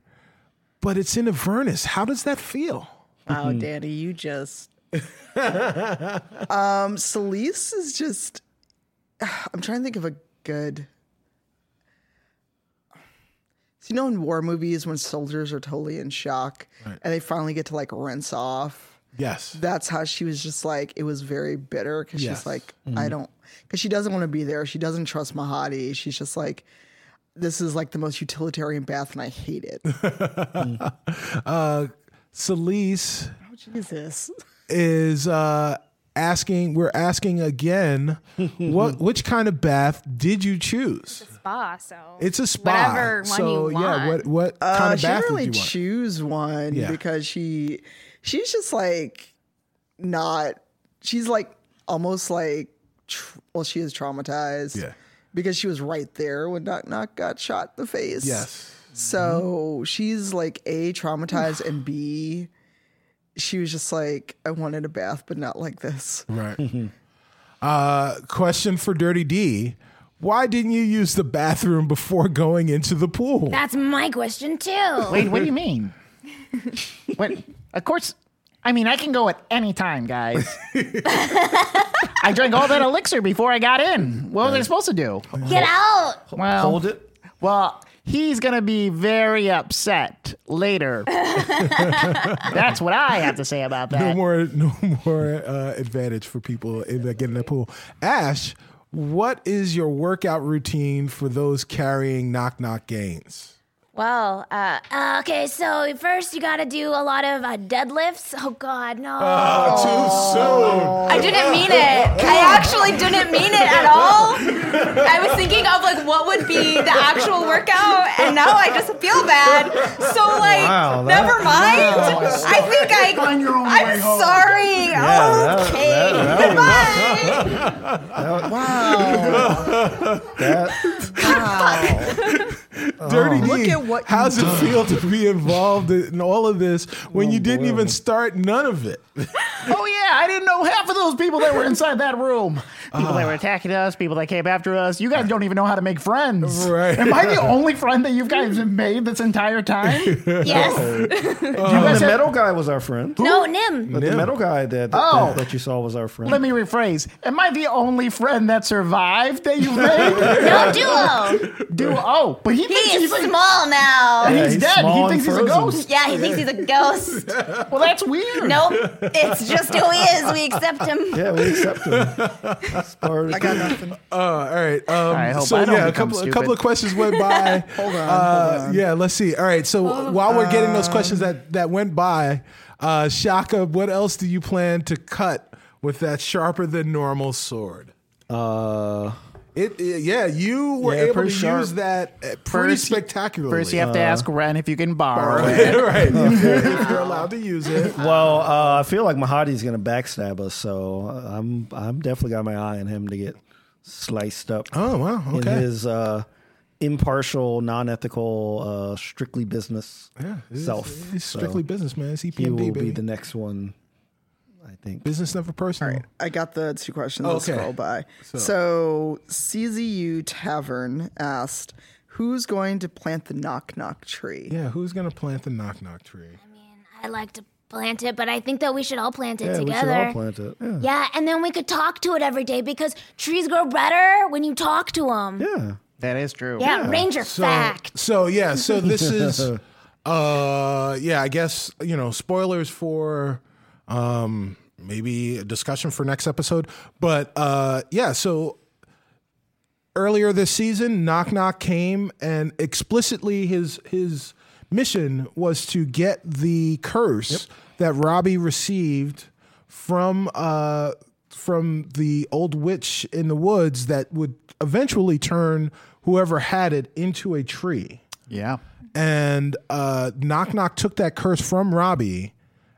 but it's in Avernus. How does that feel?
Wow, Oh, Danny, you just. um, Celise is just. *sighs* I'm trying to think of a good. So, you know, in war movies, when soldiers are totally in shock and they finally get to like rinse off,
Yes.
that's how she was just like, it was very bitter because
Yes.
she's like, I don't, because she doesn't want to be there. She doesn't trust Mahadi. She's just like, this is like the most utilitarian bath and I hate it. Oh,
uh, Celise
oh, Jesus.
is uh, asking, we're asking again, what which kind of bath did you choose?
Spa, so.
It's a spa.
Whatever one
so,
you
yeah,
want.
what, what kind
Uh,
of
she
bath
didn't really
did you want?
choose one
Yeah.
because she she's just like not she's like almost like tr- well she is traumatized
Yeah.
because she was right there when knock knock got shot in the face
Yes. Mm-hmm.
so she's like a traumatized and b she was just like i wanted a bath but not like this
Right. uh, question for Dirty D. Why didn't you use the bathroom before going into the pool?
That's my question too.
Wait,
*laughs*
what do you mean? what? Of course. I mean, I can go at any time, guys.
*laughs*
I drank all that elixir before I got in. What was I supposed to do?
Get out.
Well,
Hold it.
Well, he's going to be very upset later. That's what I have to say about
no
that.
more no more uh, advantage for people in that getting that pool. Ash, what is your workout routine for those carrying knock knock gains?
Well, uh,
Uh, okay, so first you gotta do a lot of uh, deadlifts. Oh God, no!
Ah,
I didn't mean it. I actually didn't mean it at all. I was thinking of like what would be the actual workout, and now I just feel bad. So like,
Wow, that-
never mind. I think I.
Find your own way
I'm
home.
sorry.
that-
okay.
that- that
Goodbye.
Dirty D,
Look at what you
how's it feel to be involved in all of this when you didn't even start none of it?
Oh, yeah. I didn't know half of those people that were inside that room. People that were attacking us, people that came after us. You guys don't even know how to make friends.
Right.
Am I the only friend that you guys have made this entire time?
yes,
Uh, the metal guy was our friend.
no, Nim.
But the metal guy that, that,
Oh.
that, that you saw was our friend.
Let me rephrase. Am I the only friend that survived that you've made?
No
*laughs*
duo.
Do oh, but he
He
thinks
is
he's, like,
small now.
he's,
he's
dead.
small
He
and
thinks he's a
frozen.
ghost.
Yeah, he thinks he's a ghost.
Well, that's weird.
Nope, it's just who he is. We accept him.
yeah, we accept him.
*laughs*
It's part of the-
i got nothing
Uh, all right. Um,
I hope
so
I don't
yeah, a
become
couple a
stupid.
couple of questions went by.
Hold on,
Uh,
hold on.
Yeah, let's see. All right. So while we're getting those questions that that went by, uh, Shaka, what else do you plan to cut with that sharper than normal sword?
uh,
It, it- yeah, you were
Yeah,
able to
pretty sharp.
use that uh, pretty
First you-
spectacularly. *laughs*
First, you have to ask Ren if you can borrow it.
right, if you're, if you're allowed to use it.
well, uh, I feel like Mahadi's going to backstab us, so I'm I'm definitely got my eye on him to get sliced up.
Oh wow, okay.
In his uh, impartial, non-ethical, uh, strictly business
It's-
self.
it's
So
strictly business, man. It's E
he
EPMD,
will
baby.
be the next one, I think.
business never personal.
I got the two questions. Let's
Okay.
scroll by.
So-
So. CZU Tavern asked, "Who's going to plant the knock knock tree?"
Yeah, who's gonna plant the knock knock tree?
I like to plant it, but I think that we should all plant it
Yeah, we should
together.
all plant it. Yeah.
yeah, and then we could talk to it every day because trees grow better when you talk to them. Yeah,
yeah.
That is true.
ranger
So,
fact.
Oh. so yeah, so this is, uh, yeah, I guess you know, spoilers for, um, maybe a discussion for next episode, but uh, yeah, so earlier this season, Knock Knock came and explicitly his his mission was to get the curse that Robbie received from uh from the old witch in the woods that would eventually turn whoever had it into a tree.
Yeah.
and uh, Knock Knock took that curse from Robbie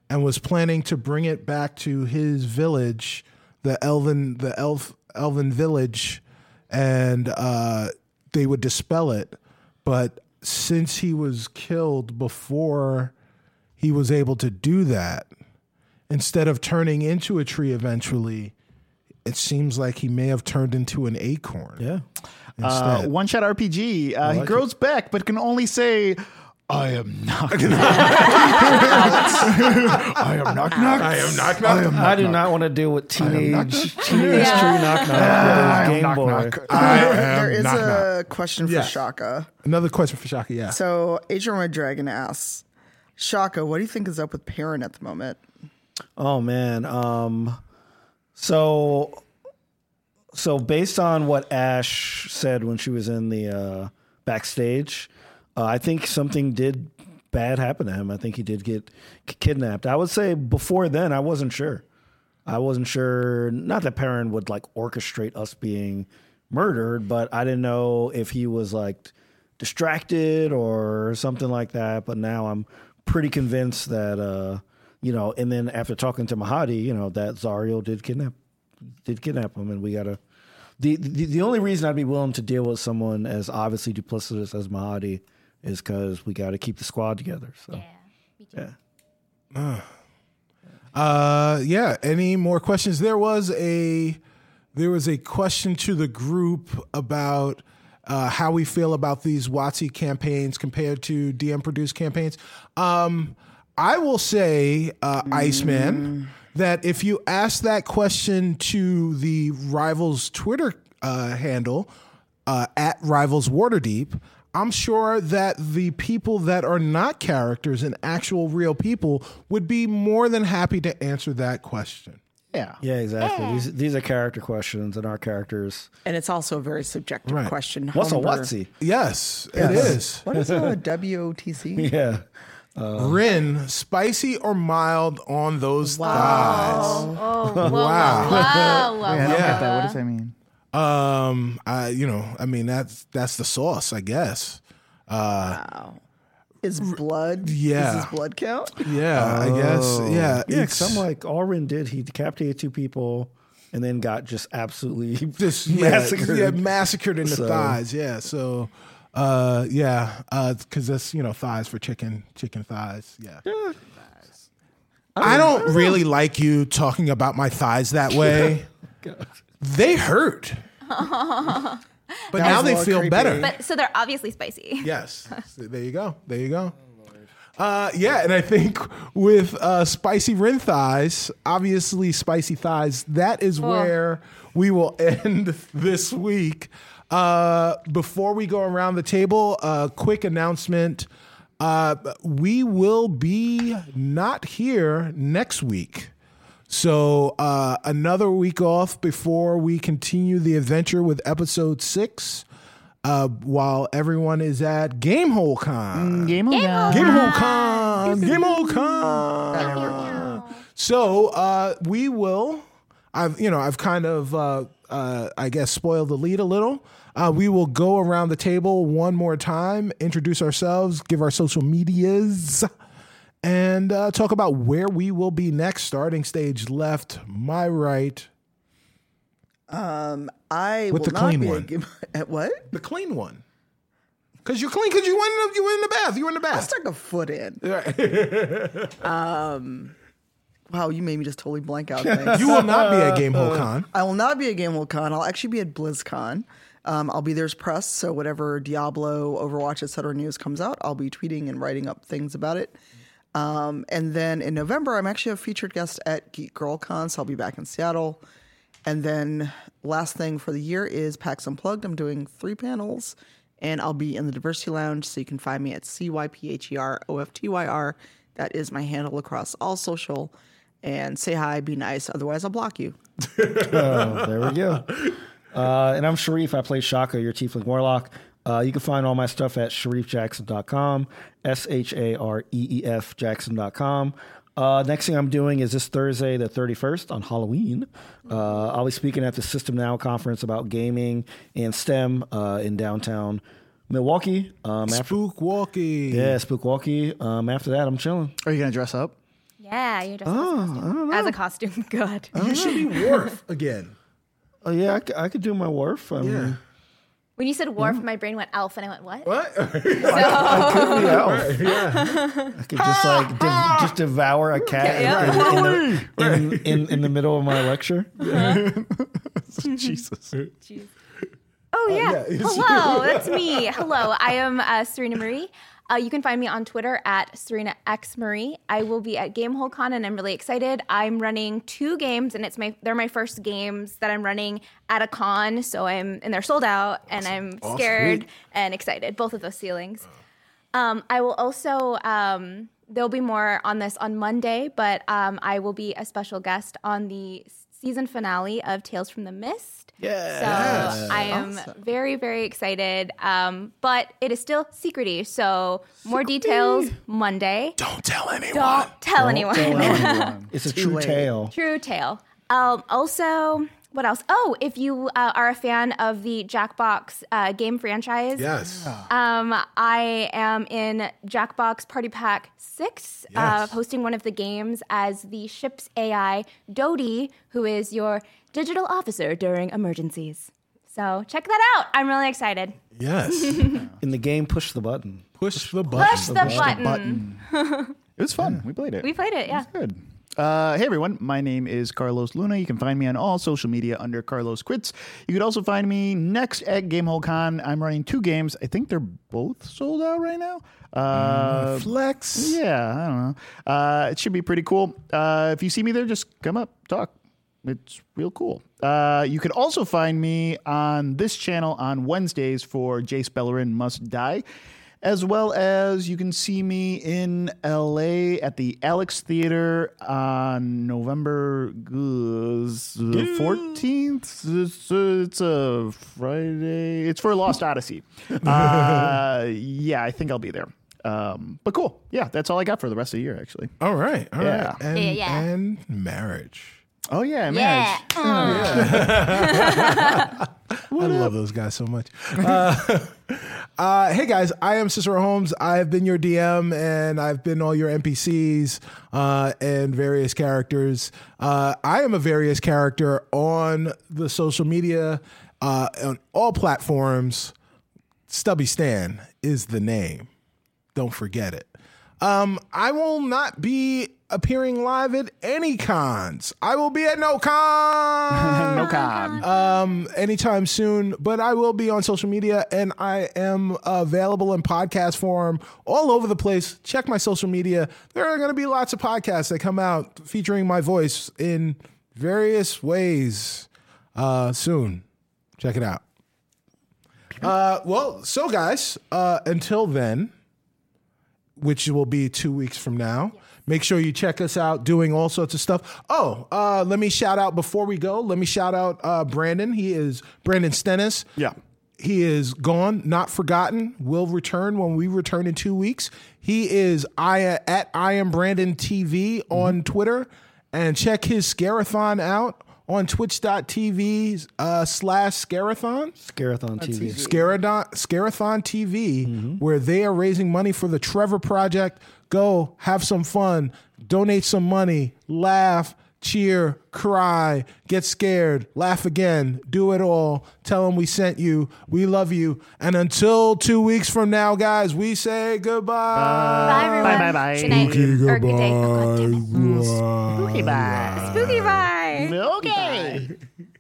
and was planning to bring it back to his village, the Elven the Elf Elven village, and uh, they would dispel it. But since he was killed before he was able to do that, instead of turning into a tree eventually, it seems like he may have turned into an acorn. Yeah.
Uh, one shot RPG. Uh, he grows back, but can only say, *laughs* I am knock knock. I am knock knock.
I am knock knock.
I do not want to deal with teenage teenage
Yeah.
tree *laughs* knock knock. That is Game Boy. *laughs*
there is
knock,
a question for
Yeah.
Shaka.
Another question for Shaka. Yeah.
So, Adrian Red Dragon asks, Shaka, what do you think is up with Perrin at the moment?
Oh man. Um so so based on what Ash said when she was in the uh backstage, uh, I think something did bad happen to him. I think he did get k- kidnapped. I would say before then I wasn't sure. I wasn't sure not that Perrin would like orchestrate us being murdered, but I didn't know if he was like distracted or something like that. But now I'm pretty convinced that, uh, you know, and then after talking to Mahadi, you know, that Zario did kidnap, did kidnap him and we got to, the, the, the only reason I'd be willing to deal with someone as obviously duplicitous as Mahadi is because we got to keep the squad together. So, yeah.
Uh, yeah. Any more questions? There was a there was a question to the group about uh, how we feel about these WotC campaigns compared to DM produced campaigns. Um, I will say, uh, Iceman, that if you ask that question to the rivals Twitter uh, handle uh, at rivals Waterdeep. I'm sure that the people that are not characters and actual real people would be more than happy to answer that question.
Yeah.
Yeah, exactly. These, these are character questions and our characters.
And it's also a very subjective
Right.
question.
What's a
Humber-
Watsy?
Yes, it is.
What is a
*laughs*
WOTC?
*laughs* Yeah.
Rin, spicy or mild on those thighs? *laughs*
Oh,
Wow.
whoa, whoa, whoa, whoa.
I don't
Yeah.
get that. What does that mean?
Um, I you know, I mean that's that's the sauce, I guess. Uh,
Is blood?
Yeah.
Is his blood count?
Yeah, I guess. Yeah,
Oh. Yeah,
it's
because I'm like, all Rin did, he decapitated two people and then got just absolutely *laughs*
just yeah,
massacred.
yeah, massacred in the
So-
thighs. Yeah, so uh, yeah, because that's you know thighs for chicken, chicken thighs. Yeah. I don't, really like you talking about my thighs
*laughs*
that way. they hurt, but now
was
they
a little
feel
creepy.
better.
But so they're obviously
*laughs*
spicy.
Yes. So there you go. There you go. Uh, yeah, and I think with uh, spicy rin thighs, obviously spicy thighs, that is where we will *laughs* end this week. Uh, before we go around the table, a quick announcement. Uh, we will be not here next week. So uh, another week off before we continue the adventure with episode six. Uh, while everyone is at Gamehole Con,
Game of God.
Ah.
Gamehole Con, Gamehole Con. So uh, we will. I've you know I've kind of uh, uh, I guess spoiled the lead a little. Uh, we will go around the table one more time, introduce ourselves, give our social medias and uh, talk about where we will be next. Starting stage left, my right,
I
With
will
the
not
clean
be
one.
A, gam- *laughs* at what?
the clean one. Cause you're clean. Cause you went. in the- You were in the bath. You were in the
I
bath.
stuck a foot in.
*laughs*
um, wow, you made me just totally blank out. Thanks.
You will not be at Game
*laughs*
Hole Con.
I will not be at GameWorldCon. I'll actually be at BlizzCon. Um, I'll be there's press, so whatever Diablo, Overwatch, etc. news comes out, I'll be tweeting and writing up things about it. Um, and then in November, I'm actually a featured guest at Geek Girl Con, so I'll be back in Seattle. And then last thing for the year is PAX Unplugged. I'm doing three panels, and I'll be in the Diversity Lounge, so you can find me at C Y P H E R O F T Y R. That is my handle across all social. And say hi, be nice, otherwise I'll block you.
Oh, there we go. Uh, and I'm Sharif. I play Shaka, your Tiefling Warlock. Uh, you can find all my stuff at sharifjackson.com, S H A R E E F Jackson.com. Uh, next thing I'm doing is this Thursday, the 31st, on Halloween. Uh, I'll be speaking at the System Now conference about gaming and STEM uh, in downtown Milwaukee. Um, after,
Spook walkie.
yeah, Spookwalkie. Um, after that, I'm chilling.
Are you gonna dress up?
Yeah, you're
Oh,
just as a costume. *laughs* Good.
Uh-huh.
You should be Worf again.
Oh yeah, I, c- I could do my wharf. I mean,
Yeah.
When you said wharf, my brain went elf, and I went
*laughs*
what?
What?
could be elf. I could *laughs* just like dev- just devour a cat in- in, the, in, in, in the middle of my lecture.
Jesus.
Oh yeah. *laughs* Hello, that's me. Hello, I am uh, Serena Marie. Uh, you can find me on Twitter at Serena X Marie. I will be at Gamehole Con, and I'm really excited. I'm running two games, and it's my they're my first games that I'm running at a con. So I'm and they're sold out, and I'm scared and excited. Both of those ceilings. Um, I will also um, there'll be more on this on Monday, but um, I will be a special guest on the season finale of Tales from the Mist. Yeah. So I am very very excited, um, but it is still secrety. So more details Monday.
Don't tell anyone.
Don't tell anyone.
It's a true
late.
tale.
*laughs* True tale. Um, also, what else? Oh, if you uh, are a fan of the Jackbox uh, game franchise,
Yes.
um, I am in Jackbox Party Pack 6, uh,
Yes.
hosting one of the games as the ship's AI, Dodie, who is your digital officer during emergencies. So check that out. I'm really excited. *laughs*
Yes.
In the game, push the button.
Push the button.
Push the button.
It was fun. We played it.
We played it, yeah.
Good. Uh, hey everyone, my name is Carlos Luna. You can find me on all social media under Carlos Quits. You could also find me next at Gamehole Con. I'm running two games. I think they're both sold out right now. Uh,
Flex.
yeah, I don't know. Uh, it should be pretty cool. Uh, if you see me there, just come up, talk. It's real cool. Uh, you can also find me on this channel on Wednesdays for Jace Bellerin Must Die, as well as you can see me in LA at the Alex Theater on November uh, fourteenth. It's, it's a Friday. It's for Lost Odyssey. Uh, yeah, I think I'll be there. Um, but cool. Yeah, that's all I got for the rest of the year, actually.
All right. all right.
Yeah.
And,
Yeah, yeah.
and marriage.
Oh, yeah,
Yeah.
marriage. *laughs*
I love those guys so much. Uh, uh, hey guys, I am Cicero Holmes. I've been your DM and I've been all your NPCs uh, and various characters. Uh, I am a various character on the social media, uh, on all platforms. Stubby Stan is the name. Don't forget it. Um, I will not be appearing live at any cons. I will be at no con.
No con.
um, anytime soon, but I will be on social media and I am available in podcast form all over the place. Check my social media. There are going to be lots of podcasts that come out featuring my voice in various ways uh, soon. Check it out. Uh, well, so guys, uh, until then, which will be two weeks from now. Make sure you check us out doing all sorts of stuff. Oh, uh, let me shout out before we go. Let me shout out uh, Brandon. He is Brandon Stennis.
Yeah.
He is gone, not forgotten. Will return when we return in two weeks. He is I at I am Brandon TV on Twitter, and check his Scarathon out on Twitch.tv uh, slash Scarathon.
Scarathon TV.
Scaradon, Scarathon TV, where they are raising money for the Trevor Project. Go have some fun, donate some money, laugh, cheer, cry, get scared, laugh again, do it all. Tell them we sent you. We love you. And until two weeks from now, guys, we say goodbye.
Bye, everyone.
bye, bye.
Good night. Or good day. Oh, God damn it.
Spooky bye.
Spooky bye.
Okay.